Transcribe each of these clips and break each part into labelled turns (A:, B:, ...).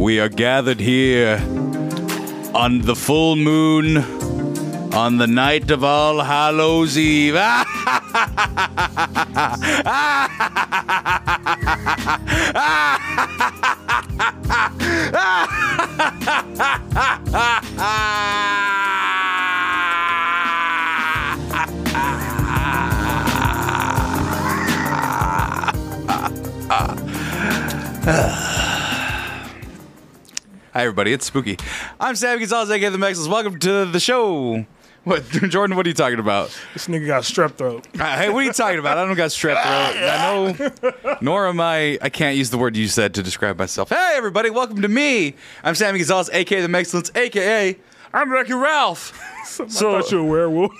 A: We are gathered here on the full moon on the night of All Hallows Eve. Hi, everybody. It's Spooky. I'm Sam Gonzalez, aka The Maxwell's. Welcome to the show. What, Jordan? What are you talking about?
B: This nigga got strep throat.
A: Uh, hey, what are you talking about? I don't got strep throat. I know, nor am I. I can't use the word you said to describe myself. Hey, everybody, welcome to me. I'm Sammy Gonzalez, aka the Mexcellence, aka I'm Wrecking Ralph.
B: I thought you were a werewolf.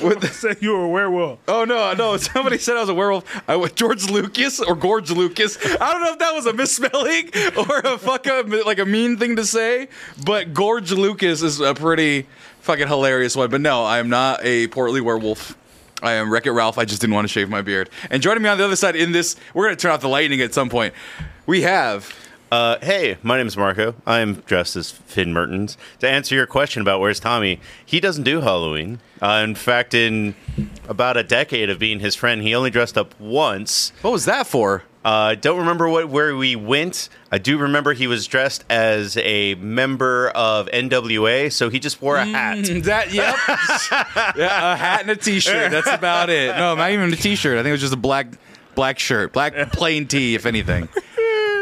A: What the-
B: Said you were a werewolf.
A: oh no, no! Somebody said I was a werewolf. I was George Lucas or Gorge Lucas. I don't know if that was a misspelling or a fuck up, like a mean thing to say, but Gorge Lucas is a pretty fucking hilarious one. But no, I am not a portly werewolf. I am Wreck It Ralph. I just didn't want to shave my beard. And joining me on the other side in this, we're going to turn off the lightning at some point. We have.
C: Uh, hey, my name's Marco. I'm dressed as Finn Mertens. To answer your question about where's Tommy, he doesn't do Halloween. Uh, in fact, in about a decade of being his friend, he only dressed up once.
A: What was that for?
C: I uh, don't remember what where we went. I do remember he was dressed as a member of NWA, so he just wore a hat.
A: That yep, yeah, a hat and a t-shirt. That's about it. No, not even a t-shirt. I think it was just a black black shirt, black plain tee, if anything.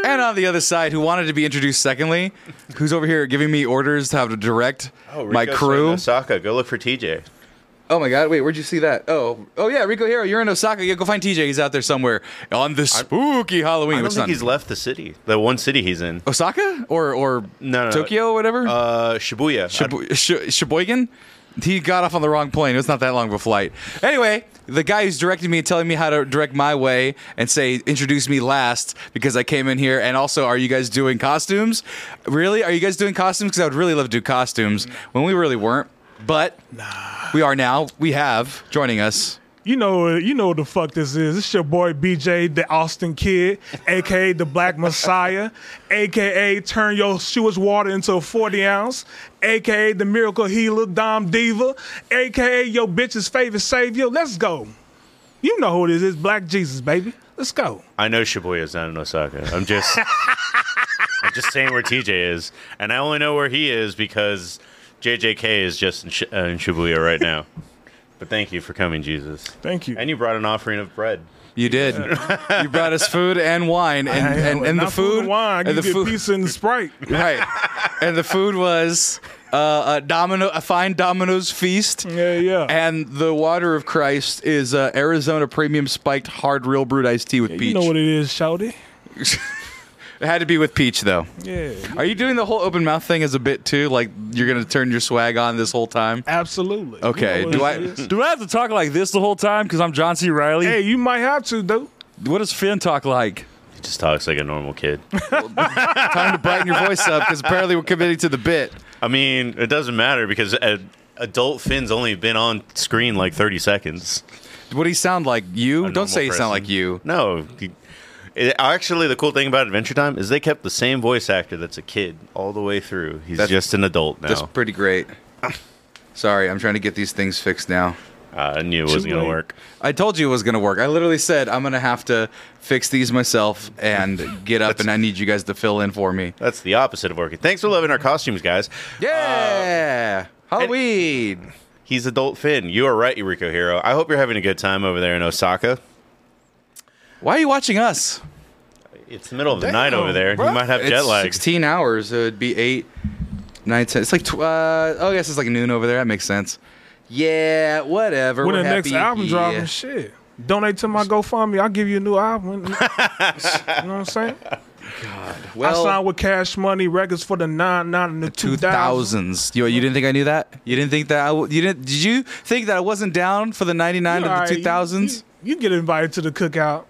A: And on the other side, who wanted to be introduced secondly, who's over here giving me orders to how to direct my
C: Rico's
A: crew.
C: Oh, in Osaka, go look for TJ.
A: Oh my god, wait, where'd you see that? Oh, oh yeah, Rico Hero, you're in Osaka. Yeah, go find TJ. He's out there somewhere on the spooky Halloween.
C: I don't
A: Which
C: think
A: is
C: he's left the city, the one city he's in.
A: not- Osaka or or
C: No, no, no.
A: Tokyo or whatever.
C: Uh, Shibuya.
A: Shib- Sh- Sheboygan. He got off on the wrong plane. It was not that long of a flight. Anyway, the guy who's directing me and telling me how to direct my way and say introduce me last because I came in here. And also, are you guys doing costumes? Really? Are you guys doing costumes? Because I would really love to do costumes when we really weren't, but we are now. We have joining us.
B: You know, you know what the fuck this is. It's your boy BJ, the Austin Kid, aka the Black Messiah, aka turn your Sewage water into a 40 ounce, aka the miracle healer, Dom Diva, aka your bitch's favorite savior. Let's go. You know who it is. It's Black Jesus, baby. Let's go.
C: I know Shibuya's not in Osaka. I'm just I'm just saying where TJ is, and I only know where he is because JJK is just in, Sh- uh, in Shibuya right now. But thank you for coming, Jesus.
B: Thank you.
C: And you brought an offering of bread.
A: You did. you brought us food and wine, and, and, and the
B: Not food
A: food,
B: and wine.
A: and
B: you
A: the
B: get
A: food.
B: pizza and Sprite.
A: right. And the food was uh, a domino, a fine Domino's feast.
B: Yeah, yeah.
A: And the water of Christ is uh, Arizona premium spiked hard real brewed iced tea with peach.
B: You know what it is, Shouty.
A: it had to be with peach though.
B: Yeah.
A: Are you doing the whole open mouth thing as a bit too? Like you're gonna turn your swag on this whole time?
B: Absolutely.
A: Okay.
B: You know
A: Do
B: what
A: I?
B: it is.
D: Do I have to talk like this the whole time? Because I'm John C. Riley.
B: Hey, you might have to, though.
D: What does Finn talk like?
C: He just talks like a normal kid.
A: Time to brighten your voice up because apparently we're committing to the bit.
C: I mean, it doesn't matter because uh adult Finn's only been on screen like 30 seconds.
A: What do you sound like? You?
C: A
A: Don't say you
C: normal
A: sound
C: person.
A: like you.
C: No. he- it- actually, the cool thing about Adventure Time is they kept the same voice actor that's a kid all the way through. He's
A: That's-
C: just an adult now.
A: That's pretty great. Sorry, I'm trying to get these things fixed now.
C: Uh, I knew it wasn't going
B: late.
C: to work.
A: I told you it was going to work. I literally said I'm going to have to fix these myself and get up, and I need you guys to fill in for me.
C: That's the opposite of working. Thanks for loving our costumes, guys.
A: Yeah, Halloween.
C: He's adult Finn. You are right, Eureka Hero. I hope you're having a good time over there in Osaka.
A: Why are you watching us?
C: It's the middle of the
B: Damn,
C: night over there.
B: bruh.
C: You might have
A: It's
C: jet lag.
A: 16 hours. It would be eight, nine, ten. It's like tw- uh, oh, I guess it's like noon over there. That makes sense. Yeah, whatever.
B: When
A: We're
B: the next
A: happy
B: album dropping,
A: here.
B: shit. Donate to my GoFundMe. I'll give you a new album. you know what I'm saying? I
A: well,
B: signed with Cash Money Records for the nine nine and the two
A: 2000s.
B: thousand.
A: You, you didn't think I knew that? You didn't think that I? w- You didn't? Did you think that I wasn't down for the 99 to the 2000s?
B: You, you get invited to the cookout.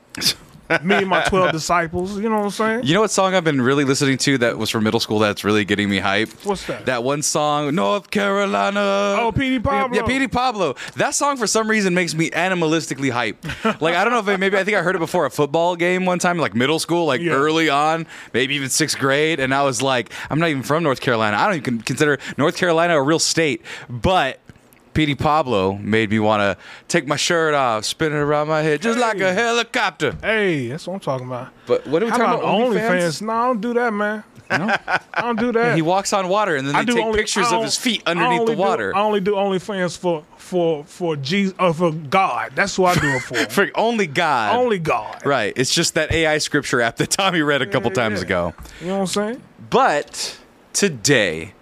B: me and my 12 disciples. You know what I'm saying?
A: You know what song I've been really listening to that was from middle school that's really getting me hyped?
B: What's that?
A: That one song, North Carolina.
B: Oh, P.D. Pablo.
A: Yeah, P.D. Pablo. That song for some reason makes me animalistically hype. like I don't know if it, maybe I think I heard it before a football game one time, like middle school, like
B: Yeah.
A: early on, maybe even sixth grade, and I was like, I'm not even from North Carolina. I don't even consider North Carolina a real state, but. P.D. Pablo made me want to take my shirt off, spin it around my head just like a helicopter.
B: Hey, that's what I'm talking about.
A: But what are we
B: How
A: talking
B: about
A: about? OnlyFans?
B: OnlyFans? No, I don't do that, man. I don't do that.
A: He walks on water, and then they
B: I do
A: take
B: only-
A: pictures
B: I
A: of
B: on-
A: his feet
B: I
A: underneath
B: only
A: the
B: do-
A: water.
B: I only do OnlyFans for for for Jesus, uh, for God. That's what I do it for.
A: For only God.
B: only God.
A: Right. It's just that AI scripture app that Tommy read a couple times
B: yeah.
A: ago.
B: You know what I'm saying?
A: But today,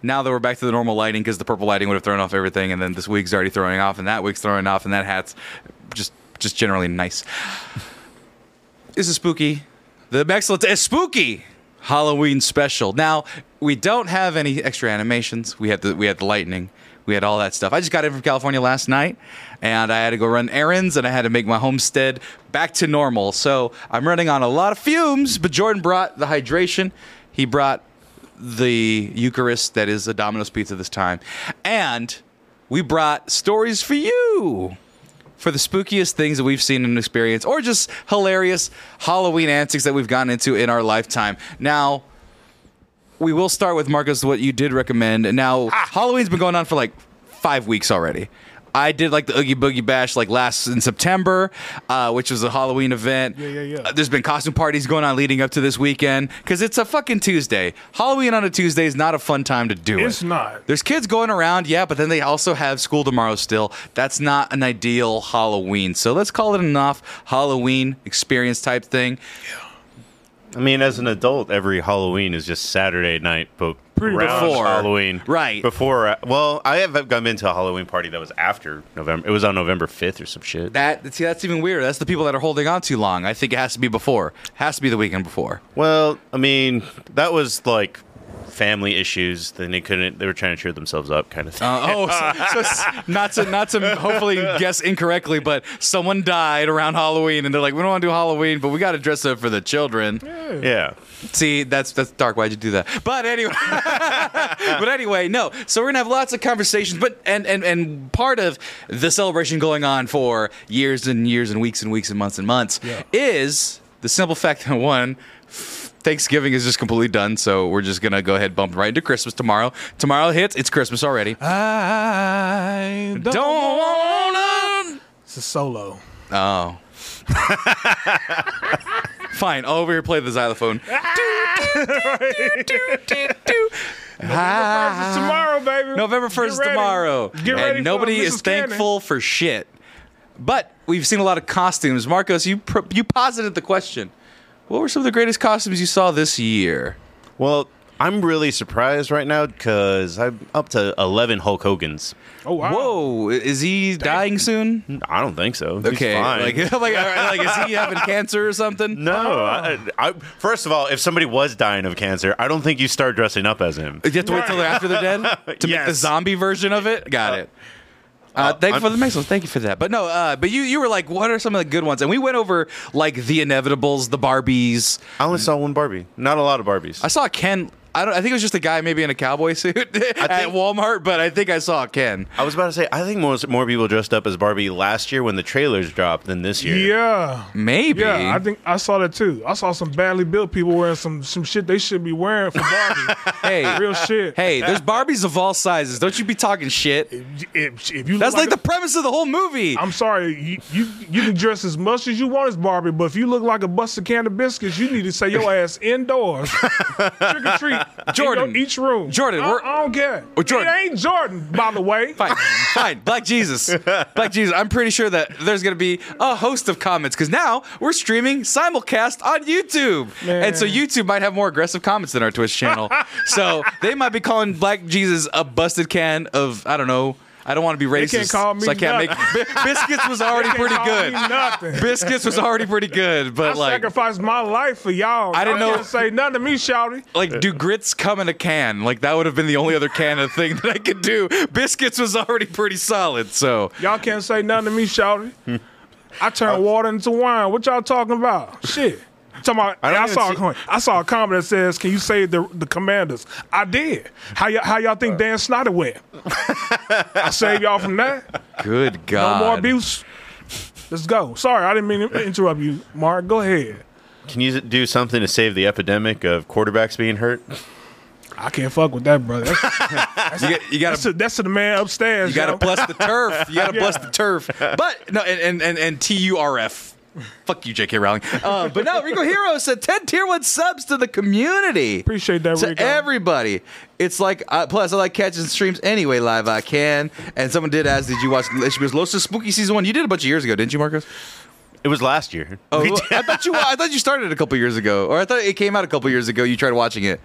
A: now that we're back to the normal lighting, because the purple lighting would have thrown off everything, and then this wig's already throwing off, and that wig's throwing off, and that hat's just just generally nice. this is spooky. The excellent is spooky Halloween special. Now we don't have any extra animations. We had the we had the lightning. We had all that stuff. I just got in from California last night, and I had to go run errands, and I had to make my homestead back to normal. So I'm running on a lot of fumes. But Jordan brought the hydration. He brought the Eucharist that is a Domino's pizza this time, and we brought stories for you for the spookiest things that we've seen and experienced, or just hilarious Halloween antics that we've gotten into in our lifetime. Now, we will start with Marcus, what you did recommend. Now, Halloween's been going on for like five weeks already. I did like the Oogie Boogie Bash like last in September, uh, which was a Halloween event.
B: Yeah, yeah, yeah.
A: Uh, there's been costume parties going on leading up to this weekend because it's a fucking Tuesday. Halloween on a Tuesday is not a fun time to do it.
B: It's not.
A: There's kids going around, yeah, but then they also have school tomorrow still. That's not an ideal Halloween. So let's call it an off Halloween experience type thing.
C: I mean, as an adult, every Halloween is just Saturday night, but
B: Pretty
C: around
A: before.
C: Halloween,
A: Right.
C: Before, uh, well, I have I've gone into a Halloween party that was after November. It was on November fifth or some shit.
A: That see, that's even weirder. That's the people that are holding on too long. I think it has to be before. Has to be the weekend before.
C: Well, I mean, that was like family issues. Then they couldn't. They were trying to cheer themselves up, kind of thing.
A: Uh, oh, so, so s- not to not to hopefully guess incorrectly, but someone died around Halloween, and they're like, we don't want to do Halloween, but we got to dress up for the children.
C: yeah.
A: See, that's that's dark. Why'd you do that? But anyway, but anyway, no. So we're gonna have lots of conversations. But and and and part of the celebration going on for years and years and weeks and weeks and months and months
B: Yeah.
A: is the simple fact that one. Thanksgiving is just completely done, so we're just gonna go ahead bump right into Christmas tomorrow. Tomorrow hits, it's Christmas already.
B: I don't.
A: Don't wanna.
B: It's a solo.
A: Oh, fine. I'll over here play the xylophone.
B: It's tomorrow, baby.
A: Ah. November
B: Get
A: first
B: ready.
A: tomorrow,
B: Get
A: and
B: ready for
A: nobody
B: Mrs.
A: is
B: Cannon.
A: thankful for shit. But we've seen a lot of costumes. Marcos, you pr- you posited the question. What were some of the greatest costumes you saw this year?
C: Well, I'm really surprised right now because I'm up to eleven Hulk Hogan's.
B: Oh wow.
A: Whoa, i- is he dying soon?
C: I don't think so. He's
A: Okay,
C: fine.
A: like like, all right, like is he having cancer or something?
C: no. I, I, first of all, if somebody was dying of cancer, I don't think you start dressing up as him.
A: You have to wait till they're after they're dead to make the
C: Yes.
A: zombie version of it. Got it. Uh, thank you for the excellent. Thank you for that. But no, uh, but you you were like, what are some of the good ones? And we went over like the inevitables, the Barbies,
C: I only saw one Barbie. Not a lot of Barbies.
A: I saw a Ken. I don't. I think it was just a guy maybe in a cowboy suit at
C: think-
A: Walmart, but I think I saw a Ken.
C: I was about to say, I think more, more people dressed up as Barbie last year when the trailers dropped than this year.
B: Yeah.
A: Maybe.
B: Yeah, I think I saw that too. I saw some badly built people wearing some some shit they should be wearing for Barbie.
A: hey,
B: Real shit.
A: hey, there's Barbies of all sizes. Don't you be talking shit.
B: If, if you look
A: That's like,
B: like
A: the premise of the whole movie.
B: a, I'm sorry, you, you you can dress as much as you want as Barbie, but if you look like a busted can of biscuits, you need to say your ass indoors. Trick or treat.
A: Jordan.
B: In your, each room.
A: Jordan,
B: I,
A: we're-
B: I don't care.
A: Oh, Jordan.
B: It ain't Jordan, by the way.
A: fine, fine. Black Jesus, Black Jesus. I'm pretty sure that there's gonna be a host of comments because now we're streaming simulcast on YouTube, and so
B: Man.
A: YouTube might have more aggressive comments than our Twitch channel. so they might be calling Black Jesus a busted can of I don't know. I don't want to be racist,
B: can't call me
A: so I can't
B: nothing.
A: make Bi- biscuits was already pretty
B: Y'all
A: good.
B: mean Nothing.
A: Biscuits was already pretty good, but
B: I
A: like,
B: sacrificed my life for y'all.
A: I didn't
B: Y'all
A: know-
B: can't say nothing to me, Shouty.
A: like do grits come in a can? Like that would have been the only other can of thing that I could do. Biscuits was already pretty solid, so
B: Y'all can't say nothing to me, Shouty. I
C: Oh.
B: turned water into wine. What y'all talking about? Shit. Talking about, I,
C: don't even
B: saw a
C: see-
B: comment. I saw a comment that says, "Can you save the the commanders?" I did. How y'all how y'all
C: Uh.
B: think Dan Snyder went? I saved y'all from that.
A: Good God.
B: No more abuse. Let's go. Sorry, I didn't mean to interrupt you, Mark. Go ahead.
C: Can you do something to save the epidemic of quarterbacks being hurt?
B: I can't fuck with that, brother. That's,
A: You, got- you
B: that's
A: gotta
B: to, that's to the man upstairs.
A: you gotta
B: yo.
A: bless the turf. You gotta bless the turf. But no, and and and, and T U R F. Fuck you, J.K. Rowling. Uh, but no, Rico Hero said ten tier one subs to the community.
B: Appreciate that,
A: to
B: Rico.
A: everybody. It's like uh, plus I like catching streams anyway live I can. And someone did ask, did you watch HBO's Los Spooky season one? You did a bunch of years ago, didn't you, Marcos?
C: It was last year.
A: Oh, I thought you I thought you started a couple years ago, or I thought it came out a couple years ago. You tried watching it.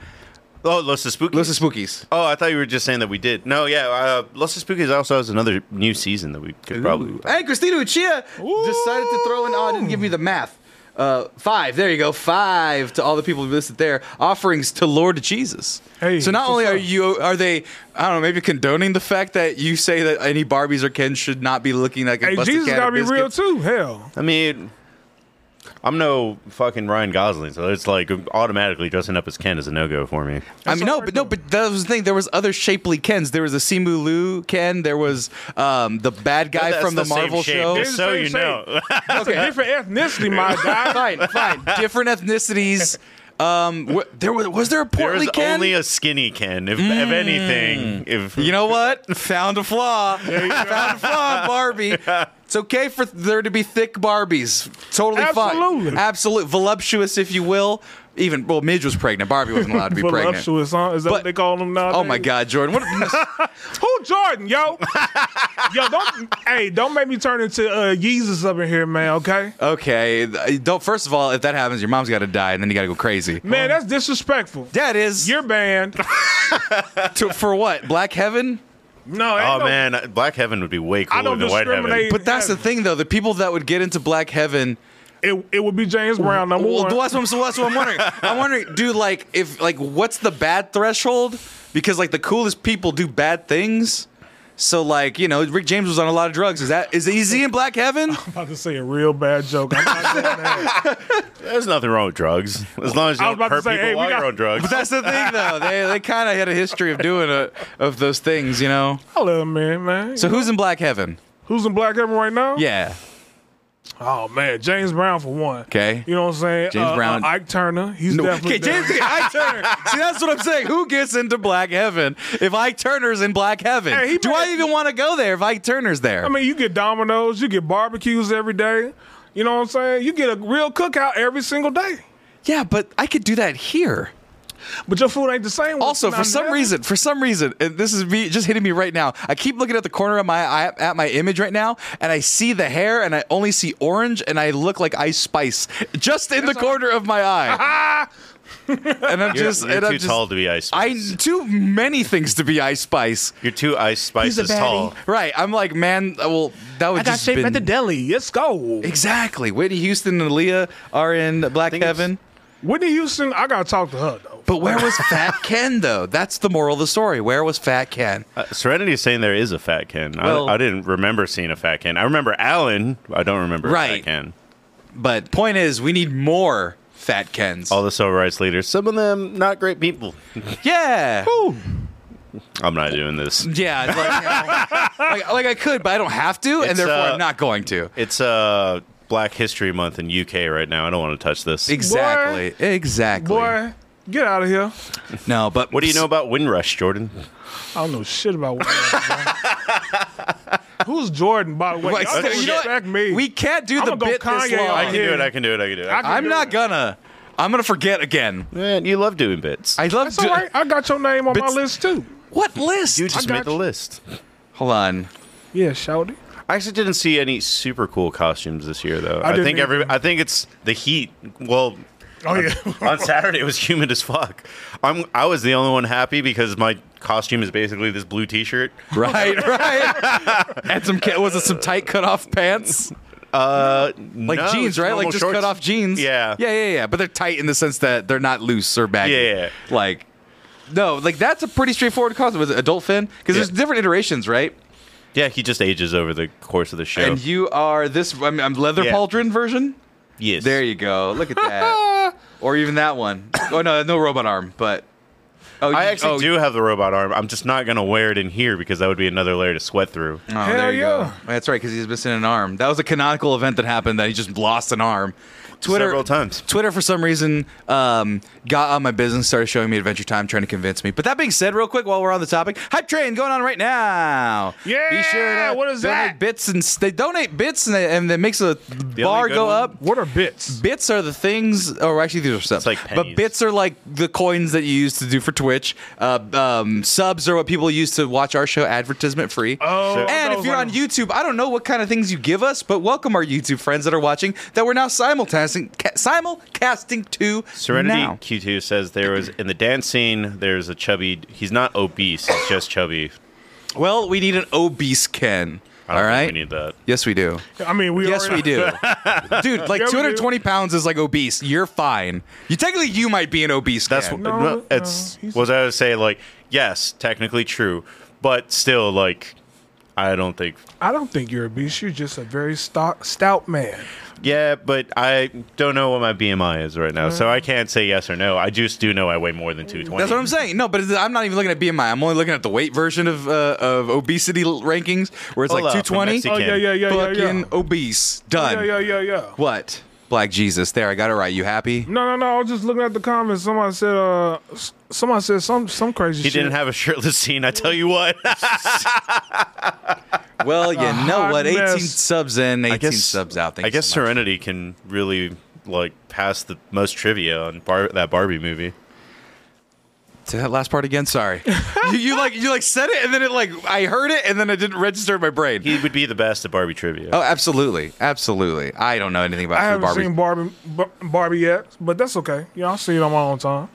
C: Oh, Los Spookies.
A: Los Spookies.
C: Oh, I thought you were just saying that we did. No, yeah, uh, Los Spookies also has another new season that we could probably.
A: And Christina Uchia decided to throw in. Oh, I didn't give me the math. Uh, five. There you go. Five to all the people who listed there. Offerings to Lord Jesus.
B: Hey,
A: so not
B: that's
A: only
B: what's
A: are
B: up.
A: you are they I don't know maybe condoning the fact that you say that any Barbies or Ken should not be looking like a
B: Hey,
A: busted
B: Jesus
A: can of
B: gotta be real
A: biscuits.
B: too. Hell,
C: I mean, I'm no fucking Ryan Gosling, so it's like automatically dressing up as Ken is a no go for me.
A: I
B: That's
A: mean,
B: all
A: no,
B: right,
A: but no,
B: though.
A: but that was the thing. There was other shapely Kens. There was a Simu Liu Ken. There was um, the bad guy
C: That's
A: from the,
C: the same
A: Marvel
C: shape.
A: show.
C: Just
B: It's the
C: so
B: same
C: you
B: shape.
C: know.
B: that's a different ethnicity, my guy.
A: fine, fine. Different ethnicities. Um, wh- there was was there a
C: There
A: portly
C: is
A: Ken?
C: only a skinny Ken, if, if anything. If
A: Mm. you know what? Found a flaw. Found a flaw, in Barbie. It's okay for there to be thick Barbies. Totally fine.
B: Absolutely.
A: Absolute voluptuous, if you will. Even well, Midge was pregnant. Barbie wasn't allowed to be pregnant.
B: Voluptuous, huh? Is that
A: But-
B: what they call them now?
A: Oh my God, Jordan! What?
B: Who Jordan, yo? yo, don't hey, don't make me turn into uh Yeezus up in here, man, okay?
A: Okay, th- don't. First of all, if that happens, your mom's got to die, and then you got to go crazy.
B: Man, that's disrespectful.
A: That is
B: You're banned.
A: Oh, to, for what? Black Heaven?
B: No, ain't
C: Oh
B: no-
C: man, Black Heaven would be way
B: I
C: cooler
B: don't
C: than White Heaven.
B: discriminate.
A: But that's the thing, though. The people that would get into Black Heaven.
B: It, it would be James Brown number
A: Well,
B: one.
A: that's what, I'm, so that's what I'm wondering. I'm wondering, dude, like, if, like, what's the bad threshold? Because, like, the coolest people do bad things. So, like, you know, Rick James was on a lot of drugs. Is that, is he in Black Heaven?
B: I'm about to say a real bad joke. I'm not doing that.
C: There's nothing wrong with drugs as long as you
B: I was about
C: don't
B: to
C: hurt
B: say,
C: people
B: hey, we
C: while
B: got-
C: you're on drugs.
A: But that's the thing, though. They, they kind of had a history of doing a, of those things, you know?
B: I love man, man.
A: So, who's in Black Heaven?
B: Who's in Black Heaven right now?
A: Yeah.
B: Oh man, James Brown for one.
A: Okay.
B: You know what I'm saying?
A: James
B: Uh,
A: Brown.
B: uh, Ike Turner. He's
A: No.
B: definitely
A: Okay, James
B: there.
A: Ike Turner. See, that's what I'm saying. Who gets into Black Heaven if Ike Turner's in Black Heaven?
B: Hey, he
A: Do
B: might-
A: I even want to go there if Ike Turner's there?
B: I mean, you get Domino's, you get barbecues every day. You know what I'm saying? You get a real cookout every single day.
A: yeah, but I could do that here.
B: But your food ain't the same. when
A: Also,
B: it's
A: for
B: not
A: some
B: there.
A: reason, for some reason, and this is me just hitting me right now. I keep looking at the corner of my eye at my image right now, and I see the hair, and I only see orange, and I look like Ice Spice just in the corner of my eye. and I'm
C: You're,
A: just,
C: you're
A: and
C: too
A: I'm just,
C: tall to be Ice
A: I
C: Spice.
A: too many things to be Ice Spice.
C: you're too Ice Spice is tall.
A: Right. I'm like, man, uh, well, that would just been...
B: deli. Let's go.
A: Exactly. Whitney Houston and Aaliyah are in Black
C: think it's-
A: Heaven.
B: Whitney Houston, I gotta talk to her though.
A: But where was Fat Ken, though? That's the moral of the story. Where was Fat Ken?
C: Uh, Serenity is saying there is a fat Ken.
A: Well-
C: I, I didn't remember seeing a fat Ken. I remember Alan. I don't remember a
A: Right.
C: fat Ken.
A: But point is, we need more Fat Kens.
C: All the civil rights leaders, some of them not great people.
A: yeah.
C: I'm not doing this.
A: Yeah. it's Like, like, like I could, but I don't have to, and
C: It's,
A: therefore
C: uh,
A: I'm not going to.
C: It's uh, Black History Month in UK right now. I don't want to touch this.
A: Exactly. Exactly.
B: Boy, get out of here.
A: No, but
C: What do you know about Windrush, Jordan?
B: I don't know shit about Whitney. bro. Who's Jordan, by the way?
A: Wait,
B: Y'all
A: so- you know what?
B: disrespect me.
A: We can't do
B: I'ma
A: the
B: go
A: bit this
B: Kanye
A: long.
B: on
C: I can
B: yeah.
C: do it. I can do it. I can do it.
B: I can-
A: I'm
B: do
A: not
B: it.
A: gonna. I'm gonna forget again.
C: Man, you love doing bits.
A: I love
B: That's
A: do-
B: all right. I got your name on my
A: Bits-
B: list too.
A: What list?
C: you just
B: I
C: made
B: got
C: the
B: you.
C: list.
A: Hold on.
B: Yeah, shouty.
C: I actually didn't see any super cool costumes this year, though.
B: I
C: I,
B: didn't
C: think every.
B: either.
C: I think it's the heat. Well,
B: Oh yeah.
C: on Saturday it was humid as fuck. I'm. I was the only one happy because my costume is basically this blue T-shirt.
A: Right, right. and some ca- was it some tight cut off pants,
C: Uh,
A: like jeans, right? Like just cut off jeans.
C: Yeah.
A: yeah, yeah, yeah. But they're tight in the sense that they're not loose or baggy.
C: Yeah, yeah, yeah.
A: Like, no, like that's a pretty straightforward costume. Was it adult fin? Because there's
C: Yeah.
A: different iterations, right?
C: Yeah, he just ages over the course of the show.
A: And you are this I'm, I'm leather
C: Yeah.
A: pauldron version.
C: yes.
A: There you go. Look at that. or even that one. Oh no, no robot arm, but oh,
C: I
A: you-
C: actually
A: oh,
C: do have the robot arm. I'm just not going to wear it in here because that would be another layer to sweat through.
A: Oh,
B: Hell
A: there you
B: yeah.
A: go. That's right, because he's missing an arm. That was a canonical event that happened that he just lost an arm. Twitter
C: Several times.
A: Twitter for some reason um, got on my business, started showing me Adventure Time, trying to convince me. But that being said, real quick, while we're on the topic, hype train going on right now.
B: Yeah,
A: be sure to
B: what is
A: donate
B: that?
A: Bits and s- they donate bits and, they, and it makes a bar
C: good
A: go
C: one-
A: up.
B: What are bits?
A: Bits are the things, or actually, these are subs.
C: like
A: but
C: pennies.
A: bits are like the coins that you use to do for Twitch. Uh, um, subs are what people use to watch our show advertisement free.
B: Oh,
C: Sure.
A: And
B: that
A: if
B: was
A: you're
B: like-
A: on YouTube, I don't know what kind of things you give us, but welcome our YouTube friends that are watching that we're now simulcasting, ca- simulcasting to
C: Serenity
A: now.
C: Q2 says there was in the dance scene. There's a chubby. He's not obese. He's just chubby.
A: Well, we need an obese Ken.
C: I don't
A: All
C: think
A: right.
C: we need that.
A: yes, we do.
B: I mean, we
A: Yes,
B: already-
A: we do. Dude, like
B: Yeah, we do.
A: 220 pounds is like obese. You're fine. You technically you might be an obese.
C: That's
A: Ken.
C: what
B: No,
C: no,
B: no,
C: it's.
B: he's-
C: was I would say like yes, technically true, but still like I don't think.
B: I don't think you're obese. You're just a very stout, stout man.
C: Yeah, but I don't know what my BMI is right now, so I can't say yes or no. I just do know I weigh more than two twenty.
A: That's what I'm saying. No, but it's- I'm not even looking at BMI. I'm only looking at the weight version of uh, of obesity l- rankings, where it's
C: Hola
A: like
C: from
A: 220.
C: Mexico.
B: Oh yeah,
C: can.
B: yeah, yeah, yeah, yeah.
A: fucking obese. Done.
B: Yeah, yeah, yeah, yeah.
A: What? Black Jesus. There, I got it right. You happy?
B: No, no, no. I was just looking at the comments. Somebody said, uh, s- somebody said some some crazy
C: He
B: shit.
C: didn't have a shirtless scene. I tell you what.
A: Well, you know
B: hot
A: what? 18
B: mess.
A: subs in, 18
C: I guess
A: subs out. Thank
C: I
A: you
C: guess
A: so much.
C: Serenity can really like pass the most trivia on bar- that Barbie movie.
A: Say that last part again. Sorry. you, you like you like said it, and then it like I heard it, and then it didn't register in my brain.
C: He would be the best at Barbie trivia.
A: oh, absolutely, absolutely. I don't know anything about
B: I
A: food
B: haven't
A: Barbie.
B: seen Barbie Bar- Barbie yet, but that's okay. Yeah, I'll see it on my own time.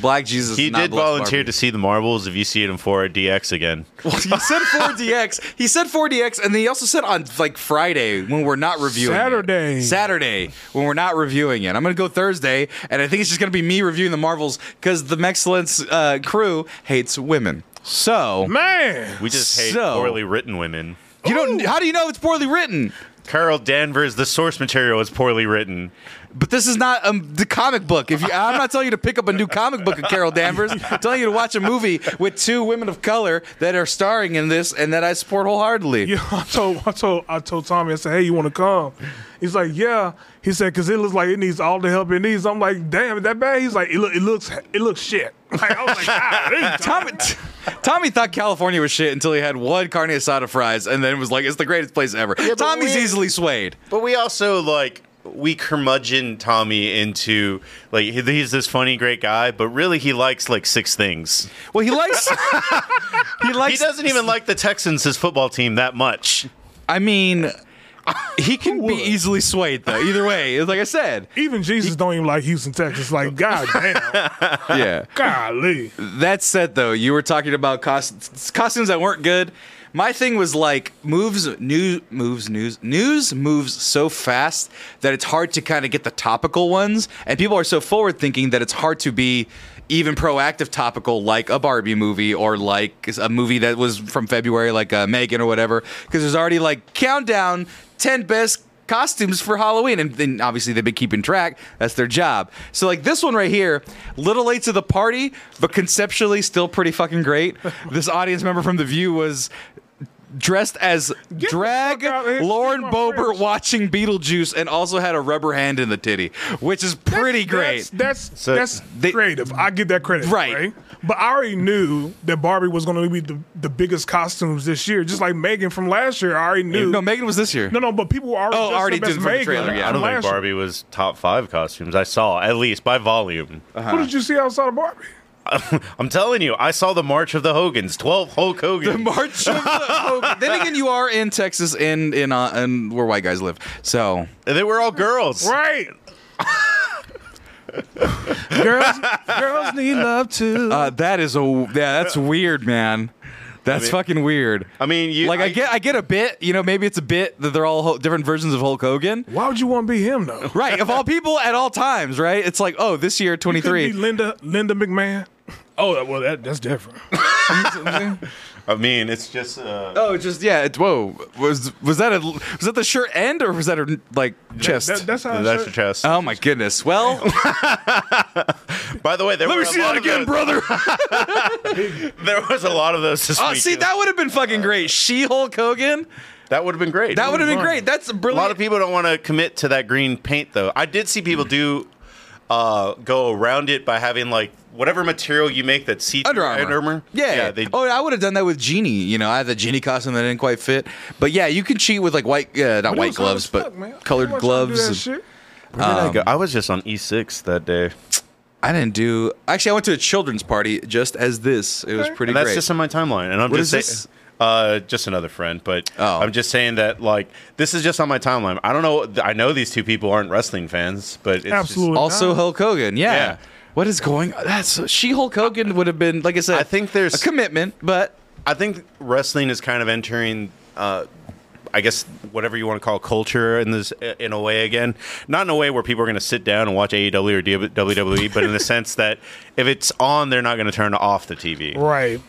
A: Black Jesus.
C: he
A: is not
C: did
A: blessed
C: volunteer
A: Barbie.
C: to see the marbles if you see it in 4DX again.
A: Well, he said 4DX. He said 4DX, and then he also said on like Friday when we're not reviewing it.
B: Saturday.
A: Saturday when we're not reviewing it. I'm gonna go Thursday, and I think it's just gonna be me reviewing the Marvels because the Mexcellence uh, crew hates women. So
B: Man,
C: We just hate
A: So-
C: poorly written women.
A: you don't. How do you know it's poorly written?
C: Carol Danvers, the source material is poorly written.
A: But this is not um, the comic book. If you, I'm not telling you to pick up a new comic book of Carol Danvers, I'm telling you to watch a movie with two women of color that are starring in this and that I support wholeheartedly.
B: yeah, I told, I told, I told Tommy. I said, "Hey, you want to come?" He's like, "Yeah." He said, "Cause it looks like it needs all the help it needs." I'm like, "Damn, is that bad?" He's like, "It look, it looks, it looks shit." Like, I was like, "God, this-
A: Tommy, t- Tommy thought California was shit until he had one carne asada fries and then was like, it's the greatest place ever.
C: but
A: Tommy's
C: we-
A: easily swayed.
C: But we also like we curmudgeon Tommy into like he- he's this funny great guy, but really he likes like six things.
A: Well, he likes. he
C: He
A: likes.
C: doesn't even like the Texans, his football team, that much.
A: I mean, he can be easily swayed, though. Either way, it's like I said.
B: Even Jesus don't even like Houston, Texas. Like, God damn,
A: Yeah.
B: golly.
A: That said, though, you were talking about cost- costumes that weren't good. My thing was like moves, news, moves, news, news moves so fast that it's hard to kind of get the topical ones, and people are so forward thinking that it's hard to be even proactive topical like a Barbie movie or like a movie that was from February, like uh, Megan or whatever, because there's already like countdown ten best costumes for Halloween, and then obviously they've been keeping track. That's their job. So like this one right here, little late to the party, but conceptually still pretty fucking great. This audience member from The View was dressed as
B: the
A: drag
B: fuck out of here.
A: Lauren
B: Take my
A: Boebert
B: fridge.
A: watching Beetlejuice, and also had a rubber hand in the titty, which is pretty great.
B: That's that's,
C: So-
B: that's
A: They-
B: creative. I give that credit,
A: Right.
B: right. But I already knew that Barbie was going to be the, the biggest costumes this year, just like Megan from last year. I already knew.
A: no, Megan was this year.
B: no, no, But people were already
A: Oh,
B: just
A: already
B: already
A: did
B: best
A: from the
B: Megan.
A: trailer, yeah.
C: I
B: from
C: don't think
B: last year.
C: Barbie was top five costumes. I saw at least by volume.
B: What did you see outside of Barbie?
C: I'm telling you, I saw the March of the Hogans, 12 Hulk Hogan.
A: The March of the Hogan. Then again, you are in Texas, in in uh, in where white guys live. So
C: they were all girls.
B: Right. girls, girls need love too.
A: Uh, that is a yeah. That's weird, man. That's fucking weird.
C: I mean, you
A: like I, get, I get a bit. You know, maybe it's a bit that they're all Hul- different versions of Hulk Hogan.
B: Why would you want to be him though?
A: Right, of all people at all times, right? It's like, oh, this year, twenty
B: Could be
A: three.
B: Linda Linda McMahon. Oh well, that, that's different.
C: I mean, it's just uh,
A: Oh, it's just yeah. It's whoa. Was was that a was that the shirt end or was that her like chest?
B: That- that's how.
C: that's
B: That's
C: your chest.
A: oh my goodness. Well,
C: By the way, there
A: let me
C: were a
A: see
C: lot
A: that
C: of
A: again,
C: those-
A: brother.
C: There was a lot of those this
A: Oh,
C: week.
A: see, that would have been fucking great. She Hulk Hogan.
C: that would have been great.
A: That would have been
B: Marvel.
A: great. That's
C: A
A: brilliant.
C: lot of people don't want to commit to that green paint, though. I did see
A: Hmm.
C: people do uh, go around it by having like whatever material you make that see
A: Under Armour. Yeah.
C: they,
A: oh, I would have done that with Genie. You know, I had the Genie costume that didn't quite fit. But yeah, you can cheat with like white, uh, not
B: But it
A: white
B: was hard
A: gloves,
B: as
A: but
B: fuck, man.
A: colored
B: Why don't you do
A: gloves.
B: that
A: and-
B: shit?
C: Where did I go? I was just on E6 that day.
A: I didn't do. Actually, I went to a children's party just as this. It was
B: Okay.
A: pretty
C: And that's
A: great.
C: just on my timeline. And I'm
A: What
C: just
A: is
C: saying, uh, just another friend, but
A: Oh.
C: I'm just saying that like this is just on my timeline. I don't know. I know these two people aren't wrestling fans, but it's just-
B: Absolutely.
A: also
B: Nah.
A: Hulk Hogan. Yeah.
C: Yeah.
A: What is going? That's she Hulk Hogan would have been like I said.
C: I think there's-
A: a commitment, but
C: I think wrestling is kind of entering, uh, I guess, whatever you want to call culture in this in a way again. Not in a way where people are going to sit down and watch AEW or WWE, E, but in the sense that if it's on, they're not going to turn off the TV.
B: Right.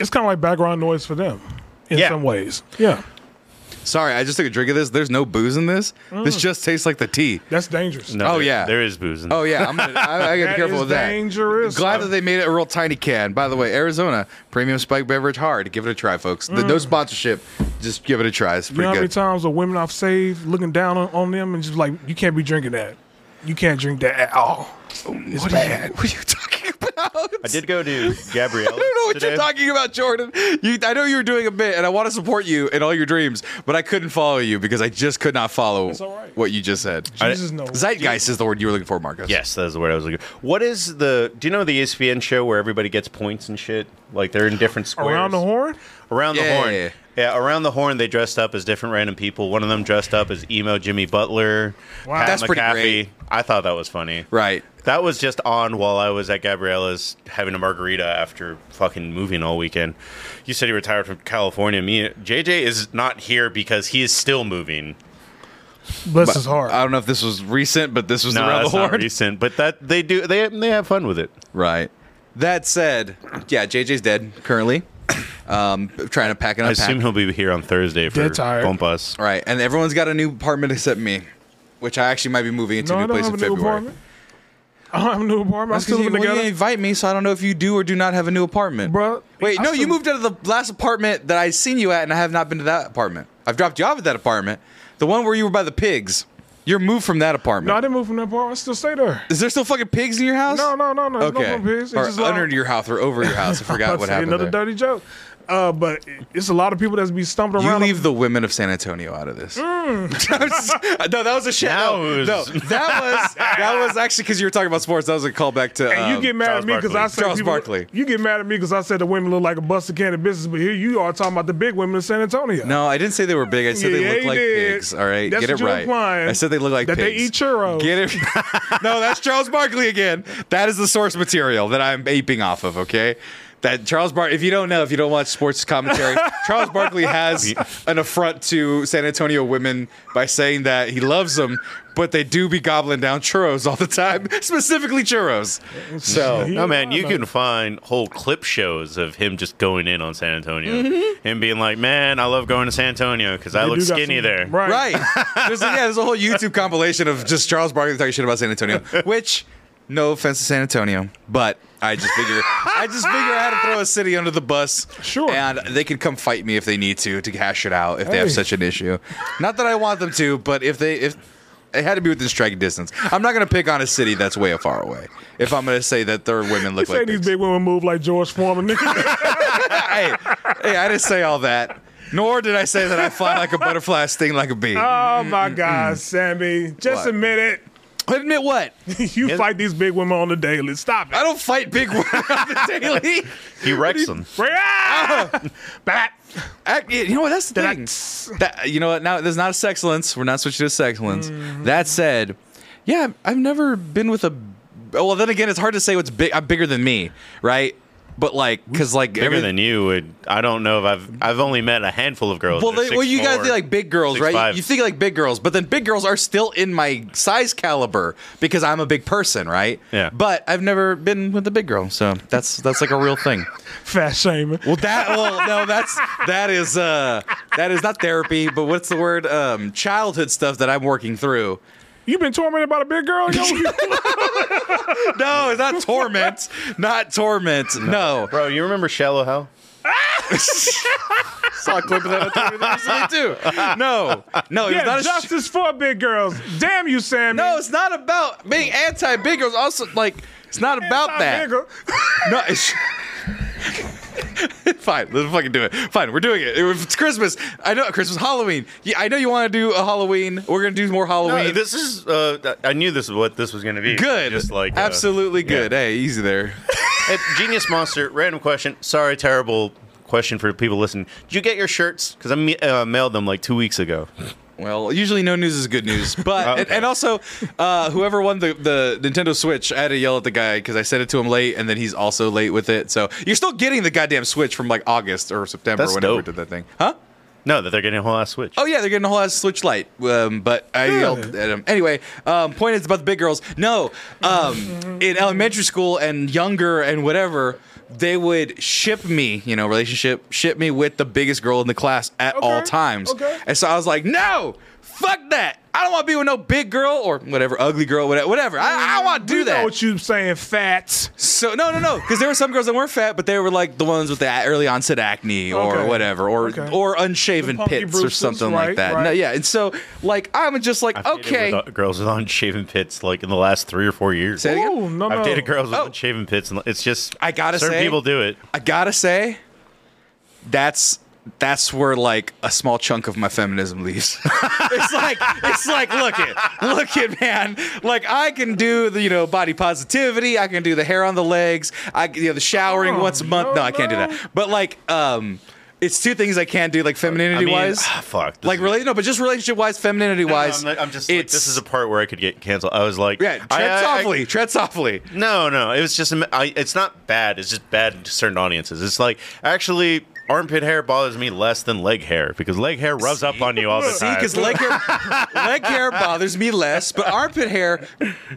B: It's kind of like background noise for them in
C: Yeah.
B: some ways. Yeah.
A: sorry, I just took a drink of this. There's no booze in this.
B: Mm.
A: This just tastes like the tea.
B: That's dangerous.
C: No,
A: Oh,
C: there-
A: yeah.
C: there is booze. In
A: Oh yeah, I'm gonna, I, I gotta be
B: Mm. That
A: careful
B: is
A: with that.
B: dangerous.
A: Glad that they made it a real tiny can. By the way, Arizona premium spike beverage hard. Give it a try, folks.
B: Mm.
A: The, no sponsorship. Just give it a try. It's
B: You know
A: pretty
B: how many
A: good.
B: times the women I've saved looking down on, on them and just like, you can't be drinking that. You can't drink that at all. It's
A: what, Are
B: bad.
A: you, what are you talking about?
C: I did go to Gabrielle.
A: I don't know what you're talking about, Jordan. You, I know you were doing a bit, and I want to support you in all your dreams, but I couldn't follow you because I just could not follow
B: all right.
A: what you just said.
B: Jesus knows.
A: Zeitgeist is the word you were looking for, Marcus.
C: Yes, that's the word I was looking. What is the? Do you know the E ESPN show where everybody gets points and shit? Like they're in different squares
B: Around the horn?
C: Around the
A: Yeah.
C: horn. Yeah, around the horn. They dressed up as different random people. One of them dressed up as emo Jimmy Butler.
B: Wow.
C: Pat
A: That's pretty
C: McAfee.
A: great.
C: I thought that was funny.
A: Right.
C: That was just on while I was at Gabriella's having a margarita after fucking moving all weekend. You said he retired from California. Me, JJ is not here because he is still moving.
B: Bless his heart.
A: I don't know if this was recent, but this was
C: No,
A: around
C: that's
A: the
C: not
A: horn.
C: recent. But that they do they they have fun with it.
A: Right. That said, yeah, JJ's dead currently. Um, trying to pack and
C: I
A: unpack.
C: assume he'll be here on Thursday for
B: Dead tired.
C: Bump Us.
A: Right, and everyone's got a new apartment except me, which I actually might be moving into a
B: no, I
A: new
B: don't
A: place
B: have a
A: in
B: new
A: February.
B: apartment. I don't have a new apartment. I'm
A: That's
B: still
A: because you,
B: living
A: well, you
B: together.
A: didn't invite me, so I don't know if you do or do not have a new apartment,
B: Bruh,
A: Wait,
B: I
A: no, you
B: still-
A: moved out of the last apartment that I seen you at, and I have not been to that apartment. I've dropped you off at that apartment, the one where you were by the pigs. You're moved from that
B: No, I
A: apartment.
B: didn't move from that apartment. I still stay there.
A: Is there still fucking pigs in your house?
B: No, no, no, no. there's
A: Okay,
B: No more pigs. It's
A: or
B: just like-
A: under your house or over your house? I forgot
B: I'd
A: what
B: say
A: happened.
B: Another
A: there.
B: dirty joke. Uh, but it's a lot of people that's be stumped
A: You
B: around.
A: leave the women of San Antonio out of this. I'm just- no, that was a shit.
C: Now
A: No,
C: is-
A: no, that was that was actually because you were talking about sports. That was a callback to.
B: And you
A: um,
B: get mad
C: Charles
B: at me because I
C: Barkley.
B: said
A: Charles
B: people-
A: Barkley.
B: You get mad at me because I said the women look like a busted can of business, but here you are talking about the big women in San Antonio.
A: No, I didn't say they were big. I said
B: Yeah,
A: they look
B: you
A: like
B: did.
A: pigs. All right,
B: That's
A: get it
B: what you're
A: right.
B: implying.
A: I said they look like
B: That they
A: pigs.
B: eat churros.
A: Get it? no, that's Charles Barkley again. That is the source material that I'm aping off of. Okay. That Charles Bar. If you don't know, if you don't watch sports commentary, Charles Barkley has an affront to San Antonio women by saying that he loves them, but they do be gobbling down churros all the time, specifically churros. So
B: He
C: No man,
B: lied
C: you
B: about
C: can find whole clip shows of him just going in on San Antonio and being like, "Man, I love going to San Antonio because
B: it.
C: I
B: Mm-hmm. They
C: look
B: do got
C: skinny
B: some-
C: there."
B: Right.
A: Right. There's a, yeah, there's a whole YouTube compilation of just Charles Barkley talking shit about San Antonio, which no offense to San Antonio, but I just figure I just figure out how to throw a city under the bus.
B: Sure.
A: And they can come fight me if they need to to hash it out if they have
B: Hey.
A: such an issue. Not that I want them to, but if they if it had to be within striking distance. I'm not going to pick on a city that's way far away. If I'm going to say that their women look
B: Say
A: like
B: these
A: pigs.
B: big women move like George Foreman. nigga.
A: hey, hey, I didn't say all that. Nor did I say that I fly like a butterfly, sting like a bee.
B: oh my God, Sammy. Just
A: What?
B: admit it.
A: Admit what?
B: You fight these big women on the daily. Stop it.
A: I don't fight big women on the daily.
C: He wrecks them.
B: Ah! Bat.
A: I- you know what? That's the
B: Did I-
A: thing. That, you know what? Now there's not a sexcellence. We're not switching to sexcellence. That said, yeah, I've never been with a. Well, then again, it's hard to say what's big. I'm bigger than me, right? but like because like
C: Bigger
A: everyth-
C: than you would. I don't know if I've I've only met a handful of girls.
A: Well,
C: that are
A: they, well, you guys
C: 6'4",
A: think like big girls, right?
C: 6'5".
A: You, you think like big girls, but then big girls are still in my size caliber because I'm a big person, right?
C: Yeah.
A: But I've never been with a big girl, so that's that's like a real thing.
B: Fat shaming.
A: Well, that well, no, that's that is uh that is not therapy, but what's the word? Um, childhood stuff that I'm working through.
B: You been tormented by the big girl? Yo, You-
A: No, it's not torment, not torment. No,
C: Bro, you remember Shallow Hell?
A: saw a clip of that on Twitter recently too. No, no, it's
B: yeah,
A: not a sh-
B: justice for big girls. Damn you, Sammy.
A: No, it's not about being anti-big girls. Also, like, it's not about
B: Stop,
A: that.
B: nigga.
A: No, it's. Fine, let's fucking do it. Fine, we're doing it. If It's Christmas. I know Christmas, Halloween. Yeah, I know you want to do a Halloween. We're gonna do more
C: No,
A: Halloween.
C: this is. Uh, I knew this is what this was going to be.
A: good,
C: Just like uh,
A: absolutely good. Hey, easy there.
C: Hey, Genius Monster, random question. Sorry, terrible question for people listening. Did you get your shirts? Because I me- uh, mailed them like two weeks ago.
A: Well, usually no news is good news, but and, and also uh, whoever won the, the Nintendo Switch, I had to yell at the guy because I sent it to him late, and then he's also late with it. So you're still getting the goddamn Switch from like August or September,
C: That's
A: whenever we
C: dope.
A: did that thing, huh?
C: No, that they're getting a whole ass switch.
A: Oh yeah, they're getting a whole ass switch light. Um, but I yelled at him anyway. Um, point is about the big girls. No, um, in elementary school and younger and whatever, they would ship me. You know, relationship ship me with the biggest girl in the class at all times.
B: okay.
A: And so I was like, no, fuck that. I don't want to be with no big girl or whatever, ugly girl, whatever. whatever. I, I don't want to do
B: You know
A: that.
B: what you saying, fat.
A: So no, no, no, because there were some girls that weren't fat, but they were like the ones with the a- early onset acne or
B: Okay.
A: whatever, or
B: Okay.
A: or unshaven
B: The Punky
A: pits or
B: Brewsters,
A: something like
B: right,
A: that.
B: right.
A: No, yeah, and so like I'm just like
C: I've dated
A: okay.
C: with, uh, girls with unshaven pits like in the last three or four years.
A: Say it again?
B: Ooh, no, no.
C: I've dated girls with
A: Oh.
C: unshaven pits, and it's just
A: I gotta
C: certain
A: say-
C: people do it.
A: I gotta say, that's that's where like a small chunk of my feminism leaves. it's like it's like look it, look it, man. Like I can do the you know body positivity. I can do the hair on the legs. I you know the showering
B: Oh,
A: once a month. No, I can't do
B: no,
A: that. But like um. It's two things I can't do, like femininity
C: I mean,
A: wise.
C: ah, fuck. this
A: like
C: is-
A: really no but just relationship wise femininity
C: No, no,
A: wise
C: I'm, not- I'm just. Like, this is a part where I could get canceled. I was like,
A: yeah
C: I-
A: tread
C: I- I-
A: softly tread softly
C: No, no, it was just. I, it's not bad. It's just bad to certain audiences. It's like actually, armpit hair bothers me less than leg hair because leg hair rubs up on you all the
A: see
C: time.
A: because leg hair leg hair bothers me less but armpit hair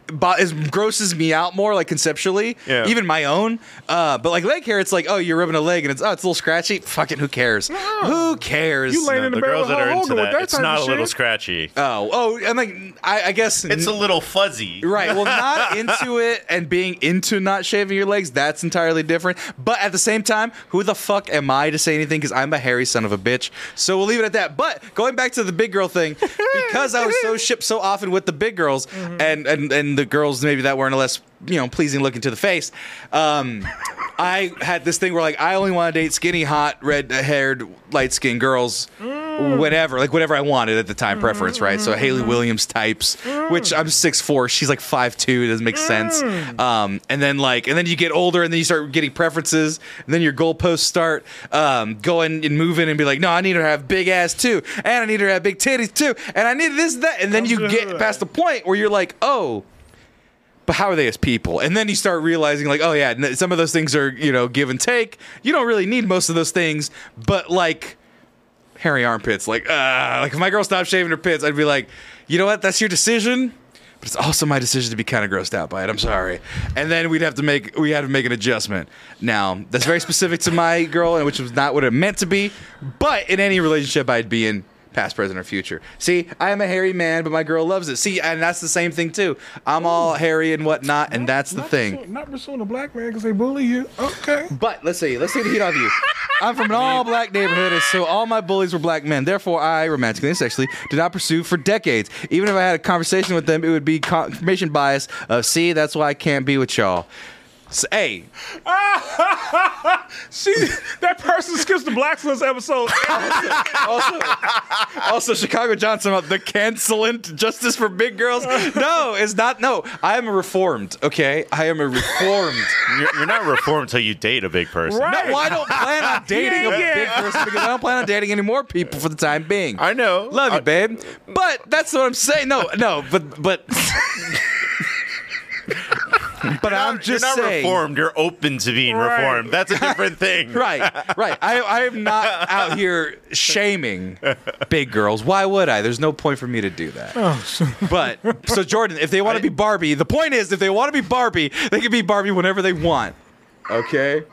A: bo- is, grosses me out more like conceptually
C: Yeah.
A: even my own uh, but like leg hair it's like oh you're rubbing a leg and it's oh it's a little scratchy fucking who cares who cares
B: You laying in
C: the
B: bed
C: girls
B: with
C: that are
B: Hulk
C: into
B: Hogan with
C: that,
B: that
C: it's
B: type
C: not
B: of
C: a little
B: shit.
C: scratchy.
A: oh oh and like I, I guess
C: It's a little fuzzy.
A: Right. Well, not into it and being into not shaving your legs, that's entirely different. But at the same time, who the fuck am I to say anything? Because I'm a hairy son of a bitch. So we'll leave it at that. But going back to the big girl thing, because I was so shipped so often with the big girls and, and, and the girls maybe that weren't less, you know, pleasing looking to the face, um, I had this thing where like I only want to date skinny, hot, red haired, light skinned girls whenever, like whatever I wanted at the time preference, right? So Haley Williams types, which I'm six four, she's like five two, it doesn't make sense. Um, and then like, and then you get older, and then you start getting preferences, and then your goalposts start um, going and moving, and be like, no, I need her to have big ass too, and I need her to have big titties too, and I need this that, and then you get past the point where you're like, oh. But how are they as people? And then you start realizing, like, oh yeah, n- some of those things are you know give and take. You don't really need most of those things, but like hairy armpits. Like, uh, like if my girl stopped shaving her pits, I'd be like, you know what? That's your decision. But it's also my decision to be kind of grossed out by it. I'm sorry. And then we'd have to make we had to make an adjustment. Now that's very specific to my girl, and which was not what it meant to be. But in any relationship I'd be in, past, present, or future. See, I am a hairy man, but my girl loves it. See, and that's the same thing too. I'm all hairy and whatnot, and that's the
B: Not
A: thing.
B: pursuing- not pursuing a black man because they bully you. Okay.
A: But let's see, let's take the heat off you. I'm from an all-black neighborhood, and so all my bullies were black men. Therefore, I romantically and sexually did not pursue for decades. Even if I had a conversation with them, it would be confirmation bias of, see, that's why I can't be with y'all. So, hey,
B: She, that person skips the Blackflips episode.
A: also, also Chicago Johnson about the cancelant justice for big girls. No, it's not. No, I am reformed. Okay, I am a reformed.
C: You're, you're not reformed until you date a big person.
B: Right.
A: No, well, I don't plan on dating a
B: Yeah,
A: big
B: yeah.
A: person because I don't plan on dating any more people for the time being.
C: I know.
A: Love
C: I-
A: you, babe. But that's what I'm saying. No, no, but but
E: But
C: You're
E: I'm
C: not-
E: just
C: you're not
E: saying.
C: reformed. You're open to being
B: Right.
C: reformed. That's a different thing.
E: Right,
A: right. I, I am not out here shaming big girls. Why would I? There's no point for me to do that. but so Jordan, if they want to be Barbie, the point is if they want to be Barbie, they can be Barbie whenever they want. Okay.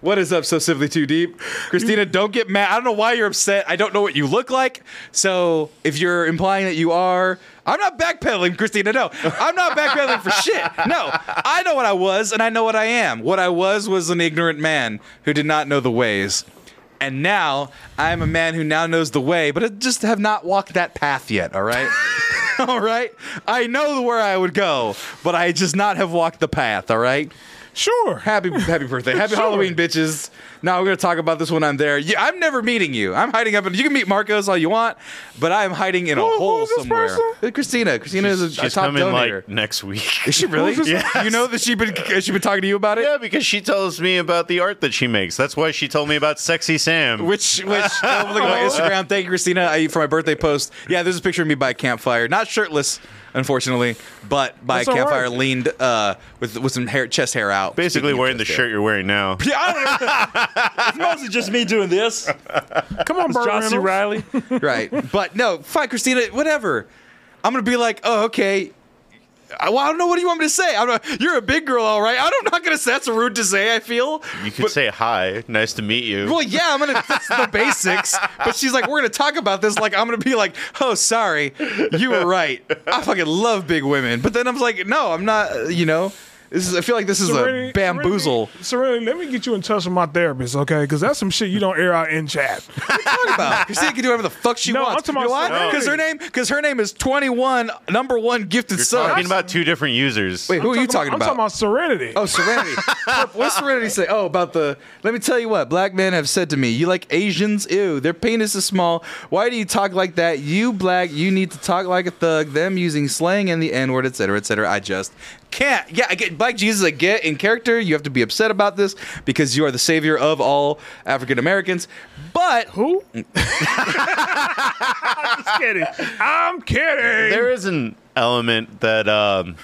A: What is up, so civilly too deep? Christina, don't get mad. I don't know why you're upset. I don't know what you look like. So if you're implying that you are, I'm not backpedaling, Christina. No, I'm not backpedaling for shit. No, I know what I was and I know what I am. What I was was an ignorant man who did not know the ways. And now I am a man who now knows the way, but I just have not walked that path yet, all right? all right? I know where I would go, but I just not have walked the path, all right?
B: Sure.
A: Happy happy birthday. Happy
B: Sure.
A: Halloween, bitches. Now we're gonna talk about this when I'm there. Yeah, I'm never meeting you. I'm hiding up in you can meet Marcos all you want, but I am hiding in a
B: Who-
A: hole
B: who's this
A: somewhere.
B: person?
A: Uh, Christina. Christina
C: She's,
A: is a, a
C: she's
A: top
C: coming
A: donator.
C: like next week.
A: is she really?
B: Who's this-
A: You know that she been has she been talking to you about it?
C: yeah, because she tells me about the art that she makes. That's why she told me about Sexy Sam.
A: Which which oh, look at my Instagram. Thank you, Christina, I, for my birthday post. Yeah, there's a picture of me by a campfire, not shirtless, unfortunately, but by
B: That's
A: a
B: all
A: campfire,
B: right.
A: leaned uh, with with some hair, chest hair out.
C: Basically,
A: Speaking of
C: wearing the
A: chest
C: shirt you're wearing now.
A: hair. Yeah, I don't know.
D: It's mostly just me doing this.
B: Come on, Burt
D: John C.
B: Reynolds.
D: Riley.
A: right. But no, fine, Christina, whatever. I'm gonna be like, oh, okay. I, well, I don't know what do you want me to say. I'm not, you're a big girl, all right. I'm not gonna say that's rude to say. I feel.
C: You could say hi. Nice to meet you.
A: Well, yeah, I'm gonna that's the basics. But she's like, we're gonna talk about this. Like, I'm gonna be like, oh, sorry, you were right. I fucking love big women. But then I'm like, no, I'm not. uh, You know, this is. I feel like this is a
B: Serenity-
A: bamboozle.
B: Serenity, Serenity, let me get you in touch with my therapist, okay? Because that's some shit you don't air out in chat.
A: talking about? Christina can do whatever the fuck she
B: No, I'm
A: wants.
B: talking
A: you know
B: about
A: why? Because her name, because her name is 21, number one gifted
C: you're
A: son.
C: talking about two different users.
A: Wait, who are you talking
B: I'm
A: about?
B: talking about Serenity.
A: Oh, Serenity. What- What's Serenity say? Oh, about the. Let me tell you what black men have said to me. You like Asians? Ew, their penis is small. Why do you talk like that? You black, you need to talk like a thug. Them using slang and the N word, etc., etc. I just can't. Yeah, I get Black Jesus. I get in character. You have to be upset about this because you are the savior of all African Americans. But
B: Who? I'm just kidding. I'm kidding.
C: there is an element that um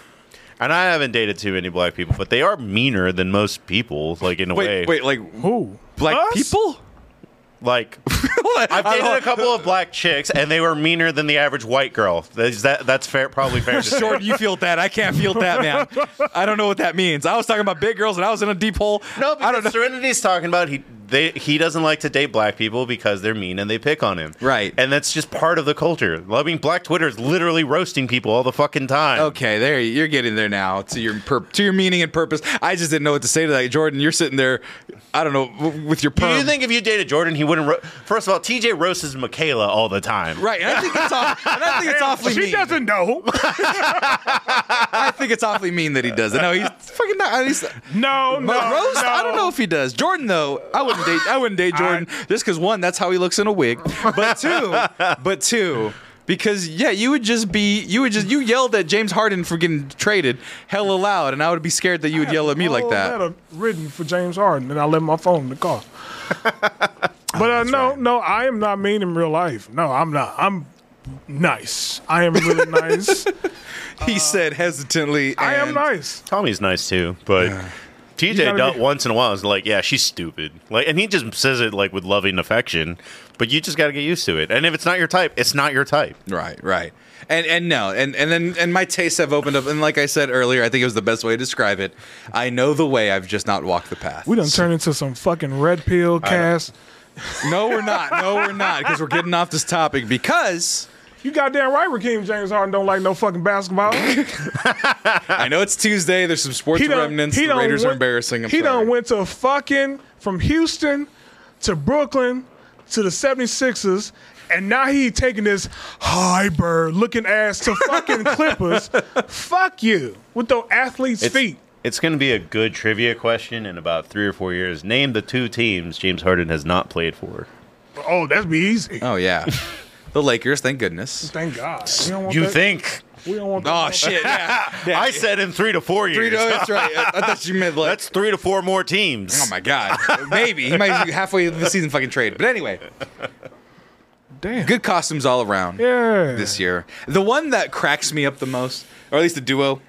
C: and I haven't dated too many black people, but they are meaner than most people, like in a way.
A: wait, wait, like
B: Who?
A: black
B: Us?
A: people?
C: Like I've dated a couple of black chicks and they were meaner than the average white girl. Is that that's fair probably fair to say.
A: Jordan, you feel that. I can't feel that, man. I don't know what that means. I was talking about big girls and I was in a deep hole.
C: No,
A: I don't know.
C: because Serenity's talking about he they he doesn't like to date black people because they're mean and they pick on him.
A: Right.
C: And that's just part of the culture. I mean, black Twitter is literally roasting people all the fucking time.
A: Okay, there you- you're getting there now to your pur- to your meaning and purpose. I just didn't know what to say to that, Jordan. You're sitting there, I don't know, w- with your
C: Do
A: perm.
C: you think if you dated Jordan, he wouldn't? Ro- First of all, TJ roasts Michaela all the time.
A: Right, and I think it's, off, and I think it's awfully
B: She
A: mean.
B: doesn't know.
A: I think it's awfully mean that he does it. No, he's fucking not. He's,
B: No, no.
A: But roast,
B: no.
A: I don't know if he does. Jordan though, I wouldn't date. I wouldn't date Jordan just because one, that's how he looks in a wig, but two, but two. Because yeah, you would just be you would just you yelled at James Harden for getting traded hella loud, and I would be scared that you would yell at me like
B: whole
A: that.
B: letter written for James Harden, and I left my phone in the car. but uh, no, no, I am not mean in real life. No, I'm not. I'm nice. I am really nice.
A: He said hesitantly.
B: I am
A: and-
B: nice.
C: Tommy's nice too, but
B: gotta
C: TJ do-
B: be-
C: once in a while is like, "Yeah, she's stupid," like, and he just says it like with loving affection. But you just got to get used to it. And if it's not your type, it's not your type.
A: Right, right. And and no, and and then and my tastes have opened up. And like I said earlier, I think it was the best way to describe it. I know the way. I've just not walked the path.
B: We done turned into some fucking red pill cast.
A: No, we're not. No, we're not. Because we're getting off this topic. Because
B: You goddamn right, Raheem James Harden don't like no fucking basketball. he
A: I know it's Tuesday. There's some sports remnants. The Raiders are embarrassing. I'm
B: he
A: sorry.
B: done went to fucking from Houston to Brooklyn to the 76ers, and now he taking this hyper looking ass to fucking Clippers. Fuck you with those athletes'
C: It's,
B: feet.
C: It's going to be a good trivia question in about three or four years. Name the two teams James Harden has not played for.
B: Oh, that'd be easy.
A: Oh yeah, the Lakers. Thank goodness.
B: Thank God. We don't want
C: You
B: that-
C: think?
B: We don't want
A: Oh
B: that.
A: shit. Yeah.
C: I said in three to four
A: Three
C: years.
A: to- That's right. I, I thought you meant like.
C: That's three to four more teams.
A: oh my god. Maybe he might be halfway through the season fucking trade. But anyway,
B: Damn.
A: good costumes all around.
B: Yeah.
A: this year. The one that cracks me up the most, or at least the duo,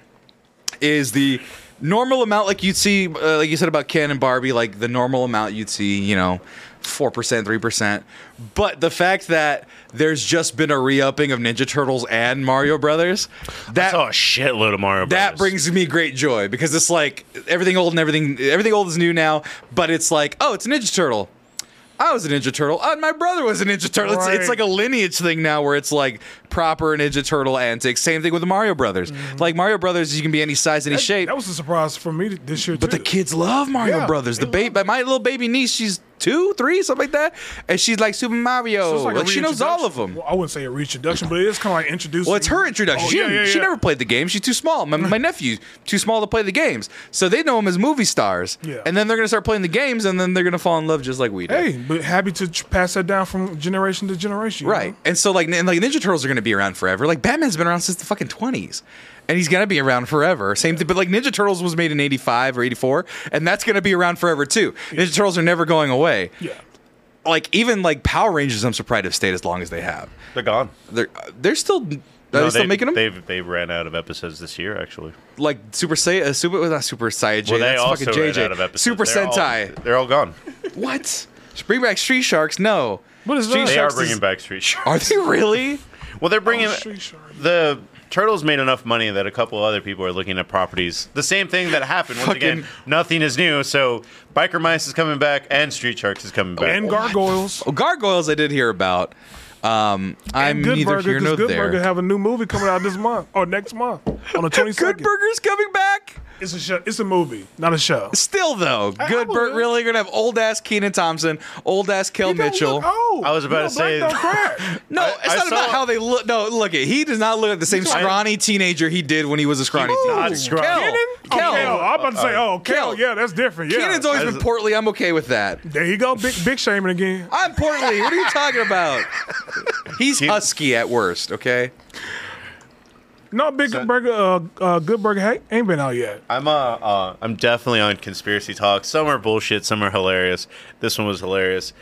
A: is the normal amount like you'd see, uh, like you said about Ken and Barbie, like the normal amount you'd see, you know, four percent, three percent. But the fact that there's just been a re-upping of Ninja Turtles and Mario Brothers,
C: I
A: that
C: saw a shitload of Mario Brothers.
A: that brings me great joy because it's like everything old and everything everything old is new now, but it's like, oh, it's a Ninja Turtle. I was a Ninja Turtle. Oh, my brother was a Ninja Turtle. It's, it's
B: Right.
A: like a lineage thing now where it's like proper Ninja Turtle antics. Same thing with the Mario Brothers. Like Mario Brothers, you can be any size, any shape.
B: Mm-hmm. That was a surprise for me this year
A: But
B: too.
A: the kids love Mario
B: Yeah,
A: Brothers. The
B: they
A: baby, my little baby niece, she's two, three, something like that, and she's like Super Mario.
B: So it's
A: like
B: a
A: she knows all of
B: reintroduction.
A: them.
B: Well, I wouldn't say a reintroduction, but it is kind of like introducing.
A: Well, it's her introduction.
B: Oh,
A: she,
B: yeah, yeah,
A: she
B: yeah.
A: never played the game. She's too small. My, my nephew, too small to play the games. So they know him as movie stars.
B: Yeah.
A: And then they're going to start playing the games and then they're going to fall in love just like we did.
B: Hey, but happy to tr- pass that down from generation to generation. you
A: Right.
B: know?
A: And so, like, and, like Ninja Turtles are going to be around forever. Like, Batman's been around since the fucking 20s. And he's going to be around forever. Same thing. But, like, Ninja Turtles was made in 85 or 84. And that's going to be around forever, too. Ninja Turtles are never going away.
B: Yeah.
A: Like, even, like, Power Rangers, I'm surprised have stayed as long as they have.
C: They're gone.
A: They're, they're still. Are they still making them?
C: They've they ran out of episodes this year, actually.
A: like Super Sai, uh, Super not Super Saiyajin.
C: Well, they
A: that's
C: also
A: fucking JJ.
C: ran out of episodes.
A: Super
C: They're all-
A: Sentai.
C: they're all gone.
A: what? Bring back Street Sharks? No.
B: What is
A: Street
B: that?
C: They are
A: Sharks
C: bringing
A: is- Oh,
C: back Street Sharks.
A: Are they really?
C: Well, they're bringing
B: Street Sharks.
C: the Turtles made enough money that a couple other people are looking at properties. The same thing that happened once again. Nothing is new. So Biker Mice is coming back, and Street Sharks is coming back.
B: And gargoyles.
A: Oh, gargoyles, I did hear about. Um, I'm
B: And Good
A: neither
B: Burger,
A: here nor
B: Good
A: there.
B: Burger have a new movie coming out this month or next month on the twenty
A: Good
B: second.
A: Burger's coming back.
B: It's a show. It's a movie, not a show.
A: Still though, Good
B: I
A: Burger
B: believe-
A: really gonna have old ass Keenan Thompson, old ass Kel Mitchell.
B: Oh,
C: I was about to say-
A: No,
C: I-
A: it's
C: I
A: not about
C: saw-
A: how they look. No, look it. He does not look like the same
C: I-
A: scrawny teenager he did when he was a scrawny
C: He's not
A: teenager.
C: scrawny.
A: Kel,
C: Keenan?
B: Oh,
A: Kel.
B: Kel. I'm about to say, oh,
A: Kel.
B: Kel. Yeah, that's different. Yeah.
A: Keenan's always been portly. I'm okay with that.
B: there you go. Big, big shaming again.
A: I'm portly. What are you talking about? He's husky at worst, okay?
B: No, Big Burger, uh, uh, Good Burger hey, ain't been out yet.
C: I'm uh, uh I'm definitely on conspiracy talk. Some are bullshit, some are hilarious. This one was hilarious.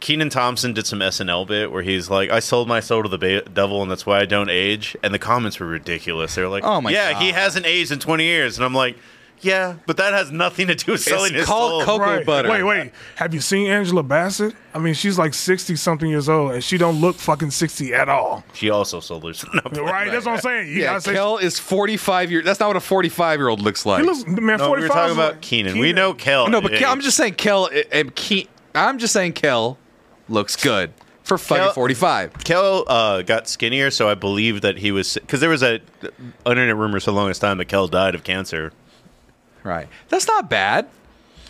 C: Keenan Thompson did some SNL bit where he's like, "I sold my soul to the ba- devil, and that's why I don't age." And the comments were ridiculous. They were like,
A: Oh my
C: yeah,
A: God.
C: he hasn't aged in 20 years," and I'm like, "Yeah, but that has nothing to do with selling his
A: called
C: soul."
A: coke- Cocoa butter.
B: Wait, wait. Have you seen Angela Bassett? I mean, she's like sixty something years old, and she don't look fucking sixty at all.
C: she also sold her soul.
B: Right? That's what I'm saying. You
A: Yeah,
B: gotta say
A: Kel is 45 years. That's not what a 45 year old looks like.
B: He looks, man,
C: No, we
B: 45
C: were talking
B: is
C: about
B: like-
C: Keenan. We know Kel.
A: no, but Kel,
C: aged.
A: I'm just saying Kel and Ke- I'm just saying Kel looks good for fucking
C: Kel-
A: 45.
C: Kel uh, got skinnier, so I believe that he was because there was a internet rumor so long as time that Kel died of cancer.
A: Right. That's not bad.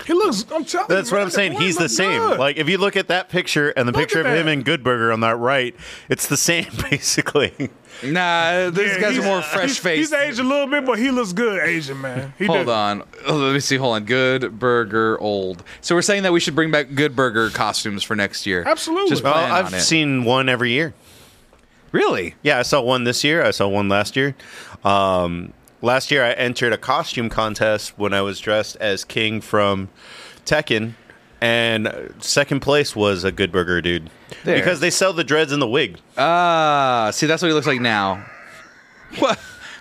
B: He looks. I'm telling you,
C: That's what
B: man,
C: I'm saying.
B: boy
C: He's the
B: looks
C: same.
B: good.
C: Like if you look at that picture and the
B: Look
C: picture of
B: at
C: him
B: that.
C: and Good Burger on that right, it's the same basically.
A: Nah, these
B: Yeah,
A: guys are
B: he's-
A: more fresh
B: He's
A: faced.
B: aged a little bit, but he looks good, Asian man. He
A: Hold
B: do.
A: on. Oh, let me see. Hold on. Good Burger Old. So we're saying that we should bring back Good Burger costumes for next year.
B: Absolutely.
A: Just
C: Well,
A: plan on
C: I've
A: it.
C: seen one every year.
A: Really?
C: Yeah, I saw one this year. I saw one last year. Um, last year, I entered a costume contest when I was dressed as King from Tekken, and uh, second place was a Good Burger dude
A: There.
C: because they sell the dreads and the wig.
A: Ah, see, that's what he looks like now. What?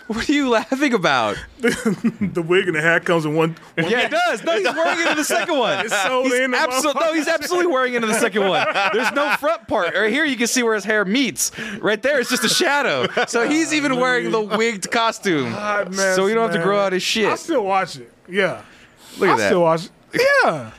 A: What are you laughing about?
B: The wig and the hat comes in one. one
A: Yeah, it does. No, he's wearing it in the second one.
B: It's sold
A: he's
B: in the
A: abso- no, he's absolutely wearing it in the second one. There's no front part. Right here, you can see where his hair meets. Right there, it's just a shadow. So he's even wearing the wigged costume.
B: hot mess,
A: so we don't have to
B: man.
A: grow out his shit.
B: I still watch it. Yeah.
A: Look
B: I
A: at that.
B: still watch it. Yeah.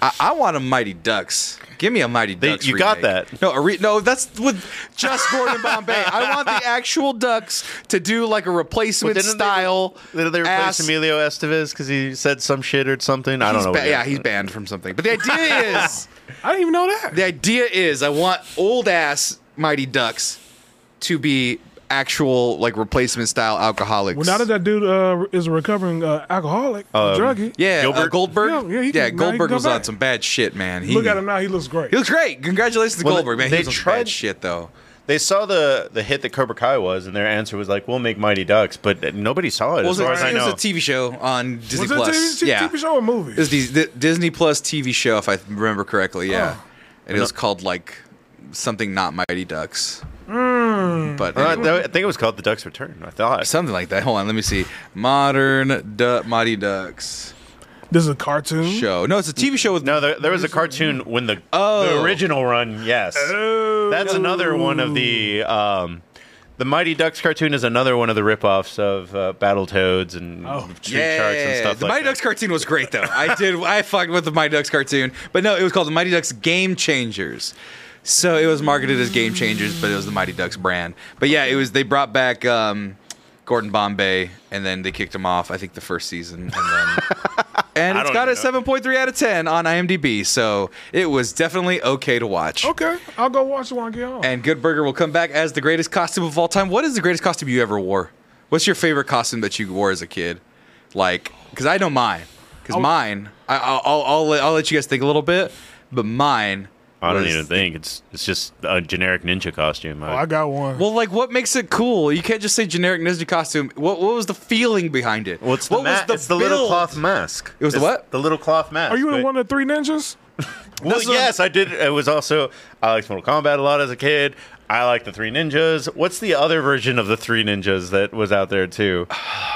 A: I, I want a Mighty Ducks. Give me a Mighty Ducks.
C: you got
A: remake.
C: that.
A: No, a re- no, that's with just Gordon Bombay. I want the actual Ducks to do like a replacement
C: didn't they-
A: style.
C: Did they replace
A: ass-
C: Emilio Estevez because he said some shit or something? I don't
A: He's
C: know.
A: ba-
C: what he
A: yeah,
C: did.
A: he's banned from something. But the idea is,
B: I didn't even know that.
A: the idea is, I want old ass Mighty Ducks to be actual like replacement style alcoholics.
B: well, now that that dude uh, is a recovering uh, alcoholic,
C: Um,
B: druggie.
A: yeah, Goldberg.
C: Goldberg?
A: Goldberg.
B: Yeah, yeah, he can- now he can
A: Goldberg
B: go
A: was on
B: back.
A: some bad shit, man. He,
B: Look at him now. He looks great.
A: He looks great. Congratulations to
C: Well,
A: Goldberg, man. He
C: they
A: was on some bad
C: tried-
A: shit though.
C: They saw the the hit that Cobra Kai was, and their answer was like, "We'll make Mighty Ducks," but nobody saw it.
A: Well,
C: as
A: it,
C: far
A: was
C: as
A: a-
C: I
A: it was
C: know,
A: a TV show on Disney
B: was it a
A: Plus.
B: TV,
A: yeah.
B: TV show or movie?
A: It was the, the Disney Plus TV show, if I remember correctly. Yeah,
B: Oh.
A: and it was called like something not Mighty Ducks.
B: Hmm.
A: But
C: Uh,
A: anyway,
C: that- I think it was called The Duck's Return. I thought.
A: something like that. Hold on, let me see. Modern du- Mighty Ducks
B: This is a cartoon.
A: show. No, it's a TV show with
C: No, there, there was a cartoon when the,
A: Oh.
C: the original run. Yes,
B: Oh.
C: that's another one of the um, the Mighty Ducks cartoon is another one of the ripoffs of uh, Battletoads and Street Sharks and stuff
A: Oh, the
C: like
A: Mighty
C: that.
A: Ducks cartoon was great though. I did. I fucked with the Mighty Ducks cartoon, but no, it was called the Mighty Ducks Game Changers. So it was marketed as Game Changers, but it was the Mighty Ducks brand. But yeah, it was. They brought back um, Gordon Bombay, and then they kicked him off. I think the first season, and then. And
C: I
A: it's
C: don't
A: got a
C: even know.
A: 7.3 out of 10 on IMDb, so it was definitely okay to watch.
B: Okay, I'll go watch it when I get home.
A: And Good Burger will come back as the greatest costume of all time. What is the greatest costume you ever wore? What's your favorite costume that you wore as a kid? Like, because I know mine.
B: Oh.
A: Because mine, I, I'll, I'll, I'll, let, I'll let you guys think a little bit, but mine.
C: I don't
A: was-
C: even think it's it's just a generic ninja costume.
B: oh, I got one.
A: Well, like, what makes it cool? You can't just say generic ninja costume. What, what was the feeling behind it?
C: What's
A: what was the
C: it's the little
A: build?
C: cloth mask.
A: It was the
C: It's
A: what?
C: The little cloth mask.
B: Are you in
C: but-
B: one of the three ninjas?
C: Well,
A: That's what-
C: yes, I did. It was also I liked Mortal Kombat a lot as a kid. I like the Three Ninjas. What's the other version of the Three Ninjas that was out there too?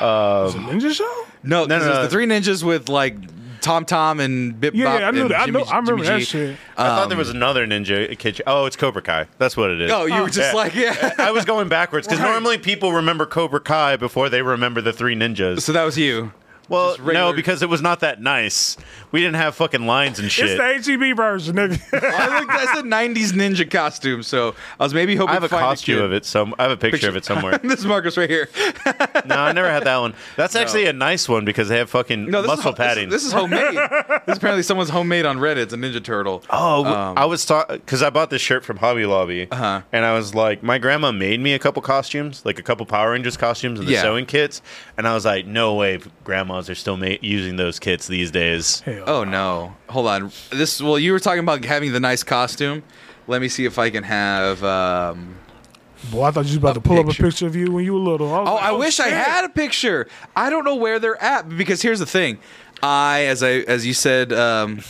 B: The ninja show?
A: No,
C: No,
A: 'cause
C: no,
A: it was
C: no.
A: the three ninjas with like Tom Tom and Bip
B: Yeah,
A: Bop.
B: yeah, I knew
A: and
B: that. I
A: Jimmy,
B: know- I remember
A: Jimmy
B: that
A: G.
B: shit.
C: I thought there was another ninja kid. Oh, it's Cobra Kai. That's what it is.
A: Um, Oh, you were just
C: Yeah.
A: like, yeah.
C: I was going backwards because
B: Right.
C: normally people remember Cobra Kai before they remember the Three Ninjas.
A: So that was you.
C: well,
A: just regular-
C: no, because it was not that nice. We didn't have fucking lines and shit.
B: It's the HEB version, nigga.
A: I looked, that's a '90s ninja costume, so I was maybe hoping.
C: I have a
A: to find
C: costume
A: kid.
C: of it. Some I have a picture, of
A: Picture-
C: it somewhere.
A: this is Marcus right here.
C: no, I never had that one. That's actually a nice one because they have fucking
A: No, this
C: muscle
A: is,
C: padding.
A: This, is homemade. this is apparently someone's homemade on Reddit. It's a Ninja Turtle. Um,
C: Oh, w- I was talking because I bought this shirt from Hobby Lobby,
A: Uh-huh.
C: and I was like, my grandma made me a couple costumes, like a couple Power Rangers costumes and the
A: Yeah.
C: sewing kits, and I was like, no way, grandmas are still ma- using those kits these days.
A: Oh no! Hold on. This. Well, you were talking about having the nice costume. Let me see if I can have. Um,
B: Boy, I thought you was about to pull up a
A: picture.
B: picture of you when you were little. was
A: oh,
B: like,
A: I wish I
B: shit.
A: had a picture. I don't know where they're at because here's the thing. I, as I, as you said, um,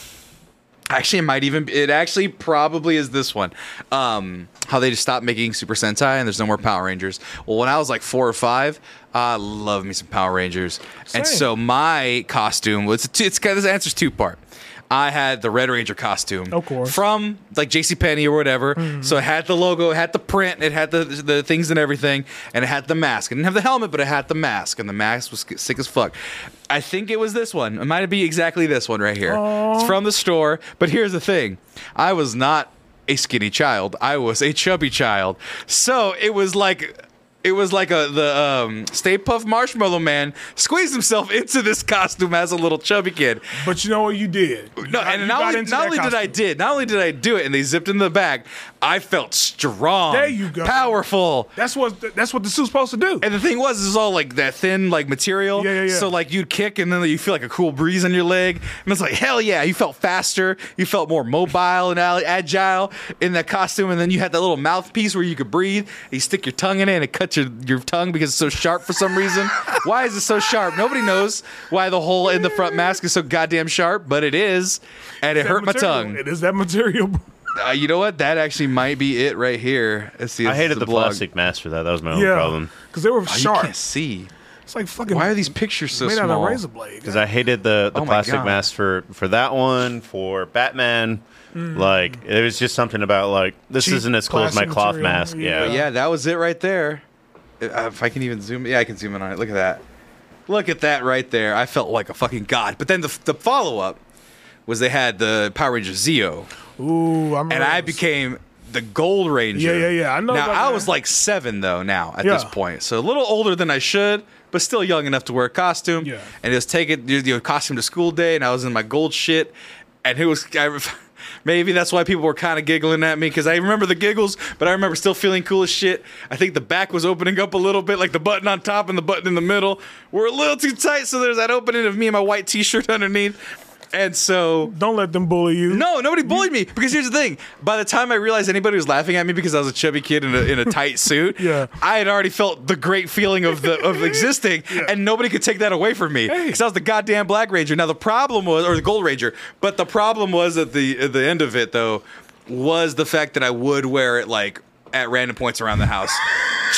A: actually, it might even. It actually probably is this one. Um, how they just stopped making Super Sentai and there's no more Power Rangers. Well, when I was like four or five, I love me some Power Rangers, and
B: Same.
A: so my costume was. It's, it's this answers two part. I had the Red Ranger costume,
B: Of course. Mm-hmm.
A: from like JCPenney or whatever. So it had the logo, it had the print, it had the the things and everything, and it had the mask. It didn't have the helmet, but it had the mask, and the mask was sick as fuck. I think it was this one. It might be exactly this one right here. It's from the store. But here's the thing: I was not a skinny child. I was a chubby child. So it was like. It was like a the um, Stay Puff Marshmallow Man squeezed himself into this costume as a little chubby kid.
B: But you know what you did?
A: No, and not only, not only did I did, not only did I do it, and they zipped in the back. I felt strong.
B: There you go.
A: Powerful.
B: That's what that's what the suit's supposed to do.
A: And the thing was, it was all like that thin like material.
B: Yeah, yeah, yeah.
A: So like you'd kick, and then you feel like a cool breeze on your leg, and it's like hell yeah, you felt faster, you felt more mobile and al- agile in that costume, and then you had that little mouthpiece where you could breathe. And you stick your tongue in it, and it cuts your your tongue because it's so sharp for some reason. why is it so sharp? Nobody knows why the hole in the front mask is so goddamn sharp, but it is, and it
B: That
A: hurt my
B: material.
A: tongue.
B: It is that material. bro.
A: Uh, you know what? That actually might be it right here. Let's see,
C: I
A: this is
C: hated the
A: blog.
C: plastic mask for that. That was my own
B: Yeah,
C: problem
B: because they were
A: Oh, You
B: sharp.
A: can't see.
B: It's like fucking.
A: Why are these pictures so
B: made
A: small?
B: out of razor blade?
C: because I hated the, the
A: Oh my
C: plastic
A: God.
C: mask for for that one for Batman. Like it was just something about like this
B: Mm. Cheap
C: isn't as cool as my
B: plastic
C: cloth
B: material,
C: mask.
B: yeah.
C: Yeah,
A: But yeah, that was it right there. Uh, If I can even zoom, yeah, I can zoom in on it. Look at that. Look at that right there. I felt like a fucking god. But then the, the follow up was they had the Power Ranger Zeo,
B: Ooh, I'm.
A: and I became the Gold Ranger.
B: Yeah, yeah, yeah. I know
A: Now
B: about
A: I
B: that.
A: was like seven though. Now at
B: Yeah.
A: this point, so a little older than I should, but still young enough to wear a costume.
B: Yeah.
A: And just take it your, your costume to school day, and I was in my gold shit, and it was. I, Maybe that's why people were kind of giggling at me because I remember the giggles, but I remember still feeling cool as shit. I think the back was opening up a little bit, like the button on top and the button in the middle were a little too tight, so there's that opening of me and my white T-shirt underneath, and so
B: Don't let them bully you.
A: no, nobody bullied me because here's the thing. By the time I realized anybody was laughing at me because I was a chubby kid in a, in a tight suit,
B: Yeah.
A: I had already felt the great feeling of the of existing, and nobody could take that away from me because I was the goddamn Black Ranger. Now the problem was, or the Gold Ranger, but the problem was at the at the end of it though was the fact that I would wear it like at random points around the house,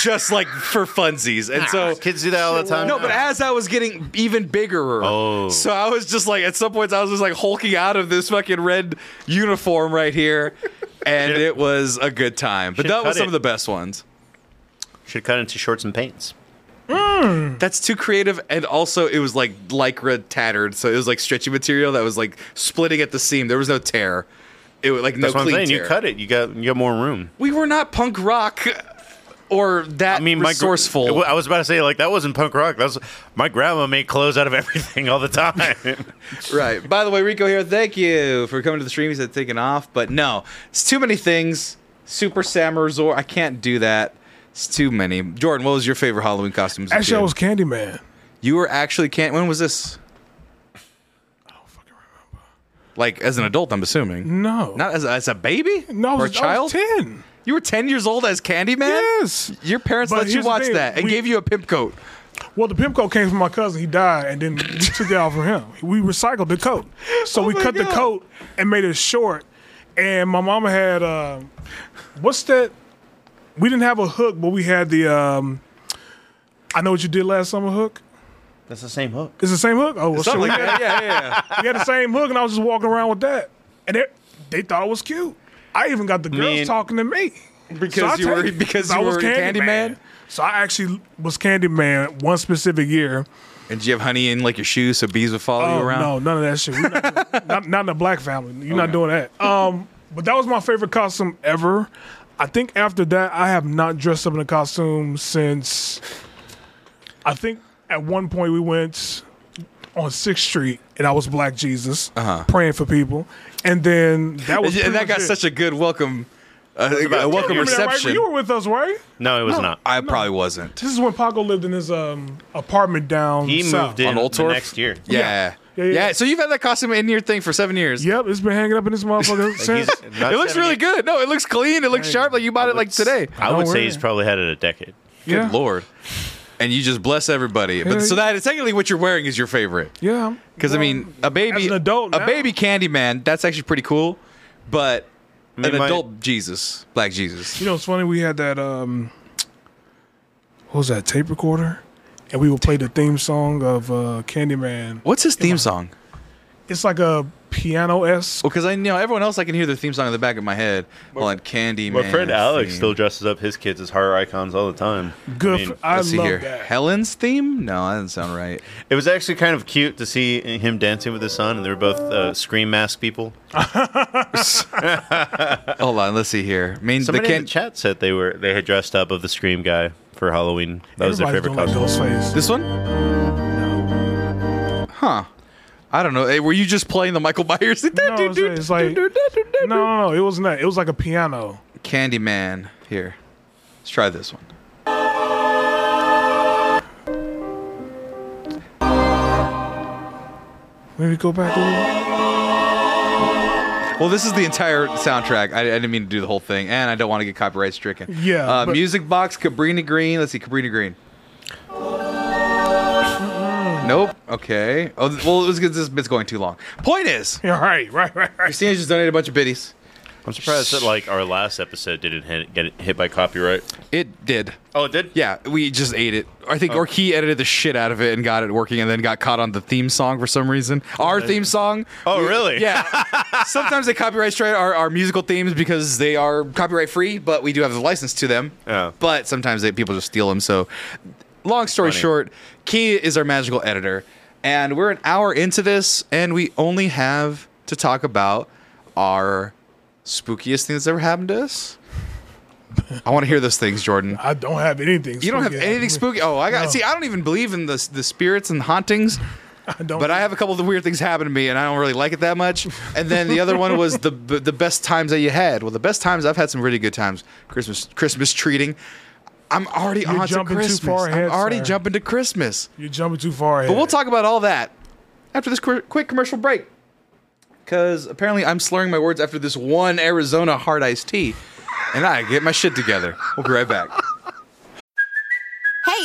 A: just like for funsies. And
B: Ah,
A: so
C: Kids do that all the time.
A: no, but as I was getting even bigger,
C: Oh.
A: so I was just like, at some points, I was just like hulking out of this fucking red uniform right here, and it was a good time. But
C: Should
A: that was
C: cut
A: some
C: it.
A: of the best ones.
C: should cut into shorts and pants.
A: That's too creative, and also it was like lycra tattered, so it was like stretchy material that was like splitting at the seam. There was no tear. It was like
C: That's
A: no
C: what I'm
A: clean
C: saying.
A: tear.
C: You cut it. You got you got more room.
A: We were not punk rock or that
C: I mean, my gr-
A: resourceful.
C: It wa- I was about to say like that wasn't punk rock. That was my grandma made clothes out of everything all the time.
A: right. By the way, Rico here. Thank you for coming to the stream. He said taking off, but no, it's too many things. Super Sam Resort. I can't do that. It's too many. Jordan, what was your favorite Halloween costume? as a
B: Actually, I
A: kid?
B: was Candyman.
A: you were actually can't. When was this? Like as an adult, I'm assuming.
B: No.
A: Not as, as a baby?
B: no, I
A: or
B: was,
A: a child?
B: I was 10.
A: You were 10 years old as Candyman?
B: Yes.
A: Your parents
B: But
A: let you
B: here's the
A: watch
B: thing,
A: that and
B: we-
A: gave you a pimp coat.
B: Well, the pimp coat came from my cousin. He died, and then we took it out from him. We recycled the coat, so we
A: Oh my
B: cut
A: God.
B: the coat and made it short. And my mama had uh, what's that? We didn't have a hook, but we had the um, I know what you did last summer hook.
C: That's the same hook.
B: It's the same hook. Oh, well, shit,
A: Something
B: we,
A: like that.
B: had,
A: Yeah, yeah, yeah.
B: we had the same hook, and I was just walking around with that, and they, they thought it was cute. I even got the girls
C: mean-
B: talking to me So I
A: Because you
B: take
A: were
B: it,
A: because
B: 'cause
A: you were Candyman.
B: So I actually was Candyman one specific year.
A: And did you have honey in like your shoes so bees would follow
B: Oh,
A: you around?
B: No, none of that shit. We're Not, not, not in a black family. You're not doing that. Um, but that was my favorite costume ever. I think after that, I have not dressed up in a costume since. I think at one point we went on Sixth Street, and I was Black Jesus praying for people, and then that was
A: Uh-huh. And that got such a good welcome, uh, a welcome reception.
B: You were with us, right?
C: No, it was not.
A: I probably wasn't.
B: This is when Paco lived in his um, apartment down.
C: He
B: south.
C: moved in
A: On Old
C: the
A: Torf?
C: next year.
A: Yeah. Yeah,
B: Yeah. Yeah, yeah, yeah.
A: So you've had that costume in your thing for seven years.
B: Yep, it's been hanging up in this motherfucker since.
C: He's not
A: It looks
C: 70.
A: really good. No, it looks clean. It looks sharp. Like you bought it like today.
C: I would
B: Don't
C: say
B: worry.
C: he's probably had it a decade.
B: yeah.
A: Good lord. And you just bless everybody. But
B: Yeah,
A: so
B: yeah.
A: that technically what you're wearing is your favorite.
B: Yeah.
A: Because I
B: Well,
A: mean, a baby,
B: as an adult
A: a
B: now.
A: baby Candyman, that's actually pretty cool. But
C: mean,
A: an
C: my-
A: adult Jesus, Black Jesus.
B: You know, it's funny. We had that. Um, what was that tape recorder? And we would play the theme song of uh, Candyman.
A: What's his theme song?
B: It's like a piano esque.
A: Well, because I you know everyone else, I can hear their theme song in the back of my head. Well, on Candyman.
C: My friend Alex
A: theme.
C: still dresses up his kids as horror icons all the time.
B: Good.
C: I
B: I,
C: mean,
B: I
A: Let's see
B: love
A: here.
B: that.
A: Helen's theme? No, that doesn't sound right.
C: It was actually kind of cute to see him dancing with his son, and they were both uh, scream mask people.
A: Hold on, let's see here. I mean,
C: Somebody
A: the
C: in
A: can-
C: the chat said they were they had dressed up of the scream guy for Halloween. That was their
B: Everybody's doing like
C: favorite costume.
B: Ghostface.
A: this one? No. Huh. I don't know. Hey, were you just playing the Michael Myers?
B: it's- it's like- No, no, no, it wasn't that. It was like a piano.
A: Candyman. Here, let's try this one.
B: Maybe go back a little.
A: Well, this is the entire soundtrack. I, I didn't mean to do the whole thing, and I don't want to get copyright stricken.
B: Yeah,
A: Uh,
B: but-
A: music box, Cabrini Green. Let's see, Cabrini Green. Nope. Okay. Oh, th- well, it was because this bit's going too long. Point is,
B: Yeah, right, right, right, right.
A: Christina just donated a bunch of biddies.
C: I'm surprised that like our last episode didn't hit, get hit by copyright.
A: It did.
C: Oh, it did.
A: Yeah, we just ate it. I
B: Oh.
A: think, or he edited the shit out of it and got it working, and then got caught on the theme song for some reason. Our theme song.
C: Oh,
A: we-
C: really?
A: Yeah. Sometimes they copyright strike our, our musical themes because they are copyright free, but we do have the license to them.
C: Yeah.
A: But sometimes they, people just steal them. So, long story
C: Funny.
A: short, Key is our magical editor, and we're an hour into this, and we only have to talk about our spookiest things that ever happened to us. I want to hear those things, Jordan.
B: I don't have anything.
A: You don't have
B: spooky happening.
A: anything spooky. Oh, I got.
B: No.
A: See, I don't even believe in the the spirits and hauntings,
B: I don't.
A: but I have a couple of the weird things happen to me, and I don't really like it that much. And then the other one was the the best times that you had. Well, the best times I've had some really good times. Christmas Christmas treating. I'm already on to
B: jumping too
A: Christmas.
B: far ahead,
A: I'm already
B: sir.
A: jumping to Christmas.
B: You're jumping too far ahead.
A: But we'll talk about all that after this qu- quick commercial break. Because apparently I'm slurring my words after this one Arizona hard iced tea, and I get my shit together. We'll be right back.
E: Hey,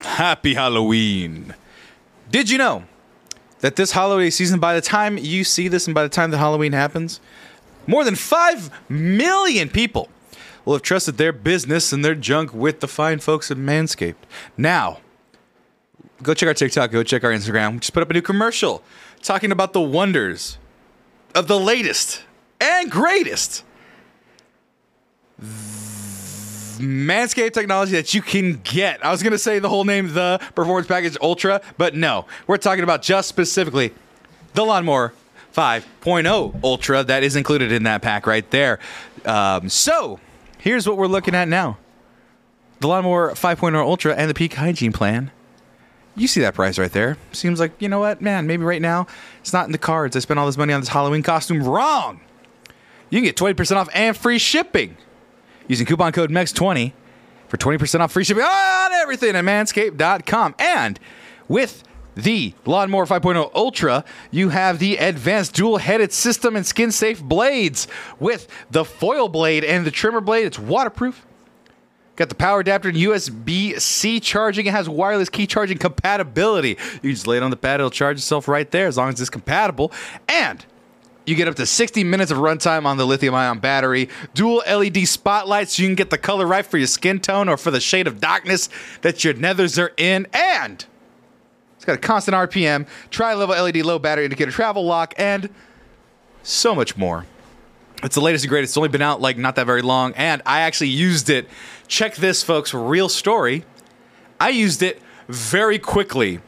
A: Happy Halloween. Did you know that this holiday season, by the time you see this and by the time that Halloween happens, more than 5 million people will have trusted their business and their junk with the fine folks at Manscaped. Now, go check our TikTok, go check our Instagram. We just put up a new commercial talking about the wonders of the latest and greatest Manscaped technology that you can get. I was going to say the whole name, the Performance Package Ultra, but no. We're talking about just specifically the Lawnmower 5.0 Ultra that is included in that pack right there. Um, so here's what we're looking at now the Lawnmower 5.0 Ultra and the Peak Hygiene Plan. You see that price right there. Seems like, you know what, man, maybe right now it's not in the cards. I spent all this money on this Halloween costume. Wrong! You can get 20% off and free shipping using coupon code MEX20 for 20% off free shipping on everything at manscaped.com. And with the Lawnmower 5.0 Ultra, you have the advanced dual headed system and skin safe blades with the foil blade and the trimmer blade. It's waterproof. Got the power adapter and USB C charging. It has wireless key charging compatibility. You just lay it on the pad, it'll charge itself right there as long as it's compatible. And you get up to 60 minutes of runtime on the lithium ion battery, dual LED spotlights, so you can get the color right for your skin tone or for the shade of darkness that your nethers are in, and it's got a constant RPM, tri level LED E low battery indicator travel lock, and so much more. It's the latest and greatest. It's only been out like not that very long, and I actually used it. Check this, folks, real story. I used it very quickly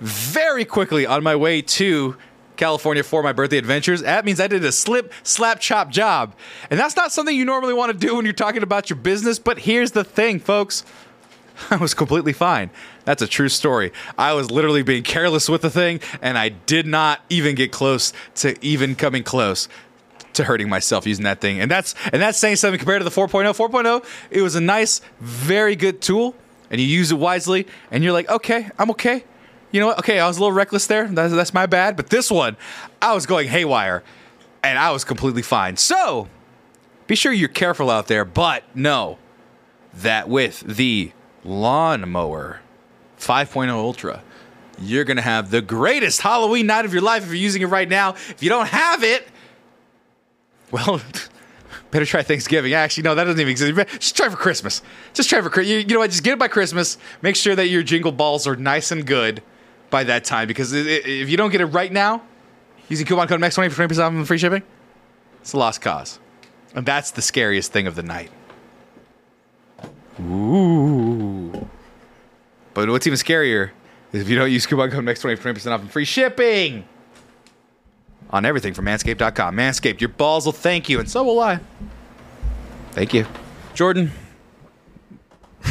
A: very quickly on my way to California for my birthday adventures. That means I did a slip, slap, chop job. And that's not something you normally want to do when you're talking about your business. But here's the thing, folks I was completely fine. That's a true story. I was literally being careless with the thing, and I did not even get close to even coming close to hurting myself using that thing. And that's and that's saying something compared to the oh. 4.0. 4.0, it was a nice, very good tool, and you use it wisely, and you're like, okay, I'm okay. You know what? Okay, I was a little reckless there. That's, that's my bad. But this one, I was going haywire, and I was completely fine. So be sure you're careful out there, but know that with the lawnmower 5.0 Ultra, you're gonna have the greatest Halloween night of your life if you're using it right now. If you don't have it, well, better try Thanksgiving. Actually, no, that doesn't even exist. Just try for Christmas. Just try for Christmas. You, you know what? Just get it by Christmas. Make sure that your jingle balls are nice and good by that time because i- i- if you don't get it right now, using coupon code MAX20 for 20% off and free shipping, it's a lost cause. And that's the scariest thing of the night. Ooh. But what's even scarier is if you don't use coupon code MAX20 for 20% off and free shipping on everything from manscaped.com. Manscaped, your balls will thank you, and so will I. Thank you. Jordan.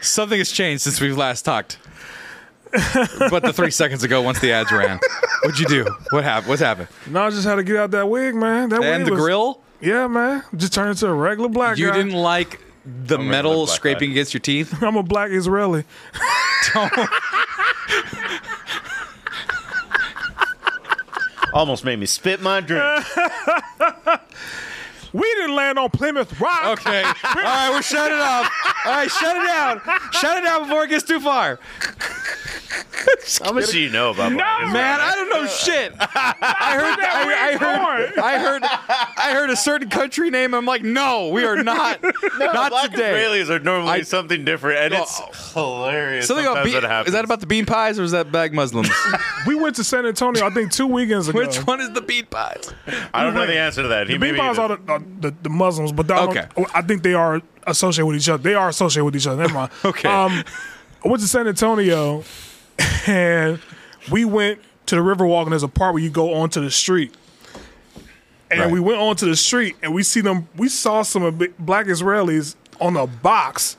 A: Something has changed since we've last talked. but the three seconds ago, once the ads ran, what'd you do? What happened? What's happened?
B: No, I just had to get out that wig, man. That
A: And
B: wig
A: the
B: was-
A: grill?
B: Yeah, man. Just turned into a regular black
A: You
B: guy.
A: didn't like the metal
C: black
A: scraping
C: guy.
A: against your teeth?
B: I'm a black Israeli.
C: Almost made me spit my drink.
B: We didn't land on Plymouth Rock.
A: Okay. All right, we're shutting off. All right, shut it down. Shut it down before it gets too far.
C: How much do you know about black
A: Man, I don't know shit. I heard, I, I heard, I heard, I heard a certain country name. I'm like, no, we are not, not
C: Black
A: today.
C: Israelis are normally
A: I-
C: something different, and it's hilarious.
A: Something about
C: sometimes
A: bean,
C: that happens.
A: is that about the bean pies or is that black Muslims?
B: We went to San Antonio, I think, two weekends ago.
A: Which one is the bean pies?
C: I don't know the answer to that. He
B: The
C: may
B: Bean
C: be
B: Pies
C: the-
B: are the, uh, the, the Muslims, but I, don't-
A: Okay.
B: I think they are associated with each other. They are associated with each other. Never mind.
A: Okay.
B: Um, I went to San Antonio, and we went to the Riverwalk, and there's a part where you go onto the street. And
A: Right.
B: we went onto the street, and we see them. We saw some of the black Israelis on a box.